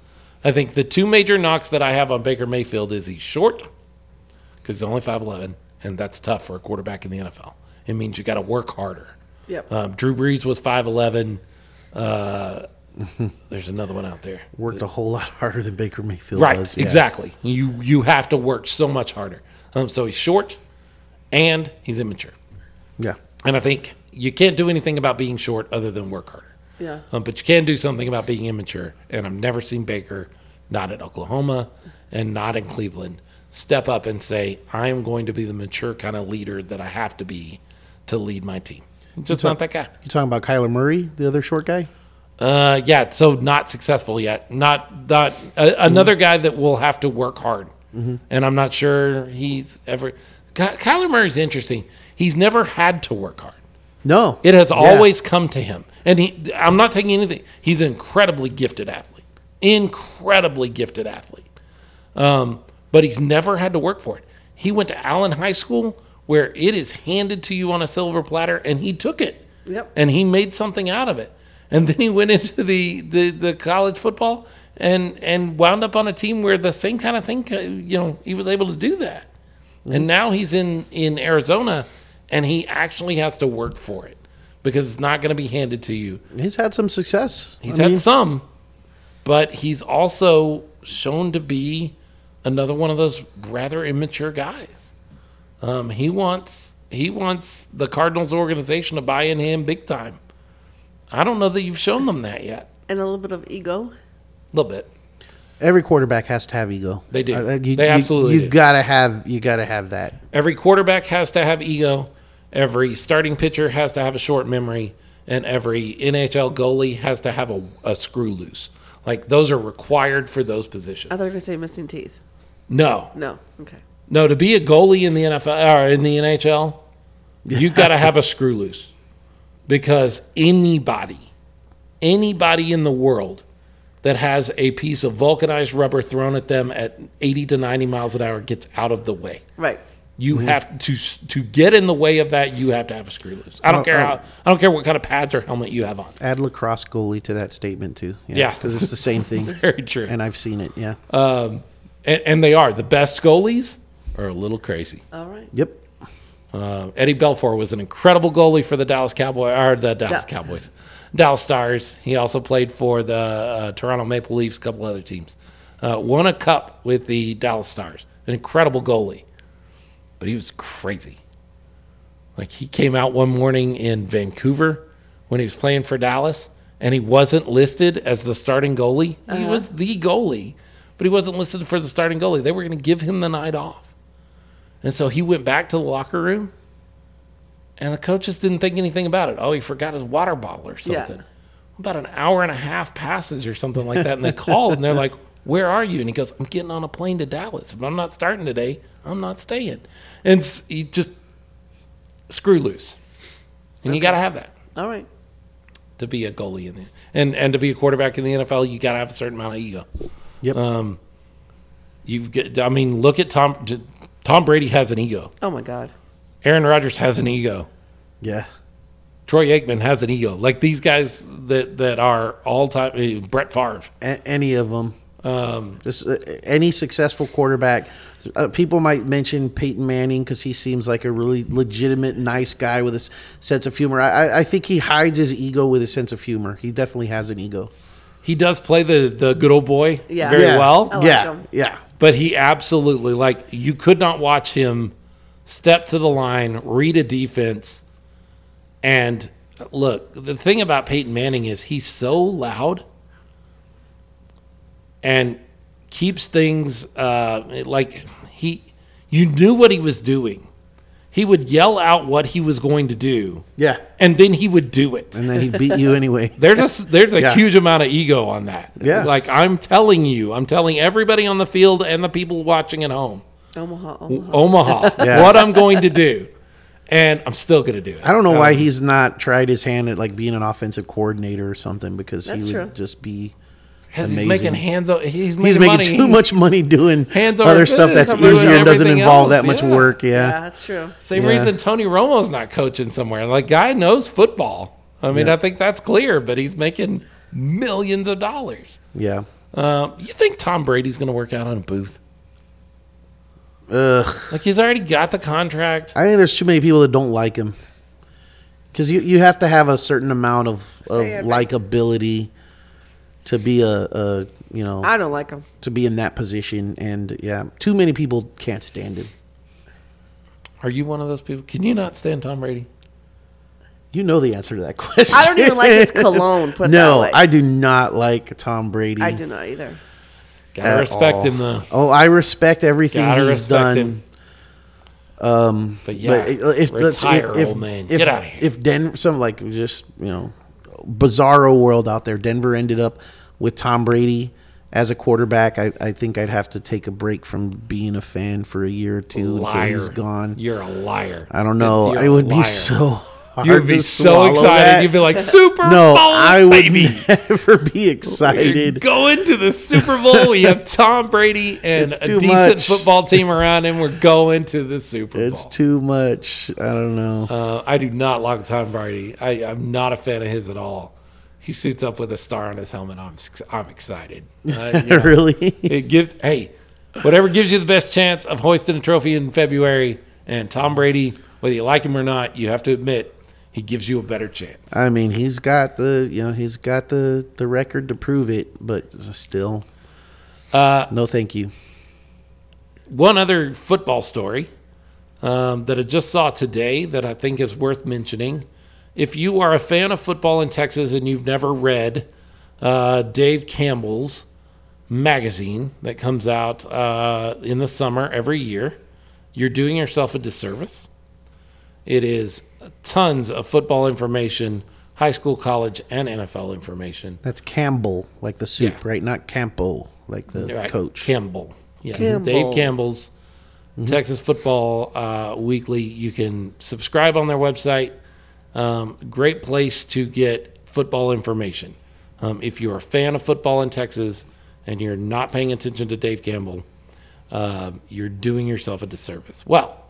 Speaker 1: I think the two major knocks that I have on Baker Mayfield is he's short because he's only 5'11, and that's tough for a quarterback in the NFL. It means you got to work harder.
Speaker 2: Yep.
Speaker 3: uh,
Speaker 1: Um, Drew Brees was 5'11. Uh, there's another one out there.
Speaker 3: Worked a whole lot harder than Baker Mayfield
Speaker 1: Right,
Speaker 3: does. Yeah.
Speaker 1: exactly. You you have to work so much harder. Um, so he's short, and he's immature.
Speaker 3: Yeah.
Speaker 1: And I think you can't do anything about being short other than work harder.
Speaker 2: Yeah.
Speaker 1: Um, but you can do something about being immature. And I've never seen Baker, not at Oklahoma and not in Cleveland, step up and say, I am going to be the mature kind of leader that I have to be to lead my team. Just not that guy.
Speaker 3: You talking about Kyler Murray, the other short guy?
Speaker 1: Uh, yeah, so not successful yet. Not not a, another guy that will have to work hard, and I'm not sure he's ever. Ky- Kyler Murray's interesting. He's never had to work hard.
Speaker 3: No.
Speaker 1: It has
Speaker 3: Yeah.
Speaker 1: always come to him. And he I'm not taking anything. He's an incredibly gifted athlete. Incredibly gifted athlete. Um, but he's never had to work for it. He went to Allen High School where it is handed to you on a silver platter and he took it.
Speaker 2: Yep.
Speaker 1: And he made something out of it. And then he went into the, the, the college football uh, and, and wound up on a team where the same kind of thing, co- you know, he was able to do that. And now he's in in Arizona, and he actually has to work for it because it's not going to be handed to you.
Speaker 3: He's had some success.
Speaker 1: He's
Speaker 3: I
Speaker 1: had
Speaker 3: mean,
Speaker 1: some, but he's also shown to be another one of those rather immature guys. Um, he wants he wants the Cardinals organization to buy in him big time. I don't know that you've shown them that yet.
Speaker 2: and a little bit of ego.
Speaker 1: A little bit.
Speaker 3: every quarterback has to have ego.
Speaker 1: They do.
Speaker 3: Uh, you,
Speaker 1: They
Speaker 3: you-
Speaker 1: absolutely
Speaker 3: You,
Speaker 1: do.
Speaker 3: gotta have. You gotta have that.
Speaker 1: Every quarterback has to have ego. Every starting pitcher has to have a short memory, and every NHL goalie has to have a, a screw loose. Like those are required for those positions.
Speaker 2: I thought you were going to say missing teeth.
Speaker 1: no,
Speaker 2: No. Okay.
Speaker 1: No, to be a goalie in the NFL or in the NHL, you got to have a screw loose because anybody, anybody in the world that has a piece of vulcanized rubber thrown at them at 80 to 90 miles an hour gets out of the way.
Speaker 2: Right.
Speaker 1: You have to s- to get in the way of that. You have to have a screw loose. I don't
Speaker 3: Oh,
Speaker 1: care
Speaker 3: oh.
Speaker 1: how I don't care what kind of pads or helmet you have on.
Speaker 3: Add lacrosse goalie to that statement too.
Speaker 1: Yeah.
Speaker 3: because it's the same thing.
Speaker 1: Very true. Uh,
Speaker 3: and I've seen it. Yeah.
Speaker 1: And, and they are the best goalies are a little crazy.
Speaker 2: All right.
Speaker 3: yep.
Speaker 1: Uh, Eddie Belfour was an incredible goalie for the Dallas Cowboys or the Dallas
Speaker 2: Da-
Speaker 1: Cowboys, Dallas Stars. He also played for the uh, Toronto Maple Leafs, a couple other teams. Uh, won a cup with the Dallas Stars. An incredible goalie, but he was crazy. Like he came out one morning in Vancouver when he was playing for Dallas, and he wasn't listed as the starting goalie. He was the goalie, but he wasn't listed for the starting goalie. They were going to give him the night off. And so he went back to the locker room, and the coaches didn't think anything about it. Oh, he forgot his water bottle or
Speaker 2: Yeah.
Speaker 1: something. About an hour and a half passes or something like that. And they called and they're like, Where are you? And he goes, I'm getting on a plane to Dallas. If I'm not starting today, I'm not staying. And s- he just screw loose. And you got to have that
Speaker 2: All right.
Speaker 1: to be a goalie in the and and to be a quarterback in the NFL, you got to have a certain amount of ego. Um,
Speaker 3: Yep.
Speaker 1: You've got, I mean, look at Tom. J- Tom Brady has an ego.
Speaker 2: Oh my God.
Speaker 1: Aaron Rodgers has an ego.
Speaker 3: yeah.
Speaker 1: Troy Aikman has an ego. Like these guys that that are all time. uh, Brett Favre.
Speaker 3: A- any of them.
Speaker 1: Um,
Speaker 3: Just uh, any successful quarterback. Uh, people might mention Peyton Manning because he seems like a really legitimate, nice guy with a s- sense of humor. I, I- I think he hides his ego with a sense of humor. He definitely has an ego.
Speaker 1: He does play the the good old boy
Speaker 2: Yeah.
Speaker 1: very
Speaker 3: yeah.
Speaker 1: well.
Speaker 2: I like
Speaker 3: yeah,
Speaker 2: him.
Speaker 3: yeah.
Speaker 1: But he absolutely like you could not watch him step to the line, read a defense, and look. The thing about Peyton Manning is he's so loud and keeps things uh, like he. You knew what he was doing. He would yell out what he was going to do,
Speaker 3: Yeah.
Speaker 1: and then he would do it.
Speaker 3: And then he beat you anyway.
Speaker 1: There's a there's a
Speaker 3: Yeah.
Speaker 1: huge amount of ego on that.
Speaker 3: Yeah.
Speaker 1: Like I'm telling you, I'm telling everybody on the field and the people watching at home,
Speaker 2: Omaha. Omaha.
Speaker 1: Omaha,
Speaker 3: Yeah.
Speaker 1: what I'm going to do, and I'm still going to do it.
Speaker 3: I don't know
Speaker 1: Um,
Speaker 3: why he's not tried his hand at like being an offensive coordinator or something because he
Speaker 2: That's
Speaker 3: would
Speaker 2: true.
Speaker 3: just be.
Speaker 1: Because he's
Speaker 3: Amazing.
Speaker 1: making hands. o- He's making,
Speaker 3: He's making
Speaker 1: money.
Speaker 3: too much money doing
Speaker 1: Hands over
Speaker 3: other stuff
Speaker 1: fist,
Speaker 3: that's
Speaker 1: I'm doing
Speaker 3: easier and doesn't
Speaker 1: everything
Speaker 3: involve
Speaker 1: else,
Speaker 3: that much
Speaker 1: yeah.
Speaker 3: work.
Speaker 2: Yeah,
Speaker 3: Yeah.
Speaker 2: that's true.
Speaker 1: Same
Speaker 3: Yeah.
Speaker 1: reason Tony Romo's not coaching somewhere. Like guy knows football. I mean,
Speaker 3: Yeah.
Speaker 1: I think that's clear. But he's making millions of dollars.
Speaker 3: Yeah.
Speaker 1: Um, you think Tom Brady's going to work out on a booth?
Speaker 3: Ugh.
Speaker 1: Like he's already got the contract.
Speaker 3: I think there's too many people that don't like him. Because you, you have to have a certain amount of, of
Speaker 2: Yeah, but-
Speaker 3: likability to be a, a you know
Speaker 2: I don't like him.
Speaker 3: to be in that position, and yeah, too many people can't stand him.
Speaker 1: Are you one of those people? Can you not stand Tom Brady?
Speaker 3: You know the answer to that question.
Speaker 2: I don't even like his cologne, put it that
Speaker 3: no,
Speaker 2: way.
Speaker 3: I do not like Tom Brady.
Speaker 2: I do not either.
Speaker 1: Gotta
Speaker 3: at
Speaker 1: respect
Speaker 3: all.
Speaker 1: him though.
Speaker 3: Oh, I respect everything
Speaker 1: Gotta
Speaker 3: he's
Speaker 1: respect
Speaker 3: done.
Speaker 1: him. Um, but yeah,
Speaker 3: but uh, if let's
Speaker 1: retire,
Speaker 3: if,
Speaker 1: old man,
Speaker 3: if,
Speaker 1: get out of here.
Speaker 3: If Denver, some like just you know, bizarro world out there. Denver ended up with Tom Brady as a quarterback. I, I think I'd have to take a break from being a fan for a year or two
Speaker 1: liar,
Speaker 3: until he's gone.
Speaker 1: You're a liar.
Speaker 3: I don't know.
Speaker 1: You're
Speaker 3: It would
Speaker 1: a
Speaker 3: be
Speaker 1: liar.
Speaker 3: so. Hard
Speaker 1: You'd be
Speaker 3: to
Speaker 1: so
Speaker 3: swallow
Speaker 1: excited.
Speaker 3: that.
Speaker 1: You'd be like Super
Speaker 3: no,
Speaker 1: Bowl,
Speaker 3: I would
Speaker 1: baby.
Speaker 3: never be
Speaker 1: You're
Speaker 3: excited.
Speaker 1: going to the Super Bowl. We have Tom Brady and
Speaker 3: It's
Speaker 1: a
Speaker 3: too
Speaker 1: decent
Speaker 3: much.
Speaker 1: football team around him. We're going to the Super
Speaker 3: It's
Speaker 1: Bowl.
Speaker 3: too much. I don't know.
Speaker 1: uh, I do not like Tom Brady. I, I'm not a fan of his at all. He suits up with a star on his helmet. I'm s- I'm excited. Uh, you know,
Speaker 3: really.
Speaker 1: It gives. Hey, Whatever gives you the best chance of hoisting a trophy in February. And Tom Brady, whether you like him or not, you have to admit he gives you a better chance.
Speaker 3: I mean, he's got the you know he's got the the record to prove it, but still, uh, no, thank you.
Speaker 1: One other football story um, that I just saw today that I think is worth mentioning. If you are a fan of football in Texas and you've never read uh, Dave Campbell's magazine that comes out uh, in the summer every year, you're doing yourself a disservice. It is tons of football information, high school, college, and NFL information.
Speaker 3: That's Campbell, like the soup, right? Not Campo, like the
Speaker 1: Right,
Speaker 3: coach.
Speaker 1: Campbell. Yes,
Speaker 2: Campbell.
Speaker 1: Dave Campbell's Texas Football uh, Weekly. You can subscribe on their website. Um, great place to get football information. Um, if you're a fan of football in Texas and you're not paying attention to Dave Campbell, um, you're doing yourself a disservice. Well,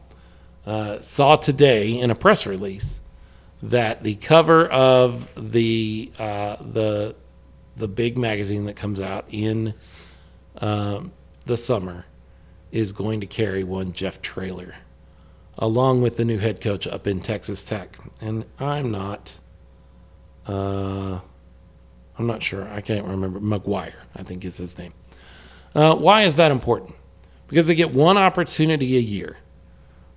Speaker 1: uh, saw today in a press release that the cover of the uh, the the big magazine that comes out in um, the summer is going to carry one Jeff Trailer along with the new head coach up in Texas Tech. And I'm not uh, I'm not sure. I can't remember. McGuire, I think is his name. Uh, why is that important? Because they get one opportunity a year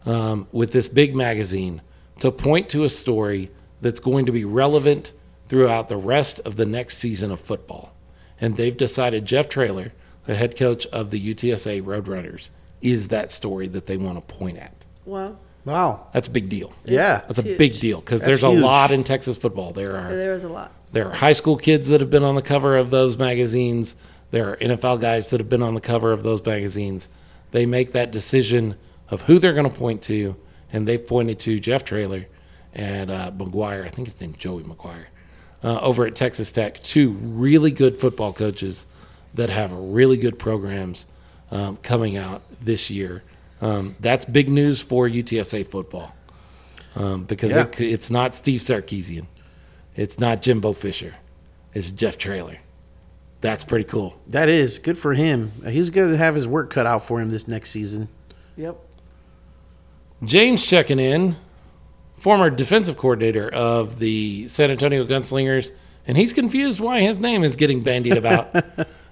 Speaker 1: um, with this big magazine to point to a story that's going to be relevant throughout the rest of the next season of football. And they've decided Jeff Trailer, the head coach of the UTSA Roadrunners, is that story that they want to point at.
Speaker 2: Well,
Speaker 3: Wow.
Speaker 1: That's a big deal.
Speaker 3: Yeah.
Speaker 1: That's a
Speaker 2: Huge.
Speaker 1: big deal because
Speaker 3: That's
Speaker 1: there's a
Speaker 3: huge.
Speaker 1: lot in Texas football. There are
Speaker 2: there was a lot.
Speaker 1: there are high school kids that have been on the cover of those magazines. There are NFL guys that have been on the cover of those magazines. They make that decision of who they're going to point to, and they've pointed to Jeff Trailer and uh, McGuire. I think his name Joey McGuire uh, over at Texas Tech. Two really good football coaches that have really good programs um, coming out this year. Um, that's big news for UTSA football um, because
Speaker 3: Yeah.
Speaker 1: it c it's not Steve Sarkeesian. It's not Jimbo Fisher. It's Jeff Trailer. That's pretty cool.
Speaker 3: That is good for him. He's going to have his work cut out for him this next season.
Speaker 2: Yep.
Speaker 1: James checking in, former defensive coordinator of the San Antonio Gunslingers, and he's confused why his name is getting bandied about.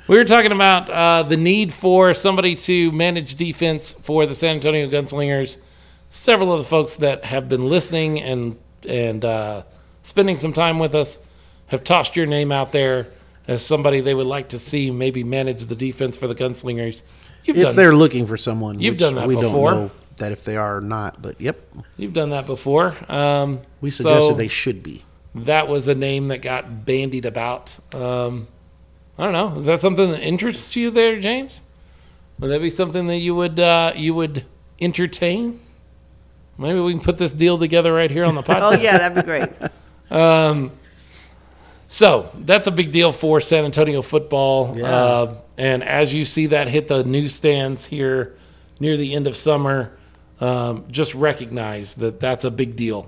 Speaker 1: we were talking about uh, the need for somebody to manage defense for the San Antonio Gunslingers. Several of the folks that have been listening and and uh, spending some time with us have tossed your name out there as somebody they would like to see maybe manage the defense for the Gunslingers. You've
Speaker 3: If
Speaker 1: done
Speaker 3: they're looking for someone,
Speaker 1: You've
Speaker 3: which
Speaker 1: done that
Speaker 3: we
Speaker 1: before.
Speaker 3: don't know that if they are or not, but yep,
Speaker 1: you've done that before. Um,
Speaker 3: we
Speaker 1: so-
Speaker 3: suggested they should be.
Speaker 1: that was a name that got bandied about. Um, I don't know. Is that something that interests you there, James? Would that be something that you would uh, you would entertain? Maybe we can put this deal together right here on the podcast.
Speaker 2: Oh yeah, that'd be great.
Speaker 1: So that's a big deal for San Antonio football.
Speaker 3: Yeah.
Speaker 1: Uh, and as you see that hit the newsstands here near the end of summer, um, just recognize that that's a big deal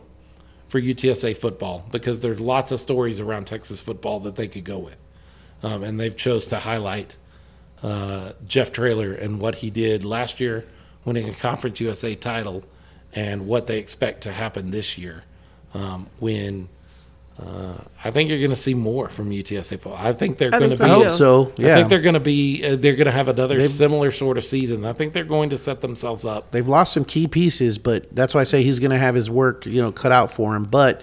Speaker 1: for UTSA football because there's lots of stories around Texas football that they could go with. Um, and they've chose to highlight uh, Jeff Trailer and what he did last year winning a Conference USA title and what they expect to happen this year um, when – uh, I think you're going to see more from UTSA football. I think they're
Speaker 2: I
Speaker 1: going to
Speaker 2: think
Speaker 1: be.
Speaker 2: so,
Speaker 3: Hope
Speaker 2: too.
Speaker 3: so.
Speaker 1: I
Speaker 3: Yeah,
Speaker 1: think they're going to be. Uh, they're going to have another similar sort of season. I think they're going to set themselves up.
Speaker 3: they've lost some key pieces, but that's why I say he's going to have his work, you know, cut out for him. But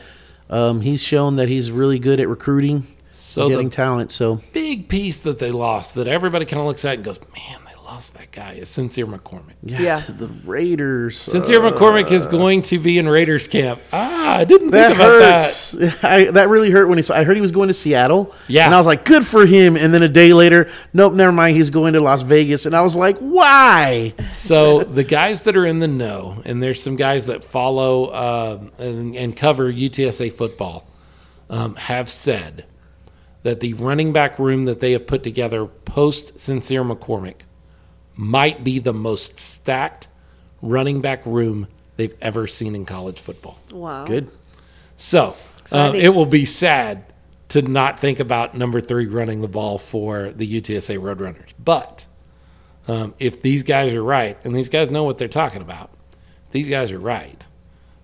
Speaker 3: um, he's shown that he's really good at recruiting,
Speaker 1: So
Speaker 3: getting
Speaker 1: the
Speaker 3: talent. So
Speaker 1: big piece that they lost, that everybody kind of looks at and goes, "Man, they lost that guy." Is Sincere McCormick.
Speaker 3: yeah,
Speaker 2: Yeah.
Speaker 3: to the Raiders.
Speaker 1: Sincere
Speaker 3: uh,
Speaker 1: McCormick is going to be in Raiders camp. Ah, I didn't
Speaker 3: That
Speaker 1: think about
Speaker 3: hurts. I, that really hurt when he. Saw, I heard he was going to Seattle.
Speaker 1: Yeah.
Speaker 3: and I was like, good for him. And then a day later, nope, never mind. He's going to Las Vegas, and I was like, why?
Speaker 1: that. So the guys that are in the know, and there's some guys that follow um, and, and cover UTSA football, um, have said that the running back room that they have put together post Sincere McCormick might be the most stacked running back room they've ever seen in college football.
Speaker 2: Wow.
Speaker 3: Good.
Speaker 1: So uh,
Speaker 2: Exciting.
Speaker 1: it will be sad to not think about number three running the ball for the UTSA Roadrunners. But Um, if these guys are right, and these guys know what they're talking about, if these guys are right.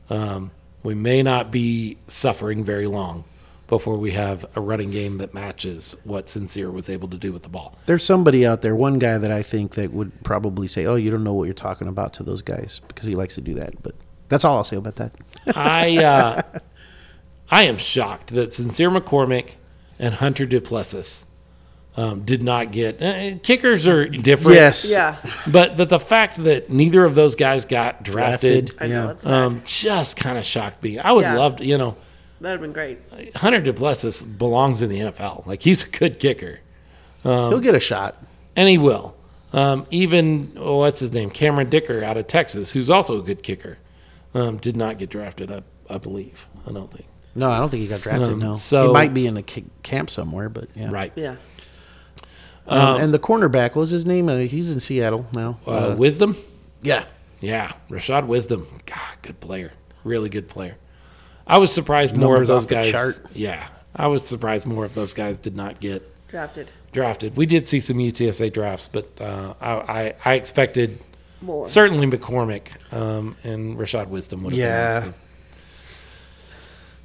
Speaker 1: Um, we may not be suffering very long before we have a running game that matches what Sincere was able to do with the ball.
Speaker 3: There's somebody out there, one guy that I think that would probably say, "Oh, you don't know what you're talking about" to those guys because he likes to do that. But that's all I'll say about that.
Speaker 1: I uh, I am shocked that Sincere McCormick and Hunter Duplessis um, did not get uh, kickers are different.
Speaker 3: Yes.
Speaker 2: Yeah.
Speaker 1: but but the fact that neither of those guys got drafted,
Speaker 3: Drafted.
Speaker 2: I
Speaker 3: Yeah.
Speaker 2: know. It's,
Speaker 1: um, just kind of shocked me. I would
Speaker 2: Yeah.
Speaker 1: love to, you know.
Speaker 2: That would have been great.
Speaker 1: Hunter Duplessis belongs in the NFL. Like he's a good kicker, Um,
Speaker 3: He'll get a shot.
Speaker 1: and he will. Um, even oh, what's his name, Cameron Dicker out of Texas, who's also a good kicker, um, did not get drafted. I, I believe. I don't think.
Speaker 3: No, I don't think he got drafted.
Speaker 1: Um,
Speaker 3: no,
Speaker 1: so-
Speaker 3: he might be in a ki- camp somewhere, but yeah.
Speaker 1: Right.
Speaker 2: Yeah.
Speaker 3: Um, and the cornerback, what was his name? Uh, he's in Seattle now.
Speaker 1: Uh, Wisdom.
Speaker 3: yeah,
Speaker 1: Yeah, Rashad Wisdom. God, good player. Really good player. I was surprised more
Speaker 3: Numbers
Speaker 1: of those
Speaker 3: off the
Speaker 1: guys.
Speaker 3: chart.
Speaker 1: Yeah, I was surprised more of those guys did not get
Speaker 2: Drafted
Speaker 1: drafted. We did see some UTSA drafts, but uh, I, I I expected
Speaker 2: more.
Speaker 1: certainly McCormick um, and Rashad Wisdom would have
Speaker 3: Yeah.
Speaker 1: been. interesting.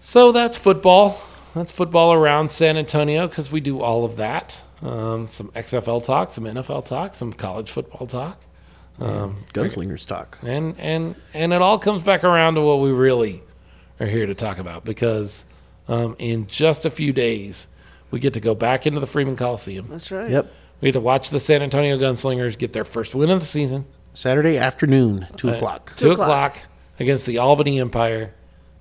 Speaker 1: So that's football. That's football around San Antonio because we do all of that. Um, some XFL talk, some NFL talk, some college football talk.
Speaker 3: gunslingers talk.
Speaker 1: and and and it all comes back around to what we really are here to talk about because um, in just a few days we get to go back into the Freeman Coliseum.
Speaker 2: That's right.
Speaker 3: Yep,
Speaker 1: We get to watch the San Antonio Gunslingers get their first win of the season,
Speaker 3: Saturday afternoon,
Speaker 1: Uh,
Speaker 3: two o'clock.
Speaker 1: two, o'clock.
Speaker 2: o'clock.
Speaker 1: against the Albany Empire.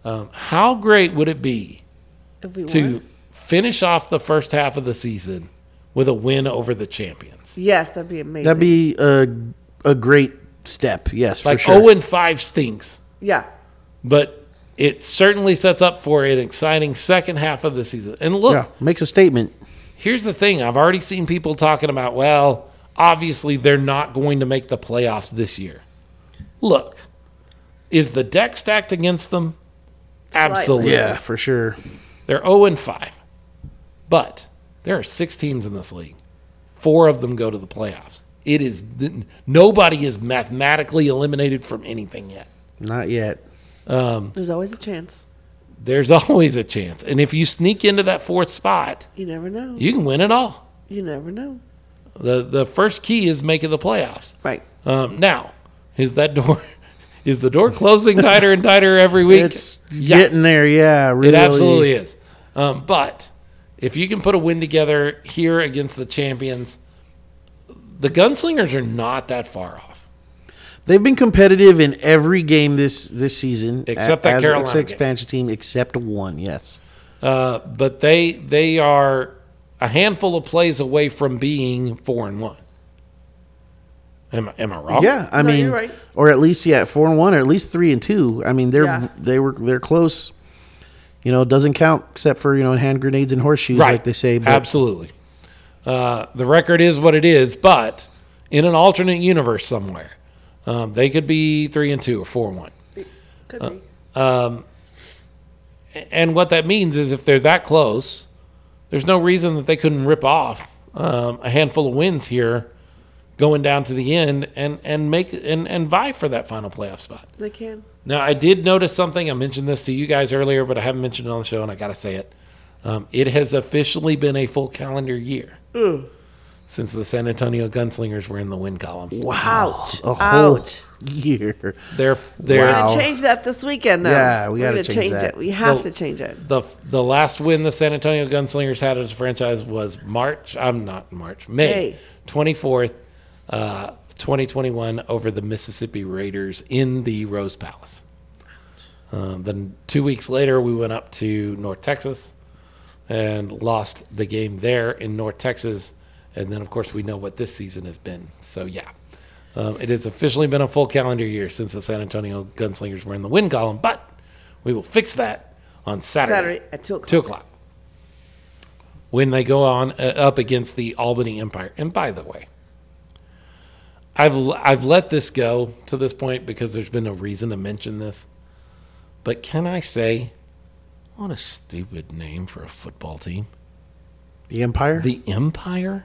Speaker 1: Um, how great would it be
Speaker 2: If we
Speaker 1: to
Speaker 2: won.
Speaker 1: finish off the first half of the season with a win over the champions?
Speaker 2: Yes, that'd be amazing.
Speaker 3: That'd be a a great step. Yes,
Speaker 1: Like
Speaker 3: for sure.
Speaker 1: zero and five stinks.
Speaker 2: yeah.
Speaker 1: but it certainly sets up for an exciting second half of the season. And look,
Speaker 3: yeah, makes a statement.
Speaker 1: here's the thing I've already seen people talking about, well, obviously they're not going to make the playoffs this year. Look, is the deck stacked against them?
Speaker 2: Slightly.
Speaker 1: Absolutely.
Speaker 3: Yeah, for sure.
Speaker 1: They're 0 and 5. But there are six teams in this league. Four of them go to the playoffs. It is nobody is mathematically eliminated from anything yet.
Speaker 3: Not yet.
Speaker 2: There's always a chance.
Speaker 1: There's always a chance. And if you sneak into that fourth spot,
Speaker 2: You never know.
Speaker 1: you can win it all.
Speaker 2: You never know.
Speaker 1: The the first key is making the playoffs.
Speaker 2: Right.
Speaker 1: Um, now, is that door is the door closing tighter and tighter every week?
Speaker 3: It's
Speaker 1: Yeah,
Speaker 3: getting there. Yeah, really.
Speaker 1: it absolutely is. Um, but if you can put a win together here against the champions, the gunslingers are not that far off.
Speaker 3: They've been competitive in every game this this season,
Speaker 1: Except that
Speaker 3: as-
Speaker 1: Carolina game.
Speaker 3: expansion team, except one. Yes,
Speaker 1: Uh, but they they are a handful of plays away from being four and one. Am, I- am I wrong?
Speaker 3: yeah. I
Speaker 2: No,
Speaker 3: mean,
Speaker 2: you're right.
Speaker 3: or at least yeah, four and one, or at least three and two. I mean, they're
Speaker 2: Yeah.
Speaker 3: they were they're close. You know, it doesn't count except for you know hand grenades and horseshoes, like they say. But
Speaker 1: Absolutely. Uh, the record is what it is, but in an alternate universe somewhere, um, they could be three and two or four and one.
Speaker 2: Could
Speaker 3: Uh,
Speaker 2: be.
Speaker 1: A- And what that means is if they're that close, there's no reason that they couldn't rip off um, a handful of wins here, going down to the end and and make and and vie for that final playoff spot.
Speaker 2: They can.
Speaker 1: Now, I did notice something. I mentioned this to you guys earlier, but I haven't mentioned it on the show, and I got to say it. Um, it has officially been a full calendar year since the San Antonio Gunslingers were in the win column.
Speaker 3: wow,
Speaker 2: Ouch.
Speaker 3: a whole
Speaker 2: Ouch.
Speaker 3: year.
Speaker 1: They're they're
Speaker 3: Wow.
Speaker 2: We're gonna change that this weekend, though.
Speaker 3: Yeah, we
Speaker 2: We're
Speaker 3: gotta
Speaker 2: gonna
Speaker 3: change that.
Speaker 2: it. We have
Speaker 1: Well-
Speaker 2: to change it.
Speaker 1: the the last win the San Antonio Gunslingers had as a franchise was March. I'm not March. May
Speaker 2: May.
Speaker 1: twenty fourth, uh, twenty twenty one over the Mississippi Raiders in the Rose Palace. Um, then two weeks later, we went up to North Texas and lost the game there in North Texas. And then, of course, we know what this season has been. So, yeah, um, it has officially been a full calendar year since the San Antonio Gunslingers were in the win column, but we will fix that on Saturday,
Speaker 2: Saturday at 2 o'clock.
Speaker 1: two o'clock when they go on uh, up against the Albany Empire. And by the way, I've l- I've let this go to this point because there's been no reason to mention this. But can I say, what a stupid name for a football team?
Speaker 3: The Empire.
Speaker 1: The Empire.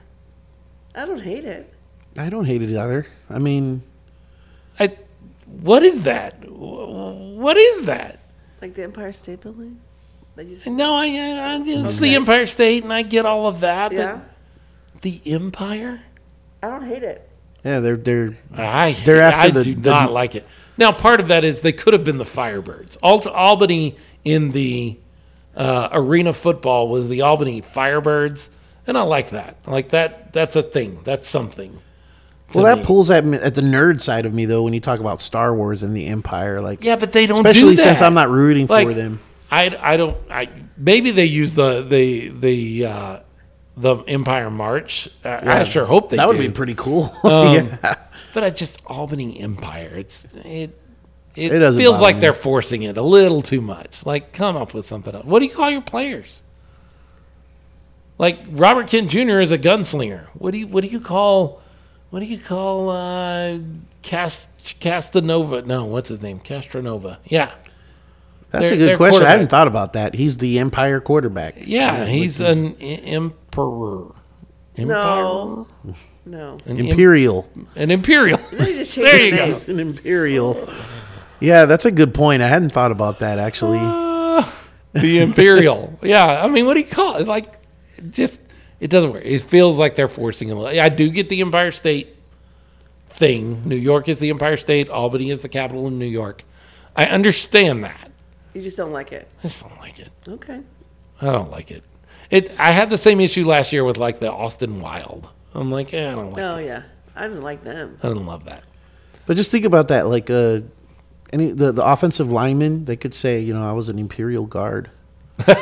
Speaker 2: I don't hate it.
Speaker 3: I don't hate it either. I mean,
Speaker 1: I, what is that? Wh- What is that?
Speaker 2: Like the Empire State Building? They just,
Speaker 1: No, I, I it's the Empire State, and I get all of that.
Speaker 2: yeah.
Speaker 1: But the Empire,
Speaker 2: I don't hate it.
Speaker 3: yeah, they're they're
Speaker 1: I
Speaker 3: They're after
Speaker 1: I
Speaker 3: the-
Speaker 1: do
Speaker 3: the-
Speaker 1: not like it. Now, part of that is they could have been the Firebirds. Alt- Albany in the uh, arena football was the Albany Firebirds, and I like that. I Like that, that's a thing. That's something. to
Speaker 3: well, that
Speaker 1: me.
Speaker 3: pulls at me, at the nerd side of me though when you talk about Star Wars and the Empire, like
Speaker 1: Yeah, but they don't.
Speaker 3: especially
Speaker 1: do that.
Speaker 3: since I'm not rooting
Speaker 1: Like,
Speaker 3: for them.
Speaker 1: I, I don't. I maybe they use the the the uh, the Empire March. Uh, I sure hope they.
Speaker 3: that would
Speaker 1: do.
Speaker 3: be pretty cool. Um, yeah.
Speaker 1: But I just Albany Empire. It's it. It,
Speaker 3: It doesn't
Speaker 1: feels
Speaker 3: bother
Speaker 1: like
Speaker 3: me.
Speaker 1: they're forcing it a little too much. Like, come up with something else. What do you call your players? Like Robert Kent Jr. is a gunslinger. What do you what do you call what do you call uh, Cast Castanova? No, what's his name? Castronova. Yeah,
Speaker 3: That's
Speaker 1: They're- they're
Speaker 3: a good question. I
Speaker 1: quarterback.
Speaker 3: hadn't thought about that. He's the Empire quarterback. Uh,
Speaker 1: Yeah,
Speaker 3: which
Speaker 1: he's
Speaker 3: is
Speaker 1: an e- emperor.
Speaker 2: No. No.
Speaker 1: An, im-
Speaker 3: imperial.
Speaker 1: an imperial.
Speaker 2: They just
Speaker 1: There
Speaker 2: changed
Speaker 1: you
Speaker 2: the
Speaker 1: go.
Speaker 2: name.
Speaker 3: He's an imperial. Yeah, that's a good point. I hadn't thought about that actually.
Speaker 1: Uh, the imperial. yeah, I mean, what do you call it? Like, it just it doesn't work. It feels like they're forcing him. I do get the Empire State thing. New York is the Empire State. Albany is the capital of New York. I understand that.
Speaker 2: You just don't like it.
Speaker 1: I just don't like it.
Speaker 2: Okay.
Speaker 1: I don't like it. It. I had the same issue last year with like the Austin Wild. I'm like, eh, I don't like.
Speaker 2: Oh,
Speaker 1: this.
Speaker 2: yeah. I didn't like them.
Speaker 1: I don't love that.
Speaker 3: But just think about that. Like, uh, any the, the offensive lineman, they could say, you know, I was an imperial guard, and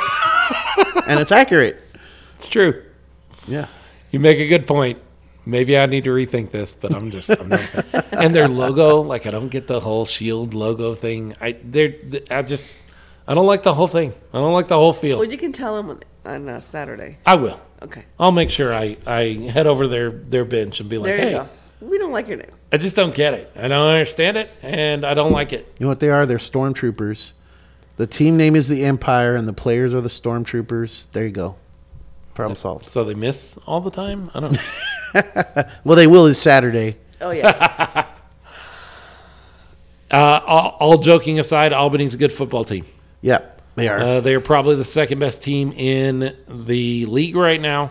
Speaker 3: it's accurate.
Speaker 1: It's true.
Speaker 3: Yeah,
Speaker 1: You make a good point. Maybe I need to rethink this, but I'm just. I'm not and their logo, like I don't get the whole shield logo thing. I they're I just I don't like the whole thing. I don't like the whole
Speaker 2: Well,
Speaker 1: field.
Speaker 2: you can tell them on uh, Saturday.
Speaker 1: I will.
Speaker 2: Okay.
Speaker 1: I'll make sure I I head over their their bench and be like,
Speaker 2: There you
Speaker 1: hey,
Speaker 2: go. We don't like your name.
Speaker 1: I just don't get it. I don't understand it, and I don't like it.
Speaker 3: you know what they are? They're stormtroopers. The team name is the Empire, and the players are the stormtroopers. There you go. Problem solved.
Speaker 1: So they miss all the time. I don't. know.
Speaker 3: Well, they will is Saturday.
Speaker 2: Oh, yeah.
Speaker 1: uh, all, all joking aside, Albany's a good football team.
Speaker 3: Yeah, they are.
Speaker 1: Uh, they are probably the second best team in the league right now,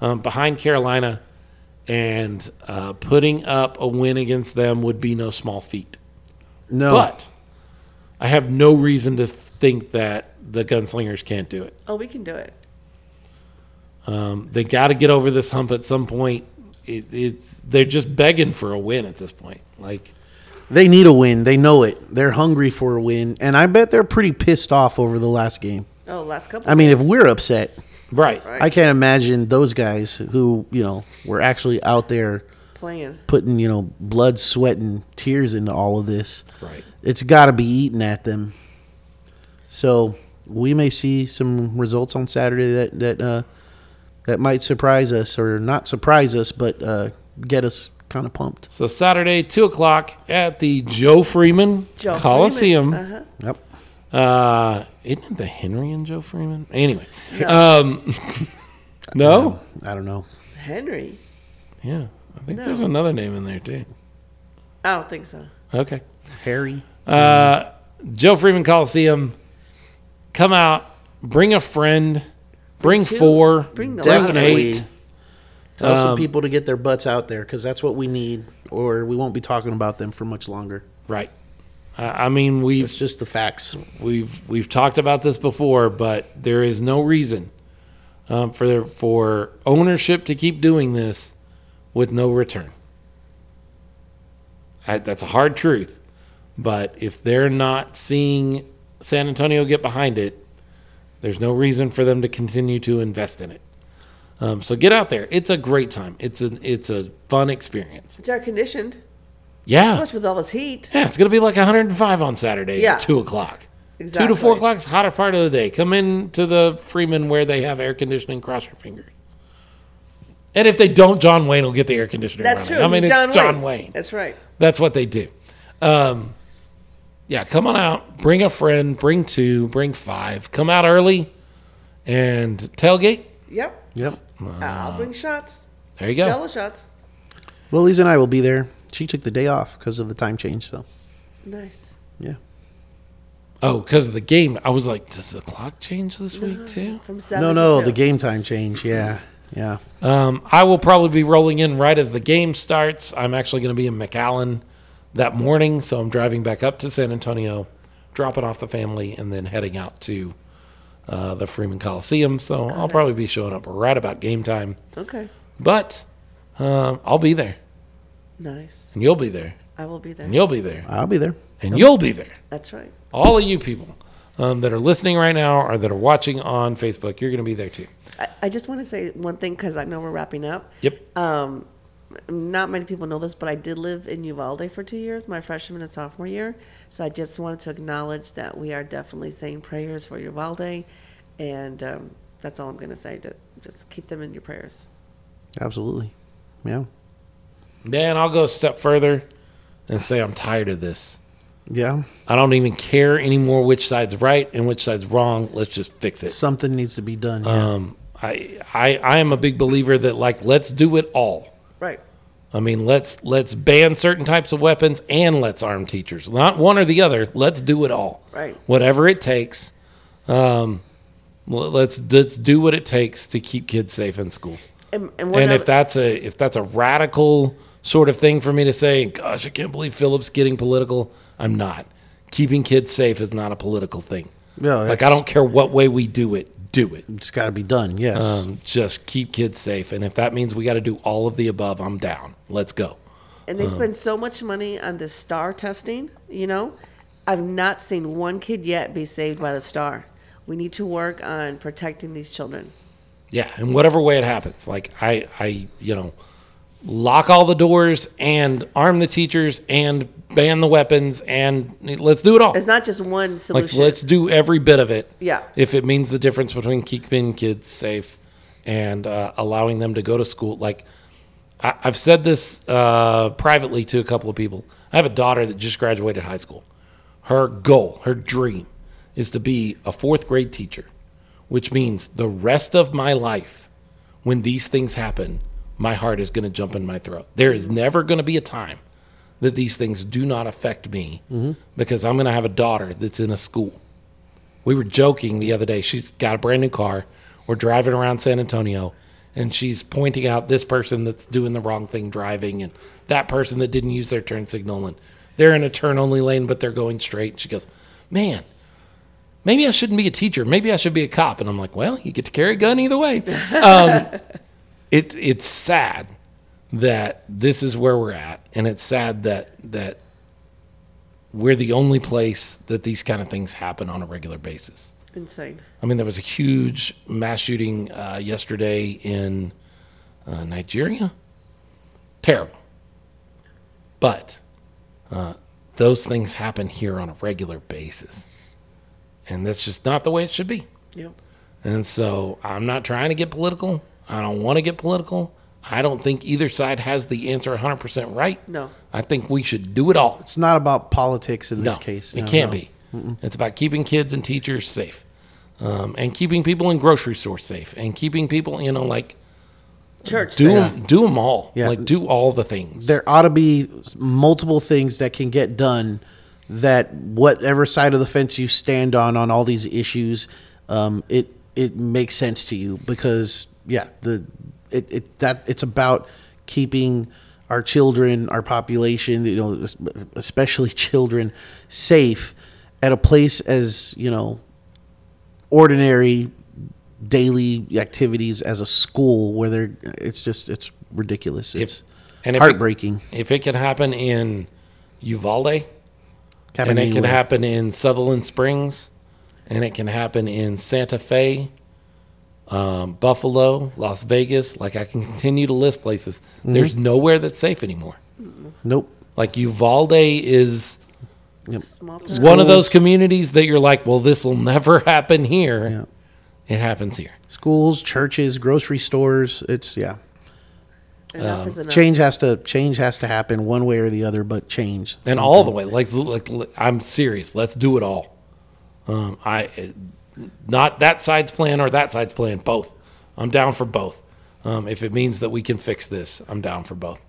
Speaker 1: um, behind Carolina, and uh, putting up a win against them would be no small feat.
Speaker 3: no,
Speaker 1: But I have no reason to think that the Gunslingers can't do it.
Speaker 2: oh, we can do it.
Speaker 1: Um, they got to get over this hump at some point. It, it's they're just begging for a win at this point. Like
Speaker 3: they need a win. They know it. They're hungry for a win, and I bet they're pretty pissed off over the last game.
Speaker 2: Oh, last couple.
Speaker 3: I mean, if we're upset,
Speaker 1: right,
Speaker 2: Right.
Speaker 3: I can't imagine those guys who you know were actually out there
Speaker 2: playing.
Speaker 3: putting you know blood, sweat, and tears into all of this.
Speaker 1: right.
Speaker 3: It's got to be eaten at them. So we may see some results on Saturday that that uh, that might surprise us or not surprise us, but uh, get us kind of pumped.
Speaker 1: So Saturday, two o'clock at the Joe Freeman
Speaker 2: Joe
Speaker 1: Coliseum.
Speaker 2: Freeman. Uh-huh.
Speaker 3: Yep.
Speaker 1: Uh, isn't it the Henry and Joe Freeman? Anyway, um, no,
Speaker 3: I don't know.
Speaker 2: Henry.
Speaker 1: yeah, I think
Speaker 2: No.
Speaker 1: there's another name in there too.
Speaker 2: I don't think so.
Speaker 1: Okay,
Speaker 3: Harry.
Speaker 1: uh, Joe Freeman Coliseum, come out, bring a friend, bring
Speaker 2: two.
Speaker 1: four,
Speaker 2: Bring the
Speaker 1: bring
Speaker 2: lot.
Speaker 1: eight. Um,
Speaker 3: Tell some people to get their butts out there because that's what we need, or we won't be talking about them for much longer.
Speaker 1: Right. I I mean, we've
Speaker 3: It's just the facts.
Speaker 1: we've we've talked about this before, but there is no reason um, for their, for ownership to keep doing this with no return. I, that's a hard truth, but if they're not seeing San Antonio get behind it, there's no reason for them to continue to invest in it. Um, so get out there; it's a great time. It's an it's a fun experience.
Speaker 2: It's air conditioned.
Speaker 1: Yeah,
Speaker 2: Plus, with all this heat.
Speaker 1: yeah, it's gonna be like 105 on Saturday
Speaker 2: Yeah.
Speaker 1: at two o'clock.
Speaker 2: Exactly.
Speaker 1: Two to four o'clock's hotter part of the day. Come in to the Freeman where they have air conditioning. Cross your fingers. And if they don't, John Wayne will get the air conditioner.
Speaker 2: That's true.
Speaker 1: running. I mean,
Speaker 2: He's
Speaker 1: it's
Speaker 2: John,
Speaker 1: John
Speaker 2: Wayne.
Speaker 1: Wayne.
Speaker 2: That's right.
Speaker 1: That's what they do. Um, yeah, come on out. Bring a friend. Bring two. Bring five. Come out early and tailgate.
Speaker 2: Yep.
Speaker 3: Yep.
Speaker 1: Uh,
Speaker 2: I'll bring shots.
Speaker 1: There you go.
Speaker 2: Jello shots.
Speaker 3: Lily's and I will be there. She took the day off because of the time change. So
Speaker 2: Nice.
Speaker 3: yeah,
Speaker 1: Oh, because of the game. I was like, does the clock change this
Speaker 2: Uh-huh.
Speaker 1: week too?
Speaker 2: From seven.
Speaker 3: no,
Speaker 2: to
Speaker 3: no,
Speaker 2: two.
Speaker 3: the game time change. Yeah, yeah.
Speaker 1: Um, I will probably be rolling in right as the game starts. I'm actually going to be in McAllen that morning, so I'm driving back up to San Antonio, dropping off the family, and then heading out to uh, the Freeman Coliseum. So I'll probably be showing up right about game time,
Speaker 2: Okay.
Speaker 1: but um, I'll be there,
Speaker 2: Nice.
Speaker 1: and you'll be there,
Speaker 2: I will be there.
Speaker 1: and you'll be there,
Speaker 3: I'll be there.
Speaker 1: and you'll be there.
Speaker 2: That's right.
Speaker 1: All of you people um, that are listening right now or that are watching on Facebook, you're going to be there too.
Speaker 2: I, I just want to say one thing because I know we're wrapping up.
Speaker 1: Yep.
Speaker 2: Um, not many people know this, but I did live in Uvalde for two years, my freshman and sophomore year. So I just wanted to acknowledge that we are definitely saying prayers for Uvalde, and um, that's all I'm going to say. To just keep them in your prayers.
Speaker 3: Absolutely. Yeah,
Speaker 1: Then I'll go a step further and say I'm tired of this.
Speaker 3: yeah.
Speaker 1: I don't even care anymore which side's right and which side's wrong. Let's just fix it.
Speaker 3: Something needs to be done. Yeah.
Speaker 1: Um, I, I, I am a big believer that like let's do it all.
Speaker 2: Right.
Speaker 1: I mean, let's let's ban certain types of weapons and let's arm teachers. Not one or the other. Let's do it all.
Speaker 2: Right.
Speaker 1: Whatever it takes. Um, l- let's let's do what it takes to keep kids safe in school.
Speaker 2: And, and, one
Speaker 1: And if
Speaker 2: other-
Speaker 1: that's a if that's a radical sort of thing for me to say, gosh, I can't believe Phillips getting political. I'm not. Keeping kids safe is not a political thing.
Speaker 3: No,
Speaker 1: like
Speaker 3: that's-
Speaker 1: I don't care what way we do it, do it.
Speaker 3: It's got to be done. Yes.
Speaker 1: Um, just keep kids safe, and if that means we got to do all of the above, I'm down. Let's go.
Speaker 2: and
Speaker 1: Uh-huh.
Speaker 2: they spend so much money on this star testing, you know. I've not seen one kid yet be saved by the star. We need to work on protecting these children.
Speaker 1: Yeah, in whatever way it happens. Like I, I, you know, lock all the doors and arm the teachers and ban the weapons and let's do it all.
Speaker 2: It's not just one
Speaker 1: Like,
Speaker 2: solution.
Speaker 1: let's do every bit of it.
Speaker 2: Yeah.
Speaker 1: If it means the difference between keeping kids safe and uh, allowing them to go to school. Like, I, I've said this uh, privately to a couple of people. I have a daughter that just graduated high school. Her goal, her dream, is to be a fourth grade teacher, which means the rest of my life, when these things happen, my heart is going to jump in my throat. There is never going to be a time that these things do not affect me because I'm going to have a daughter that's in a school. We were joking the other day. She's got a brand new car. We're driving around San Antonio, and she's pointing out this person that's doing the wrong thing driving, and that person that didn't use their turn signal, and they're in a turn-only lane, but they're going straight. She goes, "Man, maybe I shouldn't be a teacher. Maybe I should be a cop." And I'm like, "Well, you get to carry a gun either way." Um, it it's sad that this is where we're at, and it's sad that that we're the only place that these kind of things happen on a regular basis.
Speaker 2: Insane.
Speaker 1: I mean, there was a huge mass shooting uh, yesterday in uh, Nigeria. Terrible. But uh, those things happen here on a regular basis. And that's just not the way it should be.
Speaker 2: Yep.
Speaker 1: And so I'm not trying to get political. I don't want to get political. I don't think either side has the answer 100% right.
Speaker 2: No.
Speaker 1: I think we should do it all.
Speaker 3: it's not about politics in
Speaker 1: No,
Speaker 3: this case.
Speaker 1: it
Speaker 3: No,
Speaker 1: can't
Speaker 3: no.
Speaker 1: be. It's about keeping kids and teachers safe, um, and keeping people in grocery stores safe, and keeping people, you know, like
Speaker 2: Church.
Speaker 1: do
Speaker 2: said-
Speaker 1: them, do them all.
Speaker 3: Yeah.
Speaker 1: Like do all the things.
Speaker 3: There ought to be multiple things that can get done. That whatever side of the fence you stand on on all these issues, um, it it makes sense to you because yeah, the it, it that it's about keeping our children, our population, you know, es- especially children, safe at a place as you know ordinary daily activities as a school where they're it's just it's ridiculous it's
Speaker 1: and if it-
Speaker 3: heartbreaking
Speaker 1: If it can happen in Uvalde, and
Speaker 3: Happening
Speaker 1: it can
Speaker 3: anywhere.
Speaker 1: happen in Sutherland Springs, and it can happen in Santa Fe, um, Buffalo, Las Vegas. Like I can continue to list places.
Speaker 3: Mm-hmm.
Speaker 1: There's nowhere that's safe anymore.
Speaker 3: nope
Speaker 1: Like Uvalde is.
Speaker 2: Small town.
Speaker 1: It's one of those communities that you're like, well, this will never happen here. It happens here.
Speaker 3: schools churches grocery stores it's yeah
Speaker 2: Enough is enough.
Speaker 3: change has to change has to happen one way or the other but change
Speaker 1: And all the way, like, like, like- I'm serious. Let's do it all. Um, I, it- not that side's plan or that side's plan. Both. I'm down for both. Um, if it means that we can fix this, I'm down for both.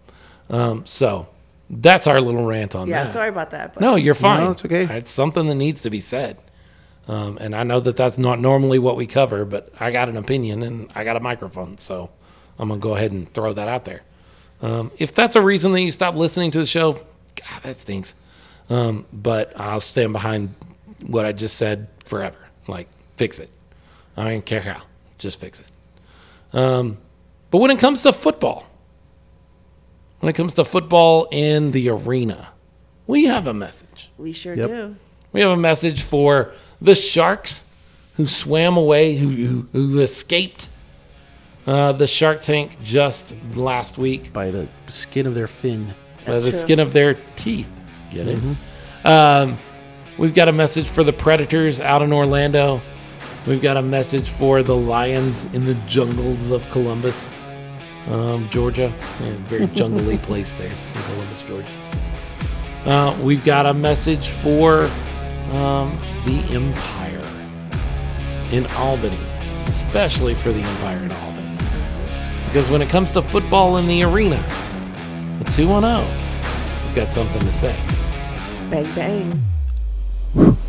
Speaker 1: Um, so that's our little rant on
Speaker 2: Yeah,
Speaker 1: that.
Speaker 2: sorry about that. But
Speaker 1: No, you're fine.
Speaker 3: it's okay.
Speaker 1: It's something that needs to be said. Um, and I know that that's not normally what we cover, but I got an opinion and I got a microphone, so I'm gonna go ahead and throw that out there. Um, if that's a reason that you stop listening to the show, God, that stinks. Um, but I'll stand behind what I just said forever. Like, fix it. I don't care how. Just fix it. Um, But when it comes to football, when it comes to football in the arena, we have a message.
Speaker 2: we sure
Speaker 3: Yep.
Speaker 2: do.
Speaker 1: We have a message for the sharks who swam away, who, who, who escaped uh, the Shark Tank just last week
Speaker 3: by the skin of their fin.
Speaker 1: by the
Speaker 2: true.
Speaker 1: skin of their teeth. Get it? Um, we've got a message for the Predators out in Orlando. We've got a message for the Lions in the jungles of Columbus, um, Georgia. Yeah, very jungly place there in Columbus, Georgia. Uh, we've got a message for um, the Empire in Albany, especially for the Empire in Albany. Because when it comes to football in the arena, the oh. 210 has got something to say.
Speaker 2: Bang bang.